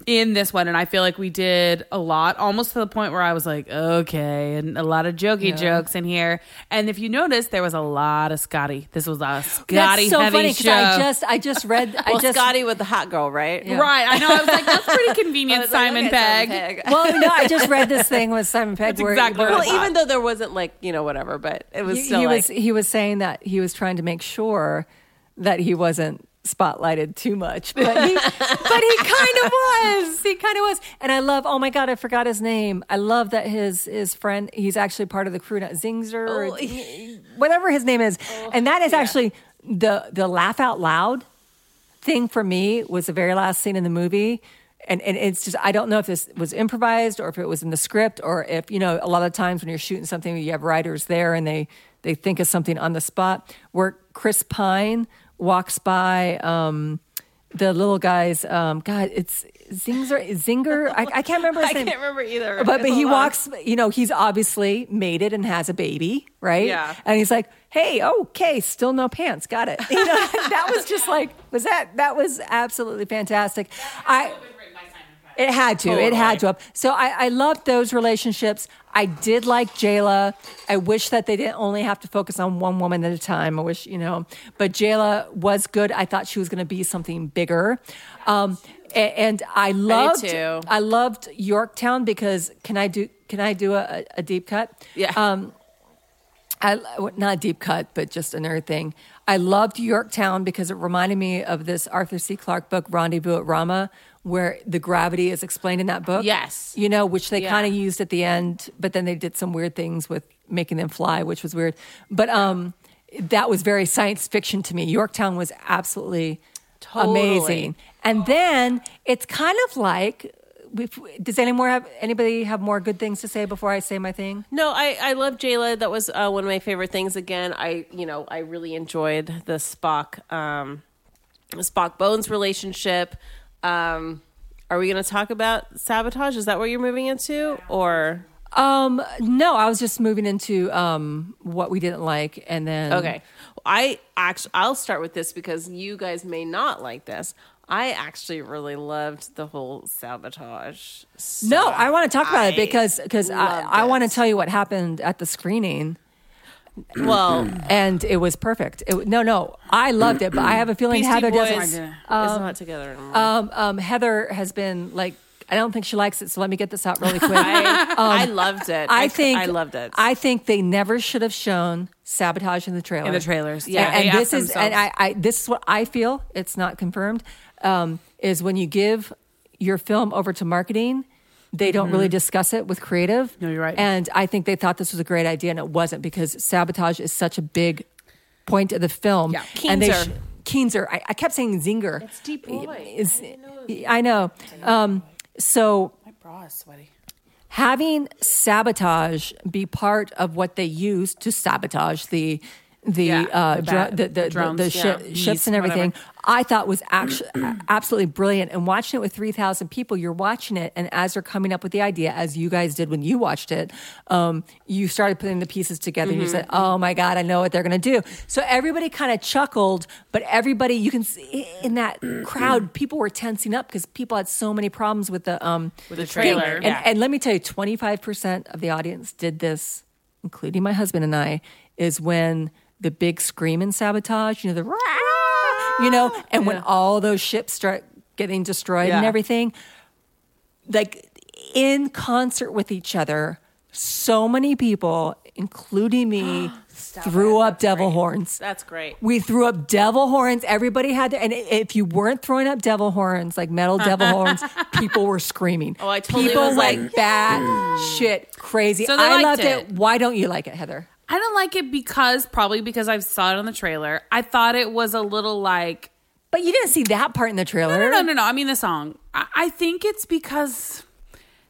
[SPEAKER 2] in this one, and I feel like we did a lot, almost to the point where I was like, okay, and a lot of jokey jokes in here. And if you notice, there was a lot of Scotty. This was a Scotty
[SPEAKER 3] That's so
[SPEAKER 2] heavy
[SPEAKER 3] funny
[SPEAKER 2] show.
[SPEAKER 3] I just I just read I
[SPEAKER 1] well,
[SPEAKER 3] just
[SPEAKER 1] Scotty with the hot girl, right?
[SPEAKER 3] Yeah.
[SPEAKER 2] Right, I know. I was like, that's
[SPEAKER 1] [LAUGHS]
[SPEAKER 2] pretty convenient, Simon Pegg.
[SPEAKER 3] well, no, I just read this thing with Simon Pegg.
[SPEAKER 2] [LAUGHS] That's
[SPEAKER 3] where-
[SPEAKER 2] exactly
[SPEAKER 3] where
[SPEAKER 2] what I
[SPEAKER 1] Well, even though there wasn't like you know whatever, but it was
[SPEAKER 3] he,
[SPEAKER 1] still
[SPEAKER 3] he
[SPEAKER 1] like
[SPEAKER 3] was he was saying that he was trying to make sure that he wasn't spotlighted too much, but
[SPEAKER 2] [LAUGHS]
[SPEAKER 3] he, but he kind of was. He kind of was, and I love. Oh my god, I forgot his name. I love that his his friend. He's actually part of the crew now, Zingzer,
[SPEAKER 1] Oh.
[SPEAKER 3] or whatever his name is,
[SPEAKER 2] Oh,
[SPEAKER 3] and that is actually the the laugh out loud thing for me was the very last scene in the movie. And, and it's just I don't know if this was improvised or if it was in the script or if you know a lot of times when you're shooting something you have writers there and they they think of something on the spot. Where Chris Pine walks by um, the little guy's um, God, it's Zinger Zinger I, I can't remember. His
[SPEAKER 1] [LAUGHS] I
[SPEAKER 3] name.
[SPEAKER 1] can't remember either.
[SPEAKER 3] But
[SPEAKER 1] It's
[SPEAKER 3] but
[SPEAKER 1] a
[SPEAKER 3] he
[SPEAKER 1] lot.
[SPEAKER 3] walks. You know he's obviously mated and has a baby, right?
[SPEAKER 1] Yeah.
[SPEAKER 3] And he's like, "Hey, okay, still no pants. Got it." [LAUGHS] You know, that
[SPEAKER 1] [LAUGHS]
[SPEAKER 3] was just like, was that that was absolutely fantastic. I it had to, it had to up. So I, I loved those relationships. I did like Jayla. I wish that they didn't only have to focus on one woman at a time. I wish you know, but Jayla was good. I thought she was going to be something bigger. Um, a- and, I loved,
[SPEAKER 1] too.
[SPEAKER 3] I loved Yorktown because can I do can I do a, a deep cut?
[SPEAKER 1] Yeah.
[SPEAKER 3] Um, I not a deep cut, but just another thing. I loved Yorktown because it reminded me of this Arthur C. Clarke book, Rendezvous at Rama, where the gravity is explained in that book.
[SPEAKER 1] Yes.
[SPEAKER 3] you know, which they
[SPEAKER 1] Yeah.
[SPEAKER 3] kind of used at the end, but then they did some weird things with making them fly, which was weird. But um, that was very science fiction to me. Yorktown was absolutely
[SPEAKER 1] Totally.
[SPEAKER 3] amazing, and then it's kind of like. If, does any more have anybody have more good things to say before I say my thing?
[SPEAKER 1] No, I, I love Jayla. That was uh, one of my favorite things. Again, I you know I really enjoyed the Spock um, Spock Bones relationship. Um, are we going to talk about sabotage? Is that what you're moving into, or
[SPEAKER 3] Um, no, I was just moving into um what we didn't like, and then
[SPEAKER 1] okay? I actually I'll start with this because you guys may not like this. I actually really loved the whole sabotage.
[SPEAKER 3] No, I want to talk about it
[SPEAKER 1] I
[SPEAKER 3] because because I,
[SPEAKER 1] loved
[SPEAKER 3] I
[SPEAKER 1] it.
[SPEAKER 3] want to tell you what happened at the screening,
[SPEAKER 1] Well,
[SPEAKER 3] and it was perfect. It, no, no, I loved it, but I have a feeling
[SPEAKER 2] Beastie
[SPEAKER 3] Heather
[SPEAKER 2] Boys.
[SPEAKER 3] doesn't.
[SPEAKER 1] it's not together anymore.
[SPEAKER 3] Um, um, Heather has been like, I don't think she likes it, so let me get this
[SPEAKER 1] [LAUGHS]
[SPEAKER 3] out really quick.
[SPEAKER 1] I, I loved it.
[SPEAKER 3] I
[SPEAKER 1] c-
[SPEAKER 3] think
[SPEAKER 1] I loved it.
[SPEAKER 3] I think they never should have shown sabotage in the trailer.
[SPEAKER 2] In the trailers,
[SPEAKER 3] A-
[SPEAKER 2] yeah,
[SPEAKER 3] And,
[SPEAKER 2] they
[SPEAKER 3] this
[SPEAKER 2] asked
[SPEAKER 3] is and I,
[SPEAKER 2] themselves.
[SPEAKER 3] I this is what I feel. It's not confirmed. Um, is when you give your film over to marketing, they don't really discuss it with creative.
[SPEAKER 2] Mm-hmm. No, you're right.
[SPEAKER 3] And I think they thought this was a great idea, and it wasn't because sabotage is such a big point of the film.
[SPEAKER 2] Yeah.
[SPEAKER 3] And they
[SPEAKER 1] Keenzer.
[SPEAKER 3] sh- Keenzer. I, I kept saying Zinger. It's
[SPEAKER 1] deep voice.
[SPEAKER 3] I know. Um, so
[SPEAKER 2] My bra is sweaty.
[SPEAKER 3] having sabotage be part of what they use to sabotage the the
[SPEAKER 2] Yeah,
[SPEAKER 3] uh,
[SPEAKER 2] the
[SPEAKER 3] dr-
[SPEAKER 2] bat-
[SPEAKER 3] the, the,
[SPEAKER 2] drones,
[SPEAKER 3] the, the shi-
[SPEAKER 2] yeah.
[SPEAKER 3] ships and
[SPEAKER 2] Yeast,
[SPEAKER 3] everything,
[SPEAKER 2] whatever.
[SPEAKER 3] I thought was actually absolutely brilliant. And watching it with three thousand people, you're watching it, and as they're coming up with the idea, as you guys did when you watched it, um, you started putting the pieces together,
[SPEAKER 2] Mm-hmm.
[SPEAKER 3] and you said, "Oh my god, I know what they're going to do." So everybody kind of chuckled, but everybody you can see
[SPEAKER 2] [CLEARS THROAT]
[SPEAKER 3] in that crowd, people were tensing up because people had so many problems with the um,
[SPEAKER 2] With the
[SPEAKER 3] thing.
[SPEAKER 2] trailer.
[SPEAKER 3] And, and let me tell you, 25% of the audience did this, including my husband and I, is when the big scream and sabotage, you know, the, rah, you know, and when all those ships start getting destroyed and
[SPEAKER 1] Yeah.
[SPEAKER 3] everything, like in concert with each other, so many people, including
[SPEAKER 1] [GASPS]
[SPEAKER 3] me, threw
[SPEAKER 1] it.
[SPEAKER 3] up
[SPEAKER 1] That's
[SPEAKER 3] devil
[SPEAKER 1] great.
[SPEAKER 3] horns.
[SPEAKER 1] That's great.
[SPEAKER 3] We threw up devil horns. Everybody had to, and i- if you weren't throwing up devil horns, like metal devil
[SPEAKER 2] Uh-huh.
[SPEAKER 3] horns, people
[SPEAKER 2] [LAUGHS]
[SPEAKER 3] were screaming.
[SPEAKER 1] Oh, I totally
[SPEAKER 3] people
[SPEAKER 1] was
[SPEAKER 3] went
[SPEAKER 1] like,
[SPEAKER 3] bat shit crazy.
[SPEAKER 2] So they
[SPEAKER 3] I
[SPEAKER 2] liked
[SPEAKER 3] loved it.
[SPEAKER 2] it.
[SPEAKER 3] Why don't you like it, Heather?
[SPEAKER 2] I don't like it because probably because I saw it on the trailer. I thought it was a little like
[SPEAKER 3] But you didn't see that part in the trailer.
[SPEAKER 2] no, no, no, no. I mean the song. I, I think it's because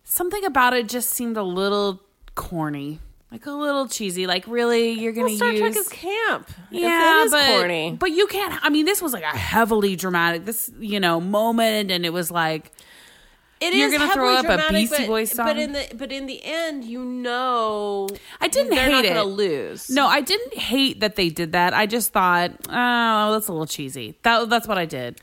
[SPEAKER 2] something about it just seemed a little corny, like a little cheesy. Like really, you're gonna
[SPEAKER 1] Well, Star
[SPEAKER 2] use
[SPEAKER 1] Trek is camp. It's-
[SPEAKER 2] yeah,
[SPEAKER 1] it is
[SPEAKER 2] but,
[SPEAKER 1] corny.
[SPEAKER 2] But you can't. I mean, this was like a heavily dramatic, this you know moment, and it was like
[SPEAKER 1] It
[SPEAKER 2] You're
[SPEAKER 1] is
[SPEAKER 2] gonna throw
[SPEAKER 1] heavily
[SPEAKER 2] up a
[SPEAKER 1] dramatic,
[SPEAKER 2] Beastie
[SPEAKER 1] but-
[SPEAKER 2] Boys song?
[SPEAKER 1] But in the but in the end, you know,
[SPEAKER 2] I didn't
[SPEAKER 1] they're not
[SPEAKER 2] hate
[SPEAKER 1] gonna
[SPEAKER 2] it.
[SPEAKER 1] lose.
[SPEAKER 2] No, I didn't hate that they did that. I just thought, oh, that's a little cheesy. That that's what I did.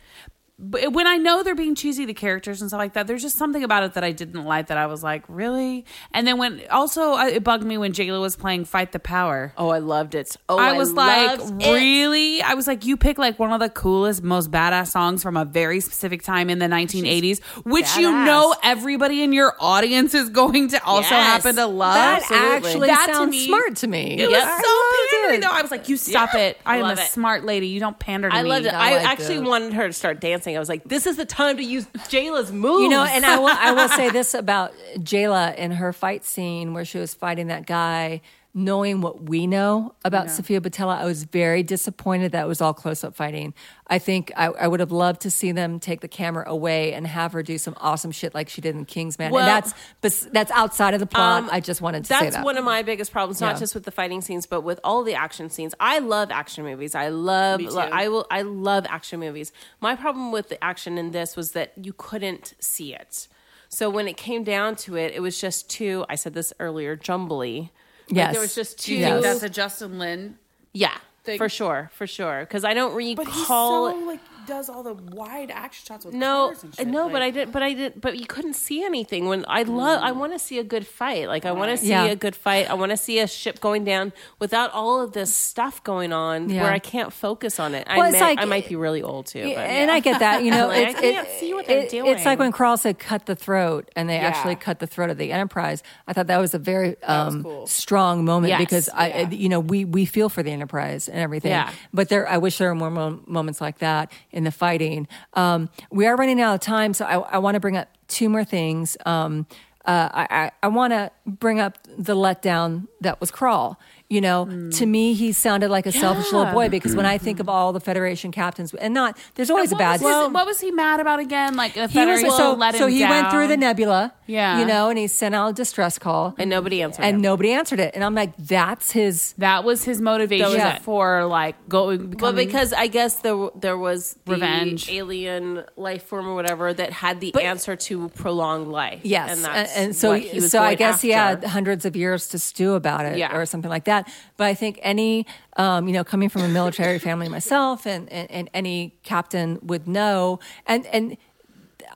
[SPEAKER 2] But when I know they're being cheesy, the characters and stuff like that, there's just something about it that I didn't like. That I was like, really. And then when also I, it bugged me when Jayla was playing Fight the Power.
[SPEAKER 1] Oh, I loved it. Oh,
[SPEAKER 2] I was like,
[SPEAKER 1] loved it.
[SPEAKER 2] really? I was like, you pick like one of the coolest, most badass songs from a very specific time in the 1980s, which you
[SPEAKER 1] badass.
[SPEAKER 2] know everybody in your audience is going to also
[SPEAKER 1] Yes.
[SPEAKER 2] happen to love.
[SPEAKER 3] That
[SPEAKER 1] Absolutely.
[SPEAKER 3] actually
[SPEAKER 2] That to
[SPEAKER 3] sounds
[SPEAKER 2] me-
[SPEAKER 3] smart to me.
[SPEAKER 2] It
[SPEAKER 1] Yep.
[SPEAKER 2] was
[SPEAKER 3] I
[SPEAKER 2] so pandering,
[SPEAKER 3] loved it.
[SPEAKER 2] though. I was like, "You stop it! I am a
[SPEAKER 1] Love it.
[SPEAKER 2] smart lady. You don't pander to
[SPEAKER 1] I
[SPEAKER 2] me."
[SPEAKER 1] loved it. I,
[SPEAKER 3] I liked
[SPEAKER 1] actually
[SPEAKER 3] it.
[SPEAKER 1] wanted her to start dancing. I was like, this is the time to use Jayla's moves.
[SPEAKER 3] You know, and I will I
[SPEAKER 1] [LAUGHS]
[SPEAKER 3] will say this about Jayla in her fight scene where she was fighting that guy. Knowing what we know about Sophia Batella, I was very disappointed that it was all close up fighting. I think I, I would have loved to see them take the camera away and have her do some awesome shit like she did in Kingsman.
[SPEAKER 1] Well-
[SPEAKER 3] and that's bes- that's outside of the plot.
[SPEAKER 1] Um,
[SPEAKER 3] I just wanted to
[SPEAKER 1] that's
[SPEAKER 3] say that.
[SPEAKER 1] one of my biggest problems, not
[SPEAKER 3] Yeah.
[SPEAKER 1] just with the fighting scenes, but with all the action scenes. I love action movies. I love, lo- I will, I love action movies. My problem with the action in this was that you couldn't see it. So when it came down to it, it was just too. I said this earlier, jumbly. Like,
[SPEAKER 3] Yes.
[SPEAKER 1] there was just
[SPEAKER 3] Do
[SPEAKER 1] too.
[SPEAKER 3] you think
[SPEAKER 2] That's a Justin Lin.
[SPEAKER 1] yeah,
[SPEAKER 2] thing?
[SPEAKER 1] for sure, for sure. Because I don't recall.
[SPEAKER 2] like does all the wide action shots with
[SPEAKER 1] No,
[SPEAKER 3] uh,
[SPEAKER 1] no, but I did, but I did, but you couldn't see anything. When I love, I want to see a good fight. Like I want to see
[SPEAKER 3] Mm. Yeah.
[SPEAKER 1] a good fight. I want to see a ship going down without all of this stuff going on,
[SPEAKER 3] Yeah.
[SPEAKER 1] where I can't focus on it.
[SPEAKER 3] Well,
[SPEAKER 1] I, may,
[SPEAKER 3] it's like-
[SPEAKER 1] I might be really old too.
[SPEAKER 3] Yeah,
[SPEAKER 1] but-
[SPEAKER 3] and I get that. You
[SPEAKER 1] [LAUGHS]
[SPEAKER 3] know,
[SPEAKER 1] Like,
[SPEAKER 3] it's,
[SPEAKER 1] I can't see what they're
[SPEAKER 3] It's
[SPEAKER 1] doing.
[SPEAKER 3] like when Carl said "cut the throat," and they
[SPEAKER 1] Yeah.
[SPEAKER 3] actually cut the throat of the Enterprise. I thought that was a very um,
[SPEAKER 1] cool.
[SPEAKER 3] strong moment
[SPEAKER 1] Yes,
[SPEAKER 3] because I, you know, we we feel for the Enterprise and everything.
[SPEAKER 1] Yeah.
[SPEAKER 3] But there, I wish there were more mo- moments like that in the fighting. Um, we are running out of time, so I, I want to bring up two more things. Um, uh, I, I, I want to bring up the letdown that was Crawl. You know, to me, he sounded like a selfish little boy because when I think of all the Federation captains, and not there's always a
[SPEAKER 2] what,
[SPEAKER 3] bad.
[SPEAKER 2] was his, what was he mad about again? Like the
[SPEAKER 3] he was
[SPEAKER 2] Federation
[SPEAKER 3] so
[SPEAKER 2] let him
[SPEAKER 3] so he went
[SPEAKER 2] down.
[SPEAKER 3] through the nebula.
[SPEAKER 2] Yeah.
[SPEAKER 3] you know, and he sent out a distress call,
[SPEAKER 1] and nobody answered.
[SPEAKER 3] and
[SPEAKER 1] him.
[SPEAKER 3] nobody answered it. And I'm like, that's his.
[SPEAKER 2] That was his motivation
[SPEAKER 3] That was it.
[SPEAKER 2] for like going.
[SPEAKER 1] well,
[SPEAKER 2] becoming-
[SPEAKER 1] because I guess there there was the
[SPEAKER 2] Revenge.
[SPEAKER 1] alien life form or whatever that had the answer to prolonged life.
[SPEAKER 3] Yes,
[SPEAKER 1] and
[SPEAKER 3] and,
[SPEAKER 1] that's
[SPEAKER 3] and so
[SPEAKER 1] what he was
[SPEAKER 3] so
[SPEAKER 1] going
[SPEAKER 3] I guess he had
[SPEAKER 1] after.
[SPEAKER 3] hundreds of years to stew about it,
[SPEAKER 1] Yeah.
[SPEAKER 3] or something like that. But I think any, um, you know, coming from a military family myself, and, and and any captain would know, and and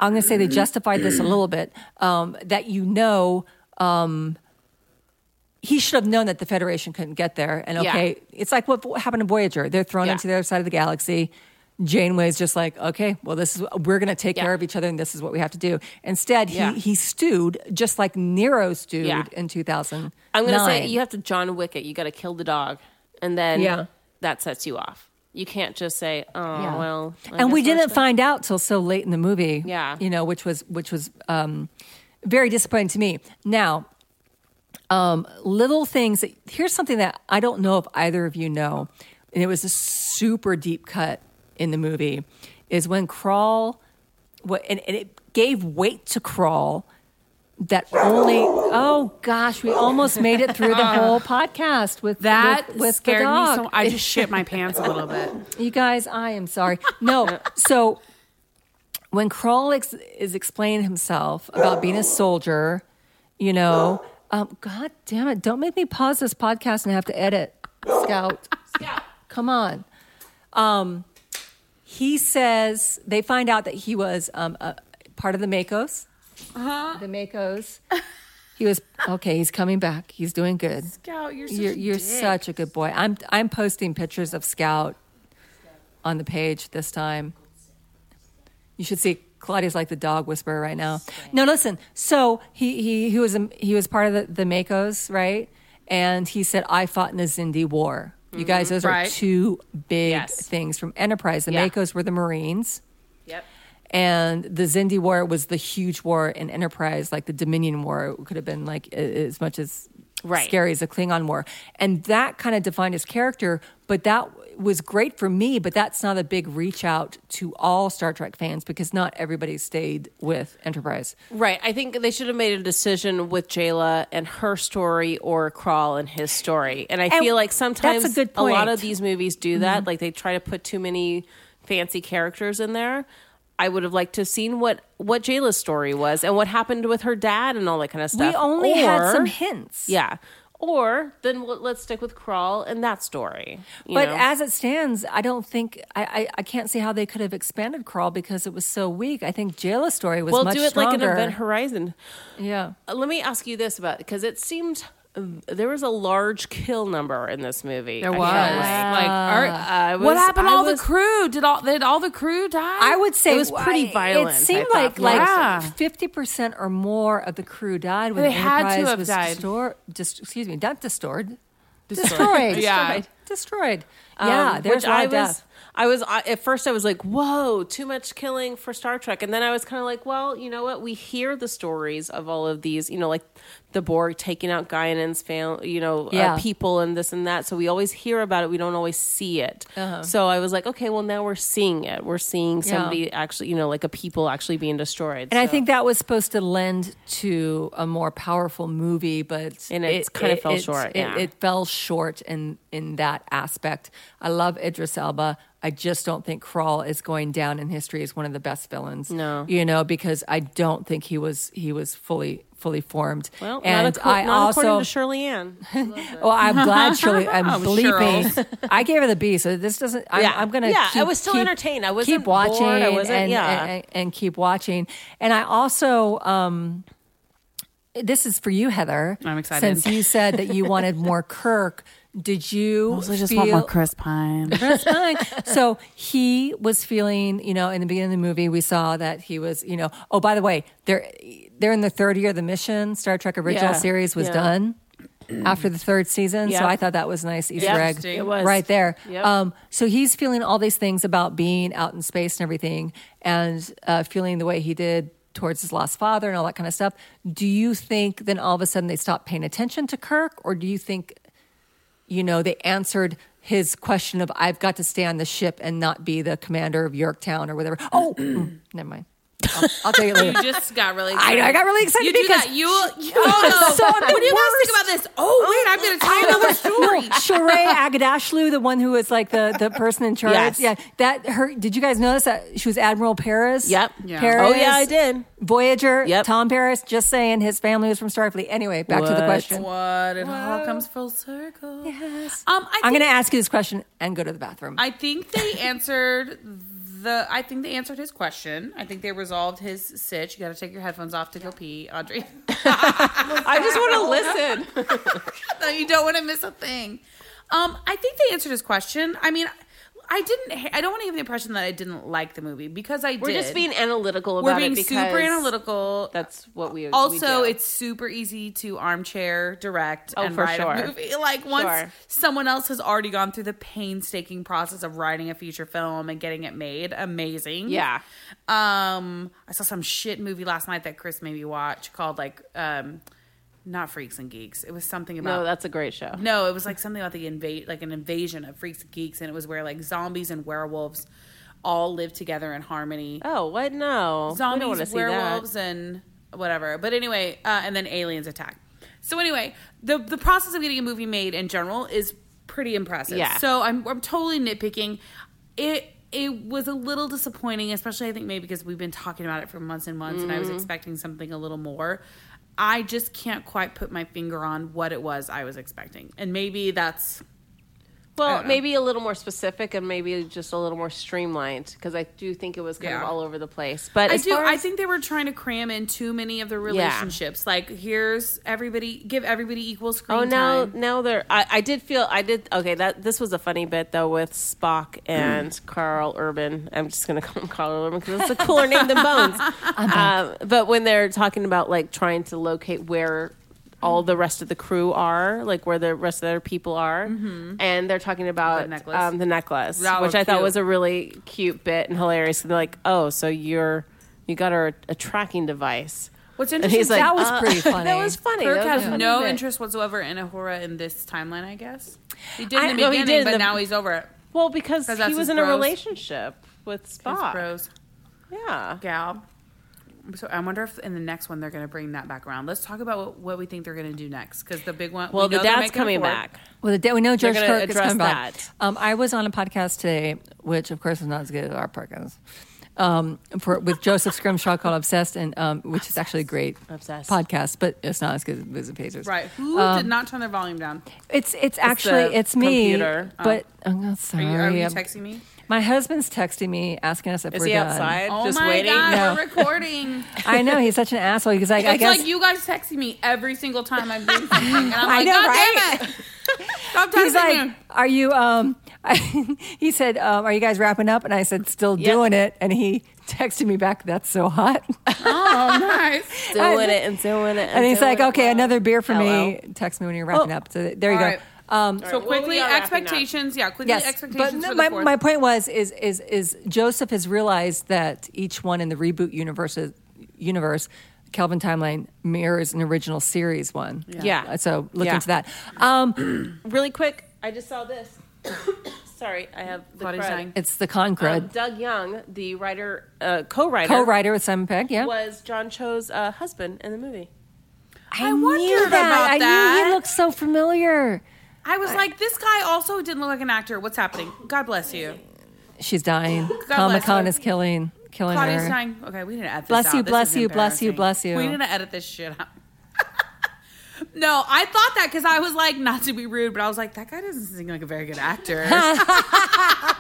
[SPEAKER 3] I'm going to say they justified this a little bit um, that you know. Um, he should have known that the Federation couldn't get there. And
[SPEAKER 1] Yeah.
[SPEAKER 3] okay, it's like what happened to Voyager. They're thrown
[SPEAKER 1] Yeah.
[SPEAKER 3] into the other side of the galaxy. Janeway's just like, okay, well, this is we're going to take
[SPEAKER 1] Yeah.
[SPEAKER 3] care of each other, and this is what we have to do. Instead, he,
[SPEAKER 1] Yeah.
[SPEAKER 3] he stewed just like Nero stewed
[SPEAKER 1] Yeah.
[SPEAKER 3] in 2000.
[SPEAKER 1] I'm gonna say you have to John Wick it. You got to kill the dog, and then
[SPEAKER 3] Yeah.
[SPEAKER 1] that sets you off. You can't just say, "Oh well." I
[SPEAKER 3] and we
[SPEAKER 1] guess
[SPEAKER 3] didn't
[SPEAKER 1] that's
[SPEAKER 3] find out till so late in the movie.
[SPEAKER 1] Yeah.
[SPEAKER 3] you know, which was which was um, very disappointing to me. Now, um, little things. That, here's something that I don't know if either of you know, and it was a super deep cut in the movie. Is when crawl, what, and, and it gave weight to crawl. That only oh gosh, we almost made it through
[SPEAKER 1] [LAUGHS]
[SPEAKER 3] the
[SPEAKER 1] Oh.
[SPEAKER 3] whole podcast with
[SPEAKER 2] that
[SPEAKER 3] with, with the
[SPEAKER 2] scared me
[SPEAKER 3] dog.
[SPEAKER 2] so. I just shit my pants a little bit. [LAUGHS]
[SPEAKER 3] You guys, I am sorry. No, so when Kroll ex- is explaining himself about being a soldier, you know, um, God damn it, don't make me pause this podcast and have to edit, Scout. Scout. Come on. Um, he says, they find out that he was um, a, part of the Makos. Uh-huh. The Makos. He was, okay, he's coming back. He's doing good.
[SPEAKER 2] Scout, you're such
[SPEAKER 3] You're,
[SPEAKER 2] a
[SPEAKER 3] you're
[SPEAKER 2] dick.
[SPEAKER 3] such a good boy. I'm I'm posting pictures of Scout on the page this time. You should see Claudia's like the dog whisperer right now. No, listen. So he he he was a, he was part of the, the Makos, right? And he said, "I fought in the Zindi War." You guys, those are
[SPEAKER 2] Mm-hmm. Right.
[SPEAKER 3] two big
[SPEAKER 1] Yes.
[SPEAKER 3] things from Enterprise. The
[SPEAKER 1] Yeah.
[SPEAKER 3] Makos were the Marines,
[SPEAKER 1] Yep.
[SPEAKER 3] and the Zindi War was the huge war in Enterprise. Like the Dominion War could have been like a- as much as
[SPEAKER 1] Right.
[SPEAKER 3] scary as the Klingon War, and that kind of defined his character. But that was great for me. But that's not a big reach out to all Star Trek fans because not everybody stayed with Enterprise.
[SPEAKER 1] Right. I think they should have made a decision with Jayla and her story or Crawl and his story. And I
[SPEAKER 3] And
[SPEAKER 1] feel like
[SPEAKER 3] that's a
[SPEAKER 1] sometimes
[SPEAKER 3] good
[SPEAKER 1] a lot of
[SPEAKER 3] point. Mm-hmm.
[SPEAKER 1] these movies do that. Like they try to put too many fancy characters in there. I would have liked to have seen what what Jayla's story was and what happened with her dad and all that kind of stuff.
[SPEAKER 3] We only had
[SPEAKER 1] Or-
[SPEAKER 3] some hints.
[SPEAKER 1] Yeah. Or then we'll, let's stick with Crawl and that story. you
[SPEAKER 3] But
[SPEAKER 1] know?
[SPEAKER 3] as it stands, I don't think I, I, I can't see how they could have expanded Crawl because it was so weak. I think Jayla's story was
[SPEAKER 1] we'll
[SPEAKER 3] much
[SPEAKER 1] do it like an
[SPEAKER 3] stronger.
[SPEAKER 1] Event Horizon.
[SPEAKER 3] yeah.
[SPEAKER 1] Uh, let me ask you this about because it seemed uh, there was a large kill number in this movie.
[SPEAKER 2] There
[SPEAKER 1] I
[SPEAKER 2] was
[SPEAKER 1] felt like.
[SPEAKER 2] like, are-
[SPEAKER 1] I was-
[SPEAKER 2] what happened? to
[SPEAKER 1] I
[SPEAKER 2] all
[SPEAKER 1] was-
[SPEAKER 2] the crew did all did all the crew die?
[SPEAKER 3] I would say
[SPEAKER 1] It was pretty
[SPEAKER 3] I-
[SPEAKER 1] violent,
[SPEAKER 3] It
[SPEAKER 1] I
[SPEAKER 3] seemed
[SPEAKER 1] thought,
[SPEAKER 3] like
[SPEAKER 1] for
[SPEAKER 3] like
[SPEAKER 2] Yeah.
[SPEAKER 3] fifty percent or more of the crew died when
[SPEAKER 2] They
[SPEAKER 3] the
[SPEAKER 2] had to
[SPEAKER 3] Enterprise
[SPEAKER 2] have
[SPEAKER 3] was
[SPEAKER 2] died.
[SPEAKER 3] distor- dis- excuse me, not destroyed, destroyed,
[SPEAKER 2] Yeah.
[SPEAKER 3] destroyed, [LAUGHS] destroyed.
[SPEAKER 1] Um,
[SPEAKER 3] yeah, there's
[SPEAKER 1] which
[SPEAKER 3] a lot
[SPEAKER 1] I
[SPEAKER 3] of
[SPEAKER 1] was.
[SPEAKER 3] death.
[SPEAKER 1] I was I- at first. I was like, "Whoa, too much killing for Star Trek," and then I was kind of like, "Well, you know what? We hear the stories of all of these, you know, like the Borg taking out Guyanan's family, you know,
[SPEAKER 3] Yeah.
[SPEAKER 1] uh, people and this and that. So we always hear about it. We don't always see it. So I was like, okay, well now we're seeing it. We're seeing
[SPEAKER 3] Uh-huh. Yeah.
[SPEAKER 1] somebody actually, you know, like a people actually being destroyed.
[SPEAKER 3] And I
[SPEAKER 1] So-
[SPEAKER 3] think that was supposed to lend to a more powerful movie, but
[SPEAKER 1] And it's kinda fell short,
[SPEAKER 3] It,
[SPEAKER 1] yeah.
[SPEAKER 3] it fell short in in that aspect. I love Idris Elba. I just don't think Crawl is going down in history as one of the best villains.
[SPEAKER 1] No.
[SPEAKER 3] you know, because I don't think he was he was fully fully formed.
[SPEAKER 1] well,
[SPEAKER 3] and
[SPEAKER 1] not, acco-
[SPEAKER 3] I
[SPEAKER 1] not
[SPEAKER 3] also
[SPEAKER 1] according to Shirley
[SPEAKER 3] [LAUGHS]
[SPEAKER 1] Ann.
[SPEAKER 3] well, I'm glad Shirley.
[SPEAKER 1] [LAUGHS]
[SPEAKER 3] I'm
[SPEAKER 2] Oh,
[SPEAKER 3] believe me.
[SPEAKER 2] Cheryl's.
[SPEAKER 3] [LAUGHS] I gave her the B, so this doesn't. I'm,
[SPEAKER 1] Yeah.
[SPEAKER 3] I'm gonna.
[SPEAKER 1] Yeah, I
[SPEAKER 3] keep-
[SPEAKER 1] was still
[SPEAKER 3] keep-
[SPEAKER 1] entertained. I wasn't
[SPEAKER 3] keep watching.
[SPEAKER 1] bored. I wasn't-
[SPEAKER 3] and,
[SPEAKER 1] yeah.
[SPEAKER 3] and, and keep watching. And I also. Um, this is for you, Heather.
[SPEAKER 2] I'm excited.
[SPEAKER 3] Since you said that you wanted more Kirk, did you
[SPEAKER 2] also just
[SPEAKER 3] feel,
[SPEAKER 2] want more Chris Pine.
[SPEAKER 3] that's fine. So he was feeling, you know, in the beginning of the movie, we saw that he was, you know, oh, by the way, they're they're in the third year of the mission. Star Trek original
[SPEAKER 1] Yeah.
[SPEAKER 3] series was
[SPEAKER 1] Yeah.
[SPEAKER 3] done after the third season, so
[SPEAKER 1] Yeah.
[SPEAKER 3] I thought that was a nice Easter
[SPEAKER 1] Yep.
[SPEAKER 3] egg,
[SPEAKER 1] It was.
[SPEAKER 3] right there.
[SPEAKER 1] Yep.
[SPEAKER 3] Um, so he's feeling all these things about being out in space and everything, and uh, feeling the way he did towards his lost father and all that kind of stuff. Do you think then all of a sudden they stopped paying attention to Kirk, or do you think you know, they answered his question of I've got to stay on the ship and not be the commander of Yorktown or whatever. Oh, [CLEARS THROAT] never mind. I'll, I'll tell you later.
[SPEAKER 2] You just got really.
[SPEAKER 3] I know, I got really excited
[SPEAKER 2] You do
[SPEAKER 3] because
[SPEAKER 2] that. You.
[SPEAKER 3] [LAUGHS]
[SPEAKER 2] you oh no!
[SPEAKER 3] So I'm
[SPEAKER 2] what do you guys
[SPEAKER 3] worse.
[SPEAKER 2] think about this? Oh wait, I'm going to tell you another
[SPEAKER 3] [LAUGHS]
[SPEAKER 2] story.
[SPEAKER 3] Sheree Agadashlu, the one who was like the, the person in charge.
[SPEAKER 1] Yes.
[SPEAKER 3] Yeah. That her did you guys notice that she was Admiral Paris?
[SPEAKER 1] Yep.
[SPEAKER 2] Yeah.
[SPEAKER 3] Paris.
[SPEAKER 1] Oh, yeah, I did.
[SPEAKER 3] Voyager,
[SPEAKER 1] Yep.
[SPEAKER 3] Tom Paris, just saying his family was from Starfleet. Anyway, back to the
[SPEAKER 1] What?
[SPEAKER 3] question.
[SPEAKER 2] What? It all comes full circle. Yes. Um, I
[SPEAKER 3] Oh. I'm
[SPEAKER 2] think,
[SPEAKER 3] gonna ask you this question and go to the bathroom.
[SPEAKER 2] I think they answered the. I think they answered his question. I think they resolved his sitch. You got to take your headphones off to go pee, Audrey. [LAUGHS]
[SPEAKER 1] I just
[SPEAKER 3] [LAUGHS]
[SPEAKER 1] want to listen.
[SPEAKER 2] No, you don't want to miss a thing. Um, I think they answered his question. I mean, I didn't. ha- I don't want to give the impression that I didn't like the movie because I
[SPEAKER 1] We're
[SPEAKER 2] did.
[SPEAKER 1] just being analytical about
[SPEAKER 2] We're
[SPEAKER 1] it
[SPEAKER 2] being super
[SPEAKER 1] because
[SPEAKER 2] analytical.
[SPEAKER 1] That's what we we do.
[SPEAKER 2] also it's super easy to armchair direct
[SPEAKER 1] Oh,
[SPEAKER 2] and
[SPEAKER 1] for
[SPEAKER 2] write
[SPEAKER 1] sure.
[SPEAKER 2] a movie. Like once
[SPEAKER 1] Sure.
[SPEAKER 2] someone else has already gone through the painstaking process of writing a feature film and getting it made, amazing.
[SPEAKER 1] Yeah.
[SPEAKER 2] Um, I saw some shit movie last night that Chris made me watch called like um, not Freaks and Geeks. It was something about
[SPEAKER 1] no, that's a great show.
[SPEAKER 2] no, it was like something about the invade, like an invasion of freaks and geeks, and it was where like zombies and werewolves all live together in harmony.
[SPEAKER 1] Oh, what? No. we don't want to
[SPEAKER 2] zombies,
[SPEAKER 1] see that.
[SPEAKER 2] werewolves, and whatever. But anyway, uh, and then aliens attack. So anyway, the the process of getting a movie made in general is pretty impressive.
[SPEAKER 1] Yeah.
[SPEAKER 2] So I'm I'm totally nitpicking. It it was a little disappointing, especially I think maybe because we've been talking about it for months and months, and I was
[SPEAKER 1] Mm-hmm.
[SPEAKER 2] expecting something a little more. I just can't quite put my finger on what it was I was expecting, and maybe that's
[SPEAKER 3] I
[SPEAKER 1] Well,
[SPEAKER 3] don't know.
[SPEAKER 1] maybe a little more specific and maybe just a little more streamlined because I do think it was kind of
[SPEAKER 2] Yeah.
[SPEAKER 1] all over the place. But
[SPEAKER 2] I
[SPEAKER 1] as
[SPEAKER 2] do.
[SPEAKER 1] far
[SPEAKER 2] I
[SPEAKER 1] as-
[SPEAKER 2] think they were trying to cram in too many of the relationships. Like, here's everybody, give everybody equal screen
[SPEAKER 1] Oh no,
[SPEAKER 2] time.
[SPEAKER 1] no, there. I, I did feel I did. Okay, that this was a funny bit though with Spock and
[SPEAKER 2] Mm.
[SPEAKER 1] Carl Urban. I'm just gonna call him Carl Urban because it's a cooler name than
[SPEAKER 2] [LAUGHS]
[SPEAKER 1] Bones. Um, but when they're talking about like trying to locate where all the rest of the crew are, like where the rest of their people are, and they're talking about
[SPEAKER 2] Mm-hmm. necklace.
[SPEAKER 1] Um, the necklace,
[SPEAKER 2] That
[SPEAKER 1] which
[SPEAKER 2] was
[SPEAKER 1] I thought
[SPEAKER 2] cute.
[SPEAKER 1] was a really cute bit and hilarious. And they're like, oh, so you're you got her a, tracking device.
[SPEAKER 2] What's
[SPEAKER 1] And
[SPEAKER 2] interesting
[SPEAKER 1] he's like,
[SPEAKER 3] that was
[SPEAKER 1] uh,
[SPEAKER 3] pretty
[SPEAKER 1] [LAUGHS]
[SPEAKER 3] funny.
[SPEAKER 1] that was funny.
[SPEAKER 2] Kirk
[SPEAKER 1] That was a
[SPEAKER 2] has
[SPEAKER 1] funny
[SPEAKER 2] no
[SPEAKER 1] bit.
[SPEAKER 2] interest whatsoever in Ahura in this timeline, I guess. He did in
[SPEAKER 1] I-
[SPEAKER 2] the
[SPEAKER 1] no, he
[SPEAKER 2] beginning,
[SPEAKER 1] did in
[SPEAKER 2] but
[SPEAKER 1] the-
[SPEAKER 2] now he's over it.
[SPEAKER 1] Well, because
[SPEAKER 2] 'Cause that's
[SPEAKER 1] he was in
[SPEAKER 2] his
[SPEAKER 1] a
[SPEAKER 2] bros.
[SPEAKER 1] relationship with
[SPEAKER 2] His
[SPEAKER 1] Spock.
[SPEAKER 2] bros,
[SPEAKER 1] Yeah.
[SPEAKER 2] gal. So I wonder if in the next one they're going to bring that back around. Let's talk about what, what we think they're going to do next because the big one.
[SPEAKER 1] Well,
[SPEAKER 2] we
[SPEAKER 1] the
[SPEAKER 2] know they're
[SPEAKER 1] dad's
[SPEAKER 2] making a
[SPEAKER 1] coming
[SPEAKER 2] fourth.
[SPEAKER 1] back.
[SPEAKER 3] Well, the day we know George
[SPEAKER 1] gonna
[SPEAKER 3] Kirk is
[SPEAKER 1] address
[SPEAKER 3] coming back.
[SPEAKER 1] that.
[SPEAKER 3] Um, I was on a podcast today, which of course is not as good as our podcast, um, for, with Joseph Scrimshaw called Obsessed, and um, which is actually a great
[SPEAKER 1] Obsessed.
[SPEAKER 3] podcast, but it's not as good as Booze and Pacers.
[SPEAKER 2] Right? Who
[SPEAKER 1] Um,
[SPEAKER 2] did not turn their volume down?
[SPEAKER 3] It's it's actually
[SPEAKER 1] the
[SPEAKER 3] it's me,
[SPEAKER 1] computer. Oh.
[SPEAKER 3] but I'm not
[SPEAKER 2] Are
[SPEAKER 3] sorry.
[SPEAKER 2] you, are you
[SPEAKER 3] I'm-
[SPEAKER 2] texting me?
[SPEAKER 3] My husband's texting me asking us if
[SPEAKER 1] Is
[SPEAKER 3] we're
[SPEAKER 1] he
[SPEAKER 3] done.
[SPEAKER 1] outside
[SPEAKER 2] Oh
[SPEAKER 1] just
[SPEAKER 2] my
[SPEAKER 1] waiting?
[SPEAKER 2] god,
[SPEAKER 3] No.
[SPEAKER 1] [LAUGHS]
[SPEAKER 2] we're recording.
[SPEAKER 3] I know he's such an asshole because I, I
[SPEAKER 2] it's
[SPEAKER 3] guess
[SPEAKER 2] like you guys texting me every single time I'm doing something, and
[SPEAKER 1] [LAUGHS]
[SPEAKER 2] I'm
[SPEAKER 3] I
[SPEAKER 2] like,
[SPEAKER 3] know,
[SPEAKER 2] God
[SPEAKER 3] right?
[SPEAKER 2] damn it! [LAUGHS] Stop texting
[SPEAKER 3] He's like,
[SPEAKER 2] me.
[SPEAKER 3] "Are you?" Um, [LAUGHS] he said, um, "Are you guys wrapping up?" And I said, "Still
[SPEAKER 1] Yeah.
[SPEAKER 3] doing it." And he texted me back, "That's so hot."
[SPEAKER 2] Oh,
[SPEAKER 1] [LAUGHS]
[SPEAKER 2] nice.
[SPEAKER 1] Doing it [LAUGHS] and doing it.
[SPEAKER 3] And he's
[SPEAKER 1] doing
[SPEAKER 3] like,
[SPEAKER 1] it.
[SPEAKER 3] "Okay, another beer for
[SPEAKER 1] Hello.
[SPEAKER 3] me." Text me when you're wrapping
[SPEAKER 1] Oh.
[SPEAKER 3] up. So th- there you
[SPEAKER 2] All
[SPEAKER 3] go.
[SPEAKER 2] right.
[SPEAKER 3] Um,
[SPEAKER 2] So
[SPEAKER 1] All right, well, we
[SPEAKER 2] quickly,
[SPEAKER 1] are wrapping up.
[SPEAKER 2] expectations. Yeah, quickly,
[SPEAKER 3] yes, but
[SPEAKER 2] expectations.
[SPEAKER 3] no,
[SPEAKER 2] for the
[SPEAKER 3] my,
[SPEAKER 2] fourth.
[SPEAKER 3] my point was is is is Joseph has realized that each one in the reboot universe universe. Kelvin timeline mirrors an original series one. Uh,
[SPEAKER 1] Yeah. Yeah.
[SPEAKER 3] So look
[SPEAKER 1] Yeah.
[SPEAKER 3] into that. Um,
[SPEAKER 1] Really quick, I just saw this. [COUGHS] Sorry, I have the
[SPEAKER 2] Claudia's
[SPEAKER 1] crud.
[SPEAKER 2] dying.
[SPEAKER 3] it's the Concrete
[SPEAKER 1] Um, Doug Young, the writer, uh, co-writer,
[SPEAKER 3] co-writer with Simon Pegg. Yeah.
[SPEAKER 1] was John Cho's uh, husband in the movie.
[SPEAKER 2] I wondered about
[SPEAKER 3] I
[SPEAKER 2] that.
[SPEAKER 3] knew he looked so familiar.
[SPEAKER 2] I was like, this guy also didn't look like an actor. What's happening? God bless you.
[SPEAKER 3] She's dying.
[SPEAKER 2] bless
[SPEAKER 3] Comic Con
[SPEAKER 2] her.
[SPEAKER 3] is killing, killing
[SPEAKER 2] Claudia's
[SPEAKER 3] her.
[SPEAKER 2] dying. Okay, we need to edit this
[SPEAKER 3] Bless
[SPEAKER 2] out.
[SPEAKER 3] you,
[SPEAKER 2] This
[SPEAKER 3] bless
[SPEAKER 2] is
[SPEAKER 3] you, bless you,
[SPEAKER 2] embarrassing.
[SPEAKER 3] bless you.
[SPEAKER 2] We need to edit this shit out. [LAUGHS] no, I thought that because I was like, not to be rude, but I was like, that guy doesn't seem like a very good
[SPEAKER 3] [LAUGHS]
[SPEAKER 2] actor. I'm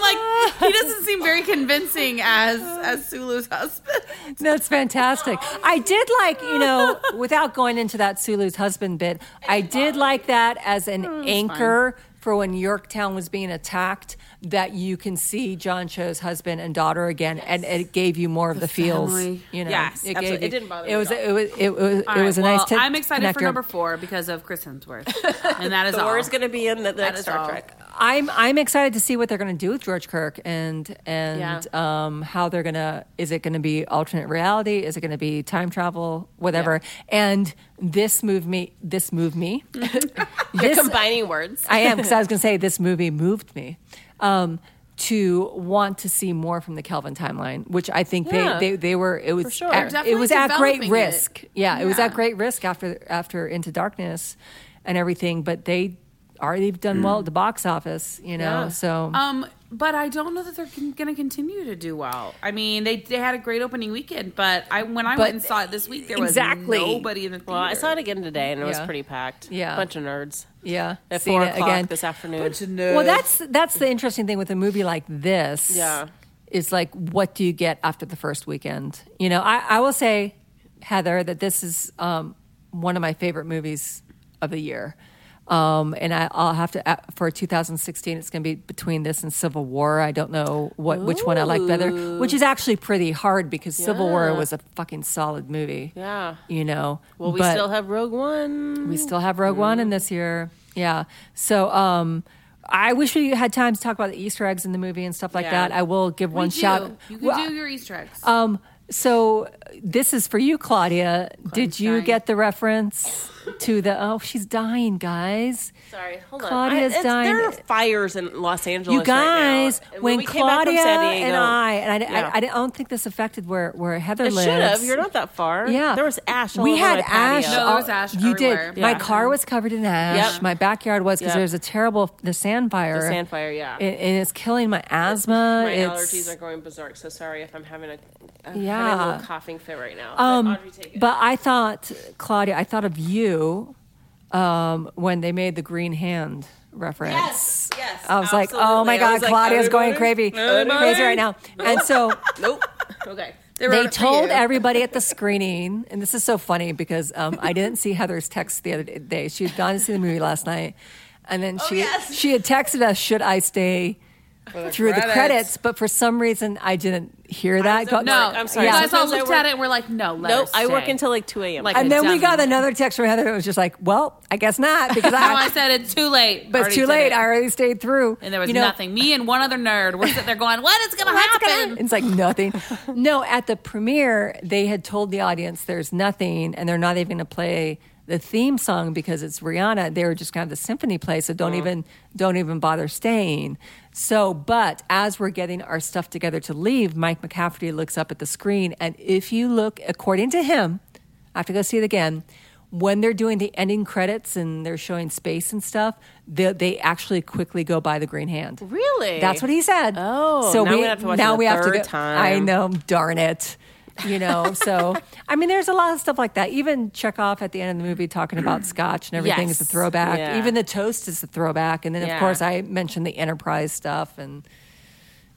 [SPEAKER 2] like, he doesn't seem very convincing as as Sulu's husband.
[SPEAKER 3] [LAUGHS] That's fantastic. I did like, you know, without going into that Sulu's husband bit, I did like that as an anchor for when Yorktown was being attacked. That you can see John Cho's husband and daughter again, and it gave you more of the, feels.
[SPEAKER 2] family.
[SPEAKER 3] You know,
[SPEAKER 1] Yes,
[SPEAKER 3] it,
[SPEAKER 1] absolutely.
[SPEAKER 3] gave you-
[SPEAKER 1] It didn't bother
[SPEAKER 3] It
[SPEAKER 1] me
[SPEAKER 3] was,
[SPEAKER 1] at all.
[SPEAKER 3] it was, it was, it was a
[SPEAKER 2] All right,
[SPEAKER 3] nice.
[SPEAKER 2] well,
[SPEAKER 3] tip-
[SPEAKER 2] I'm excited for
[SPEAKER 3] connector.
[SPEAKER 2] number four because of Chris Hemsworth, and that is all.
[SPEAKER 1] [LAUGHS] Thor's going to be in the next
[SPEAKER 2] is
[SPEAKER 1] Star
[SPEAKER 2] all.
[SPEAKER 1] Trek.
[SPEAKER 3] I'm I'm excited to see what they're going to do with George Kirk and and
[SPEAKER 1] Yeah.
[SPEAKER 3] um, how they're going to is it going to be alternate reality is it going to be time travel whatever and this moved me this moved me [LAUGHS]
[SPEAKER 1] You're
[SPEAKER 3] this
[SPEAKER 1] combining words.
[SPEAKER 3] I am because
[SPEAKER 2] [LAUGHS]
[SPEAKER 3] I was going to say this movie moved me um, to want to see more from the Kelvin timeline which I think
[SPEAKER 1] Yeah.
[SPEAKER 3] they, they they were it was
[SPEAKER 1] sure.
[SPEAKER 3] at-
[SPEAKER 2] They're
[SPEAKER 3] it was
[SPEAKER 2] definitely
[SPEAKER 3] at great
[SPEAKER 2] developing
[SPEAKER 3] risk
[SPEAKER 2] it.
[SPEAKER 3] yeah, it was at
[SPEAKER 2] Yeah.
[SPEAKER 3] great risk after after Into Darkness and everything but they. Already done
[SPEAKER 1] Mm.
[SPEAKER 3] well at the box office, you know.
[SPEAKER 1] Yeah.
[SPEAKER 3] So
[SPEAKER 2] Um, but I don't know that they're con- going to continue to do well. I mean, they they had a great opening weekend, but I when I
[SPEAKER 3] But-
[SPEAKER 2] went and saw it this week, there was
[SPEAKER 3] Exactly.
[SPEAKER 2] nobody in the theater.
[SPEAKER 1] Well, I saw it again today and it was
[SPEAKER 3] Yeah.
[SPEAKER 1] pretty packed.
[SPEAKER 3] Yeah.
[SPEAKER 1] bunch of nerds.
[SPEAKER 3] Yeah,
[SPEAKER 1] At
[SPEAKER 3] seen
[SPEAKER 1] four
[SPEAKER 3] it
[SPEAKER 1] o'clock
[SPEAKER 3] again.
[SPEAKER 1] this afternoon.
[SPEAKER 3] well, that's that's the interesting thing with a movie like this.
[SPEAKER 1] Yeah.
[SPEAKER 3] is like what do you get after the first weekend? You know, I, I will say, Heather, that this is um, one of my favorite movies of the year. Um, and I, I'll have to uh, for 2016. It's going to be between this and Civil War. I don't know what which one I like better, which is actually pretty hard because Civil War
[SPEAKER 1] Yeah.
[SPEAKER 3] was a fucking solid movie.
[SPEAKER 1] Yeah.
[SPEAKER 3] you know.
[SPEAKER 1] Well, we
[SPEAKER 3] But-
[SPEAKER 1] still have Rogue One.
[SPEAKER 3] we still have Rogue One in this year. Yeah. So um I wish we had time to talk about the Easter eggs in the movie and stuff like
[SPEAKER 1] Yeah.
[SPEAKER 3] that. I will give
[SPEAKER 2] We
[SPEAKER 3] one
[SPEAKER 2] do.
[SPEAKER 3] shout.
[SPEAKER 2] You can
[SPEAKER 3] Well,
[SPEAKER 2] do your Easter eggs.
[SPEAKER 3] um so this is for you, Claudia. Did you
[SPEAKER 2] dying.
[SPEAKER 3] get the reference to the oh she's dying, guys.
[SPEAKER 1] Sorry, hold on.
[SPEAKER 3] Claudia's
[SPEAKER 1] it's-
[SPEAKER 3] dying.
[SPEAKER 1] There are fires in Los Angeles.
[SPEAKER 3] You guys,
[SPEAKER 1] right now. And
[SPEAKER 3] when,
[SPEAKER 1] we came back
[SPEAKER 3] Claudia
[SPEAKER 1] from San Diego,
[SPEAKER 3] and I and I,
[SPEAKER 1] Yeah.
[SPEAKER 3] I, I don't think this affected where where Heather
[SPEAKER 1] it
[SPEAKER 3] lives.
[SPEAKER 1] should have. You're not that far.
[SPEAKER 3] Yeah,
[SPEAKER 1] there was ash. All
[SPEAKER 3] we
[SPEAKER 1] over
[SPEAKER 3] had
[SPEAKER 1] my patio.
[SPEAKER 3] ash.
[SPEAKER 2] No, there was ash
[SPEAKER 3] You
[SPEAKER 2] everywhere.
[SPEAKER 3] did. My
[SPEAKER 1] Yeah.
[SPEAKER 3] car was covered in ash.
[SPEAKER 1] Yep.
[SPEAKER 3] My backyard was because
[SPEAKER 1] Yep.
[SPEAKER 3] there was a terrible the sand fire.
[SPEAKER 1] The sand fire, yeah.
[SPEAKER 3] and, and it's killing my asthma.
[SPEAKER 1] my
[SPEAKER 3] It's-
[SPEAKER 1] allergies are going berserk. So sorry if I'm having a, I'm having a
[SPEAKER 3] Yeah.
[SPEAKER 1] little coughing fit right now.
[SPEAKER 3] Um,
[SPEAKER 1] but Audrey, take it.
[SPEAKER 3] but I thought, Claudia, I thought of you um, when they made the green hand reference.
[SPEAKER 1] Yes. Yes.
[SPEAKER 3] I was like, oh
[SPEAKER 1] absolutely.
[SPEAKER 3] my
[SPEAKER 1] I
[SPEAKER 3] God,
[SPEAKER 1] was like,
[SPEAKER 3] Claudia's going
[SPEAKER 1] everybody?
[SPEAKER 3] crazy, crazy right now. And so
[SPEAKER 1] [LAUGHS] Nope. Okay.
[SPEAKER 3] they told everybody
[SPEAKER 1] [LAUGHS]
[SPEAKER 3] at the screening, and this is so funny because um, I didn't see Heather's text the other day. She had gone to see the movie last night, and then she
[SPEAKER 1] Oh, yes.
[SPEAKER 3] she had texted us, "Should I stay?" Through the credits, but for some reason I didn't hear that.
[SPEAKER 1] was
[SPEAKER 3] Go-
[SPEAKER 1] at
[SPEAKER 2] No,
[SPEAKER 1] I'm sorry.
[SPEAKER 2] You
[SPEAKER 3] Yeah.
[SPEAKER 2] guys all
[SPEAKER 1] Sometimes I
[SPEAKER 2] looked
[SPEAKER 1] work-
[SPEAKER 2] at it and we're like, no, let
[SPEAKER 1] Nope.
[SPEAKER 2] her
[SPEAKER 1] I work
[SPEAKER 2] stay.
[SPEAKER 1] until like 2 a.m.
[SPEAKER 2] Like
[SPEAKER 1] I
[SPEAKER 2] a
[SPEAKER 3] And then we
[SPEAKER 2] dumb
[SPEAKER 3] got
[SPEAKER 2] one.
[SPEAKER 3] another text from Heather. It was just like, well, I guess not
[SPEAKER 2] [LAUGHS]
[SPEAKER 3] because
[SPEAKER 2] No, I
[SPEAKER 3] I.
[SPEAKER 2] said it's too late.
[SPEAKER 3] [LAUGHS] But it's
[SPEAKER 2] Already
[SPEAKER 3] too
[SPEAKER 2] did
[SPEAKER 3] late.
[SPEAKER 2] it.
[SPEAKER 3] I already stayed through.
[SPEAKER 2] and there was
[SPEAKER 3] You know,
[SPEAKER 2] nothing. Me and one other nerd were sitting there going, "What is going to
[SPEAKER 3] What's gonna-
[SPEAKER 2] happen?"
[SPEAKER 3] It's like nothing. no, at the premiere, they had told the audience there's nothing, and they're not even going to play the theme song because it's Rihanna. They were just going to have the symphony play, so don't even don't even bother staying. So, but as we're getting our stuff together to leave, Mike McCafferty looks up at the screen, and if you look, according to him, I have to go see it again. When they're doing the ending credits and they're showing space and stuff, they, they actually quickly go by the green hand.
[SPEAKER 1] Really?
[SPEAKER 3] That's what he said.
[SPEAKER 1] Oh, now I'm gonna have to watch it the third time.
[SPEAKER 3] I know, darn it. You
[SPEAKER 1] [LAUGHS]
[SPEAKER 3] know, so I mean, there's a lot of stuff like that. Even Chekhov at the end of the movie talking about scotch and everything is a
[SPEAKER 1] Yes.
[SPEAKER 3] throwback.
[SPEAKER 1] Yeah.
[SPEAKER 3] Even the toast is a throwback, and then
[SPEAKER 1] Yeah.
[SPEAKER 3] of course I mentioned the Enterprise stuff and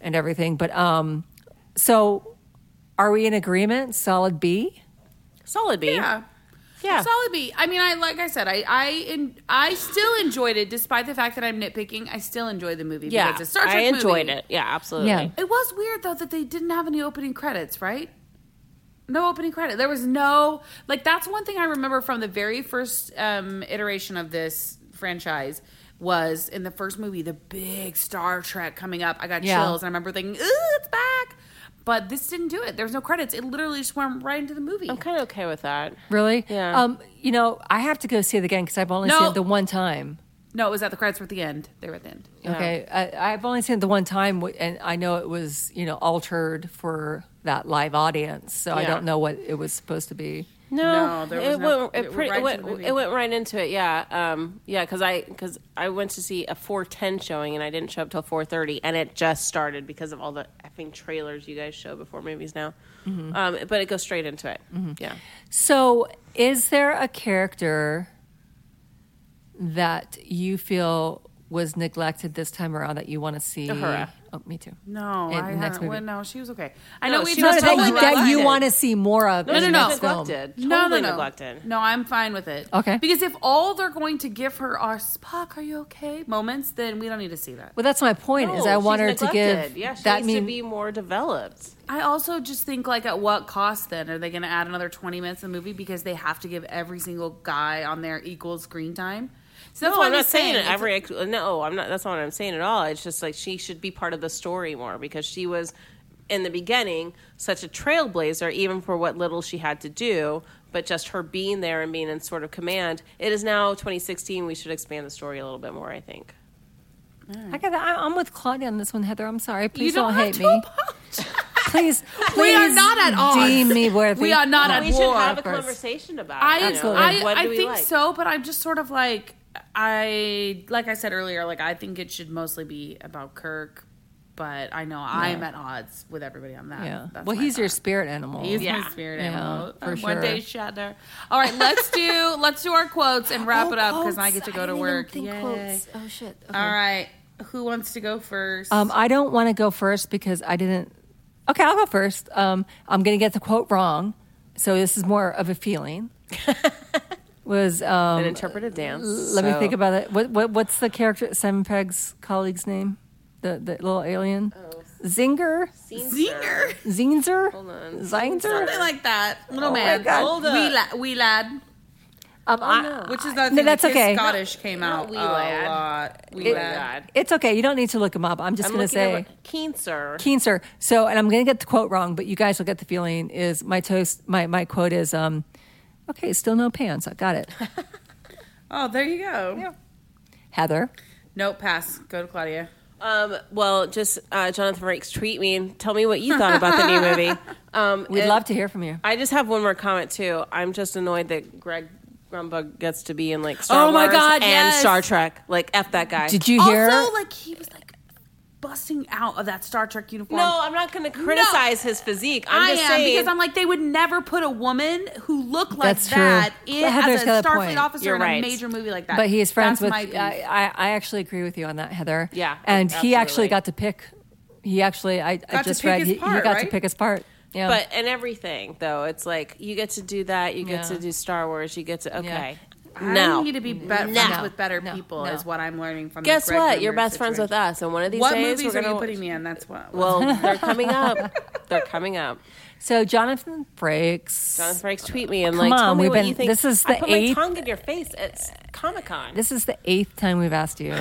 [SPEAKER 3] and everything. But um, so are we in agreement? Solid B.
[SPEAKER 1] Solid B.
[SPEAKER 2] Yeah.
[SPEAKER 1] Yeah.
[SPEAKER 2] Solid B. I mean, I like I said, I I in, I still enjoyed it despite the fact that I'm nitpicking. I still enjoyed the movie.
[SPEAKER 1] Yeah.
[SPEAKER 2] because it's a Star Trek
[SPEAKER 1] I enjoyed
[SPEAKER 2] movie.
[SPEAKER 1] it. Yeah, absolutely.
[SPEAKER 3] Yeah.
[SPEAKER 2] It was weird though that they didn't have any opening credits, right? No opening credit. There was no like that's one thing I remember from the very first um, iteration of this franchise was in the first movie the big Star Trek coming up. I got
[SPEAKER 3] Yeah.
[SPEAKER 2] chills and I remember thinking, "Ooh, it's back." But this didn't do it. There was no credits. It literally just went right into the movie.
[SPEAKER 1] I'm kind of okay with that.
[SPEAKER 3] Really?
[SPEAKER 1] Yeah.
[SPEAKER 3] Um, you know, I have to go see it again because I've only
[SPEAKER 2] No.
[SPEAKER 3] seen it the one time.
[SPEAKER 2] No, it was at the credits were at the end. They were at the end.
[SPEAKER 3] Okay, I, I've only seen it the one time, wh- and I know it was you know altered for that live audience, so I
[SPEAKER 1] Yeah.
[SPEAKER 3] don't know what it was supposed to be.
[SPEAKER 1] No,
[SPEAKER 2] No, there
[SPEAKER 1] it,
[SPEAKER 2] was no-
[SPEAKER 1] went, it,
[SPEAKER 2] it
[SPEAKER 1] pretty,
[SPEAKER 2] went
[SPEAKER 1] it,
[SPEAKER 2] right to
[SPEAKER 1] went,
[SPEAKER 2] the
[SPEAKER 1] it went right into it. Yeah, um, yeah, because I because I went to see a four ten showing and I didn't show up till four thirty, and it just started because of all the effing trailers you guys show before movies now. Um, but it goes straight into it. Yeah,
[SPEAKER 3] So, is there a character that you feel was neglected this time around that you want to see?
[SPEAKER 1] Uhura.
[SPEAKER 3] Oh, me too.
[SPEAKER 2] No,
[SPEAKER 3] In
[SPEAKER 2] I
[SPEAKER 3] the next
[SPEAKER 2] haven't.
[SPEAKER 3] movie.
[SPEAKER 2] Well, no, she was okay. I
[SPEAKER 1] No,
[SPEAKER 2] know we
[SPEAKER 1] she
[SPEAKER 3] No,
[SPEAKER 1] was
[SPEAKER 2] talked
[SPEAKER 3] that
[SPEAKER 2] about
[SPEAKER 1] totally
[SPEAKER 3] you, that you
[SPEAKER 1] neglected.
[SPEAKER 3] want to see more of.
[SPEAKER 1] no,
[SPEAKER 3] in
[SPEAKER 1] no,
[SPEAKER 3] the next film.
[SPEAKER 1] neglected.
[SPEAKER 2] No, no,
[SPEAKER 1] Totally
[SPEAKER 2] no.
[SPEAKER 1] neglected.
[SPEAKER 2] No, I'm fine with it.
[SPEAKER 3] Okay.
[SPEAKER 2] Because if all they're going to give her are Spock, are you okay moments, then we don't need to see that.
[SPEAKER 3] Well, that's my point. is
[SPEAKER 1] No,
[SPEAKER 3] I want her
[SPEAKER 1] she's
[SPEAKER 3] to
[SPEAKER 1] neglected.
[SPEAKER 3] give
[SPEAKER 1] Yeah, she
[SPEAKER 3] that
[SPEAKER 1] needs
[SPEAKER 3] mean
[SPEAKER 1] to be more developed.
[SPEAKER 2] I also just think like at what cost then are they going to add another 20 minutes of the movie because they have to give every single guy on there equal screen time. So that's
[SPEAKER 1] No,
[SPEAKER 2] why
[SPEAKER 1] I'm not
[SPEAKER 2] just
[SPEAKER 1] saying,
[SPEAKER 2] it's-
[SPEAKER 1] every. ex- No, I'm not. That's not what I'm saying at all. It's just like she should be part of the story more because she was in the beginning such a trailblazer, even for what little she had to do. But just her being there and being in sort of command. It is now 2016. We should expand the story a little bit more. I think.
[SPEAKER 3] I got. I, I'm with Claudia on this one, Heather. I'm sorry. Please
[SPEAKER 2] you don't,
[SPEAKER 3] hate
[SPEAKER 2] have
[SPEAKER 3] me.
[SPEAKER 2] to apologize.
[SPEAKER 3] please,
[SPEAKER 2] [LAUGHS] We are
[SPEAKER 3] please
[SPEAKER 2] not at odds.
[SPEAKER 3] Deem me worthy.
[SPEAKER 2] We are not
[SPEAKER 1] Well,
[SPEAKER 2] at
[SPEAKER 1] we should
[SPEAKER 2] war.
[SPEAKER 1] have a
[SPEAKER 3] first.
[SPEAKER 1] conversation about.
[SPEAKER 2] I,
[SPEAKER 1] it, you know,
[SPEAKER 3] Absolutely.
[SPEAKER 1] like,
[SPEAKER 2] I,
[SPEAKER 1] what do
[SPEAKER 2] I
[SPEAKER 1] we
[SPEAKER 2] think
[SPEAKER 1] like?
[SPEAKER 2] so, but I'm just sort of like I like I said earlier, like I think it should mostly be about Kirk, but I know I'm at odds with everybody on that.
[SPEAKER 3] Yeah.
[SPEAKER 2] That's
[SPEAKER 3] well,
[SPEAKER 2] my
[SPEAKER 3] he's your
[SPEAKER 2] thought.
[SPEAKER 3] spirit animal.
[SPEAKER 2] He's
[SPEAKER 1] Yeah.
[SPEAKER 2] my spirit
[SPEAKER 3] Yeah,
[SPEAKER 2] animal.
[SPEAKER 3] for
[SPEAKER 2] One
[SPEAKER 3] sure.
[SPEAKER 2] day Shatner. All right, let's
[SPEAKER 3] [LAUGHS]
[SPEAKER 2] do let's do our quotes and wrap
[SPEAKER 3] Oh,
[SPEAKER 2] it up because I get
[SPEAKER 3] quotes.
[SPEAKER 2] to go
[SPEAKER 3] I
[SPEAKER 2] to
[SPEAKER 3] didn't even
[SPEAKER 2] work.
[SPEAKER 3] think
[SPEAKER 2] Yay.
[SPEAKER 3] quotes. Oh shit. Okay.
[SPEAKER 2] All right, who wants to go first?
[SPEAKER 3] Um, I don't want to go first because I didn't. Okay, I'll go first. Um, I'm going to get the quote wrong, so this is more of
[SPEAKER 2] [LAUGHS]
[SPEAKER 3] a feeling. Was um,
[SPEAKER 1] An interpretive dance.
[SPEAKER 3] let me think about it. What, what what's the character Simon Pegg's colleague's name? The the little alien.
[SPEAKER 2] Oh.
[SPEAKER 3] Zinger, [LAUGHS]
[SPEAKER 2] Zinger, [LAUGHS]
[SPEAKER 3] Zinzer,
[SPEAKER 1] on.
[SPEAKER 3] Zinzer.
[SPEAKER 2] something like that. Little
[SPEAKER 3] Oh my
[SPEAKER 2] man,
[SPEAKER 3] God.
[SPEAKER 1] Hold
[SPEAKER 2] wee,
[SPEAKER 1] up.
[SPEAKER 2] la- wee lad.
[SPEAKER 3] Um, I-
[SPEAKER 2] Which is
[SPEAKER 3] I-
[SPEAKER 2] that
[SPEAKER 3] no,
[SPEAKER 2] thing
[SPEAKER 3] that's
[SPEAKER 2] that Kiss
[SPEAKER 3] okay.
[SPEAKER 2] Scottish came
[SPEAKER 1] Not
[SPEAKER 2] out
[SPEAKER 1] Wee
[SPEAKER 2] a
[SPEAKER 1] Lad.
[SPEAKER 2] lot. Wee
[SPEAKER 1] It-
[SPEAKER 2] Lad.
[SPEAKER 3] It's okay. You don't need to look him up. I'm just
[SPEAKER 1] I'm
[SPEAKER 3] going to
[SPEAKER 1] looking at
[SPEAKER 3] say.
[SPEAKER 1] what- Keen sir.
[SPEAKER 3] Keen sir. So, and I'm going to get the quote wrong, but you guys will get the feeling. Is my toast? My my quote is, um, okay, still no pants. I
[SPEAKER 2] [LAUGHS]
[SPEAKER 3] got it.
[SPEAKER 2] Oh, there you go.
[SPEAKER 3] Heather,
[SPEAKER 2] Nope, pass. Go to Claudia.
[SPEAKER 1] Um, well, just uh, Jonathan Rakes, tweet me and tell me what you thought about the
[SPEAKER 2] [LAUGHS]
[SPEAKER 1] new movie. Um,
[SPEAKER 3] we'd
[SPEAKER 1] and-
[SPEAKER 3] love to hear from you.
[SPEAKER 1] I just have one more comment too. I'm just annoyed that Greg Grumbug gets to be in like Star
[SPEAKER 2] Oh my
[SPEAKER 1] Wars
[SPEAKER 2] God,
[SPEAKER 1] and
[SPEAKER 2] yes.
[SPEAKER 1] Star Trek. Like f that guy.
[SPEAKER 3] Did you hear?
[SPEAKER 2] Also, like he was like busting out of that Star Trek uniform.
[SPEAKER 1] No, I'm not going to criticize his physique. I'm
[SPEAKER 2] I
[SPEAKER 1] just
[SPEAKER 2] am
[SPEAKER 1] saying
[SPEAKER 2] because I'm like they would never put a woman who looked like
[SPEAKER 3] That's true.
[SPEAKER 2] that in as
[SPEAKER 3] Heather's
[SPEAKER 2] a
[SPEAKER 3] got a
[SPEAKER 2] Starfleet
[SPEAKER 3] point.
[SPEAKER 2] officer
[SPEAKER 1] You're
[SPEAKER 2] in
[SPEAKER 1] right.
[SPEAKER 2] a major movie like that.
[SPEAKER 3] But he is friends
[SPEAKER 2] Uh, That's
[SPEAKER 3] with. uh,
[SPEAKER 2] my
[SPEAKER 3] I,
[SPEAKER 2] beef.
[SPEAKER 3] I, I actually agree with you on that, Heather.
[SPEAKER 1] Yeah,
[SPEAKER 3] and he
[SPEAKER 1] absolutely.
[SPEAKER 3] actually got to pick. He actually, I, I
[SPEAKER 2] Got to
[SPEAKER 3] just
[SPEAKER 2] pick
[SPEAKER 3] read,
[SPEAKER 2] his
[SPEAKER 3] he, he
[SPEAKER 2] part,
[SPEAKER 3] got to
[SPEAKER 2] right?
[SPEAKER 3] pick his part. Yeah,
[SPEAKER 1] but and everything though, it's like you get to do that, you get
[SPEAKER 3] Yeah.
[SPEAKER 1] to do Star Wars, you get to okay.
[SPEAKER 2] I
[SPEAKER 1] No.
[SPEAKER 2] need to be better
[SPEAKER 1] No.
[SPEAKER 2] friends with better
[SPEAKER 3] No.
[SPEAKER 2] people
[SPEAKER 3] No.
[SPEAKER 2] is what I'm learning from. the
[SPEAKER 1] Guess
[SPEAKER 2] Greg
[SPEAKER 1] what? You're
[SPEAKER 2] Remmer
[SPEAKER 1] best friends with
[SPEAKER 2] situation.
[SPEAKER 1] us, and one of these
[SPEAKER 2] What
[SPEAKER 1] days
[SPEAKER 2] movies
[SPEAKER 1] we're
[SPEAKER 2] are
[SPEAKER 1] gonna
[SPEAKER 2] you putting me in? That's what.
[SPEAKER 1] Well, they're coming
[SPEAKER 2] [LAUGHS]
[SPEAKER 1] up. They're coming up.
[SPEAKER 3] so Jonathan breaks.
[SPEAKER 1] Jonathan Frakes, tweet me and
[SPEAKER 3] Come
[SPEAKER 1] like tell
[SPEAKER 3] on,
[SPEAKER 1] me
[SPEAKER 3] we've
[SPEAKER 1] what
[SPEAKER 3] been-
[SPEAKER 1] you think.
[SPEAKER 3] this is
[SPEAKER 1] I
[SPEAKER 3] the
[SPEAKER 1] put
[SPEAKER 3] eighth-
[SPEAKER 1] my tongue in your face at Comic Con.
[SPEAKER 3] This is the eighth time we've
[SPEAKER 2] [COUGHS]
[SPEAKER 3] asked you,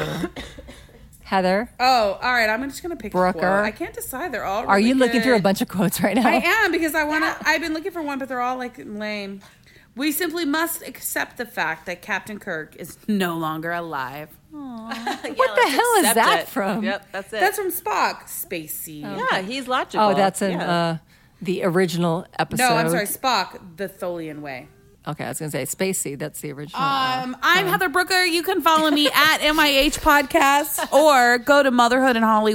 [SPEAKER 3] Heather.
[SPEAKER 2] oh, all right. I'm just gonna pick. a
[SPEAKER 3] Brooker.
[SPEAKER 2] quote. I can't decide. They're all.
[SPEAKER 3] Are
[SPEAKER 2] really
[SPEAKER 3] you looking through a
[SPEAKER 2] good.
[SPEAKER 3] bunch of quotes right now?
[SPEAKER 2] I am because I want to. I've been looking for one, but they're all like lame. We simply must accept the fact that Captain Kirk is no longer alive.
[SPEAKER 1] what
[SPEAKER 3] the hell is that from?
[SPEAKER 1] Yep, that's it.
[SPEAKER 2] That's from Spock. Spacey.
[SPEAKER 1] yeah, he's logical.
[SPEAKER 3] Oh, that's in
[SPEAKER 1] Yeah.
[SPEAKER 3] uh, the original episode.
[SPEAKER 2] No, I'm sorry, Spock. The Tholian way.
[SPEAKER 3] Okay, I was going to say Spacey. That's the original. uh,
[SPEAKER 2] Um, I'm Heather Brooker. You can follow [LAUGHS] me at MIH Podcast or go to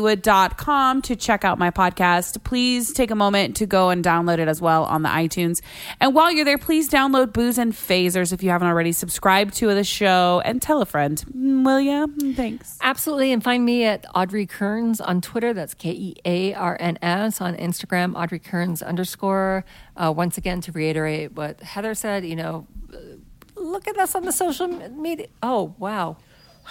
[SPEAKER 2] motherhoodinhollywood.com to check out my podcast. Please take a moment to go and download it as well on the iTunes. And while you're there, please download Booze and Phasers if you haven't already. Subscribe to the show and tell a friend, Mm, will ya? Mm, Thanks.
[SPEAKER 3] Absolutely. And find me at Audrey Kearns on Twitter. That's K E A R N S. On Instagram, Audrey Kearns underscore. Uh, once again, to reiterate what Heather said, you know, uh, look at us on the social media. Oh, wow.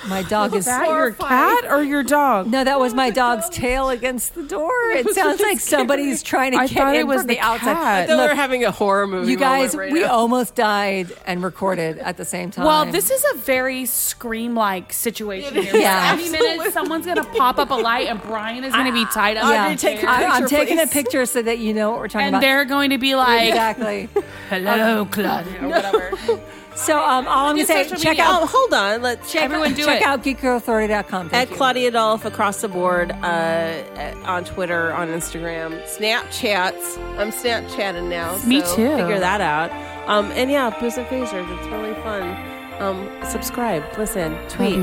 [SPEAKER 3] My dog is.
[SPEAKER 2] your cat or your dog?
[SPEAKER 3] No, that was my dog's tail against the
[SPEAKER 2] [LAUGHS]
[SPEAKER 3] door. It sounds like somebody's trying to
[SPEAKER 2] I
[SPEAKER 3] get
[SPEAKER 2] thought
[SPEAKER 3] in
[SPEAKER 2] it was
[SPEAKER 3] from the,
[SPEAKER 2] the
[SPEAKER 3] outside.
[SPEAKER 2] cat.
[SPEAKER 1] So
[SPEAKER 3] Look,
[SPEAKER 1] we're having a horror movie.
[SPEAKER 3] you guys,
[SPEAKER 1] moment right
[SPEAKER 3] we
[SPEAKER 1] now.
[SPEAKER 3] almost died and recorded at the same time.
[SPEAKER 2] Well, this is a very scream like situation here.
[SPEAKER 3] Yeah.
[SPEAKER 2] Any minute, someone's going to pop up a light and Brian is going to be tied up.
[SPEAKER 3] Yeah.
[SPEAKER 2] in a chair.
[SPEAKER 3] I, I'm
[SPEAKER 1] picture,
[SPEAKER 3] taking a
[SPEAKER 1] please.
[SPEAKER 3] picture so that you know what we're talking
[SPEAKER 2] And
[SPEAKER 3] about.
[SPEAKER 2] they're going to be like,
[SPEAKER 3] exactly.
[SPEAKER 2] hello, Claudia, or whatever.
[SPEAKER 3] So um, all I'm going to say,
[SPEAKER 2] social
[SPEAKER 3] check
[SPEAKER 2] media.
[SPEAKER 3] out
[SPEAKER 1] Oh, hold on. Let's check
[SPEAKER 2] Everyone do
[SPEAKER 3] check
[SPEAKER 2] it.
[SPEAKER 3] out geekgirlauthority.com. Thank
[SPEAKER 1] at
[SPEAKER 3] you.
[SPEAKER 1] Claudia Dolph across the board uh, on Twitter, on Instagram, Snapchats. I'm Snapchatting now. So
[SPEAKER 2] Me too.
[SPEAKER 1] Figure that out. Um, and yeah, Booze and Phasers. It's really fun. Um, subscribe, listen, tweet,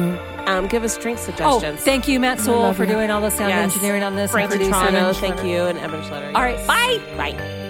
[SPEAKER 1] um, give us drink
[SPEAKER 3] Oh,
[SPEAKER 1] suggestions.
[SPEAKER 3] thank you, Matt Soul, for doing all the sound
[SPEAKER 1] Yes.
[SPEAKER 3] engineering on this.
[SPEAKER 1] Frank
[SPEAKER 3] and producer and
[SPEAKER 1] Trano,
[SPEAKER 3] engineer.
[SPEAKER 1] thank you, and Evan Schletter.
[SPEAKER 3] All right,
[SPEAKER 1] yes.
[SPEAKER 3] bye.
[SPEAKER 1] Bye.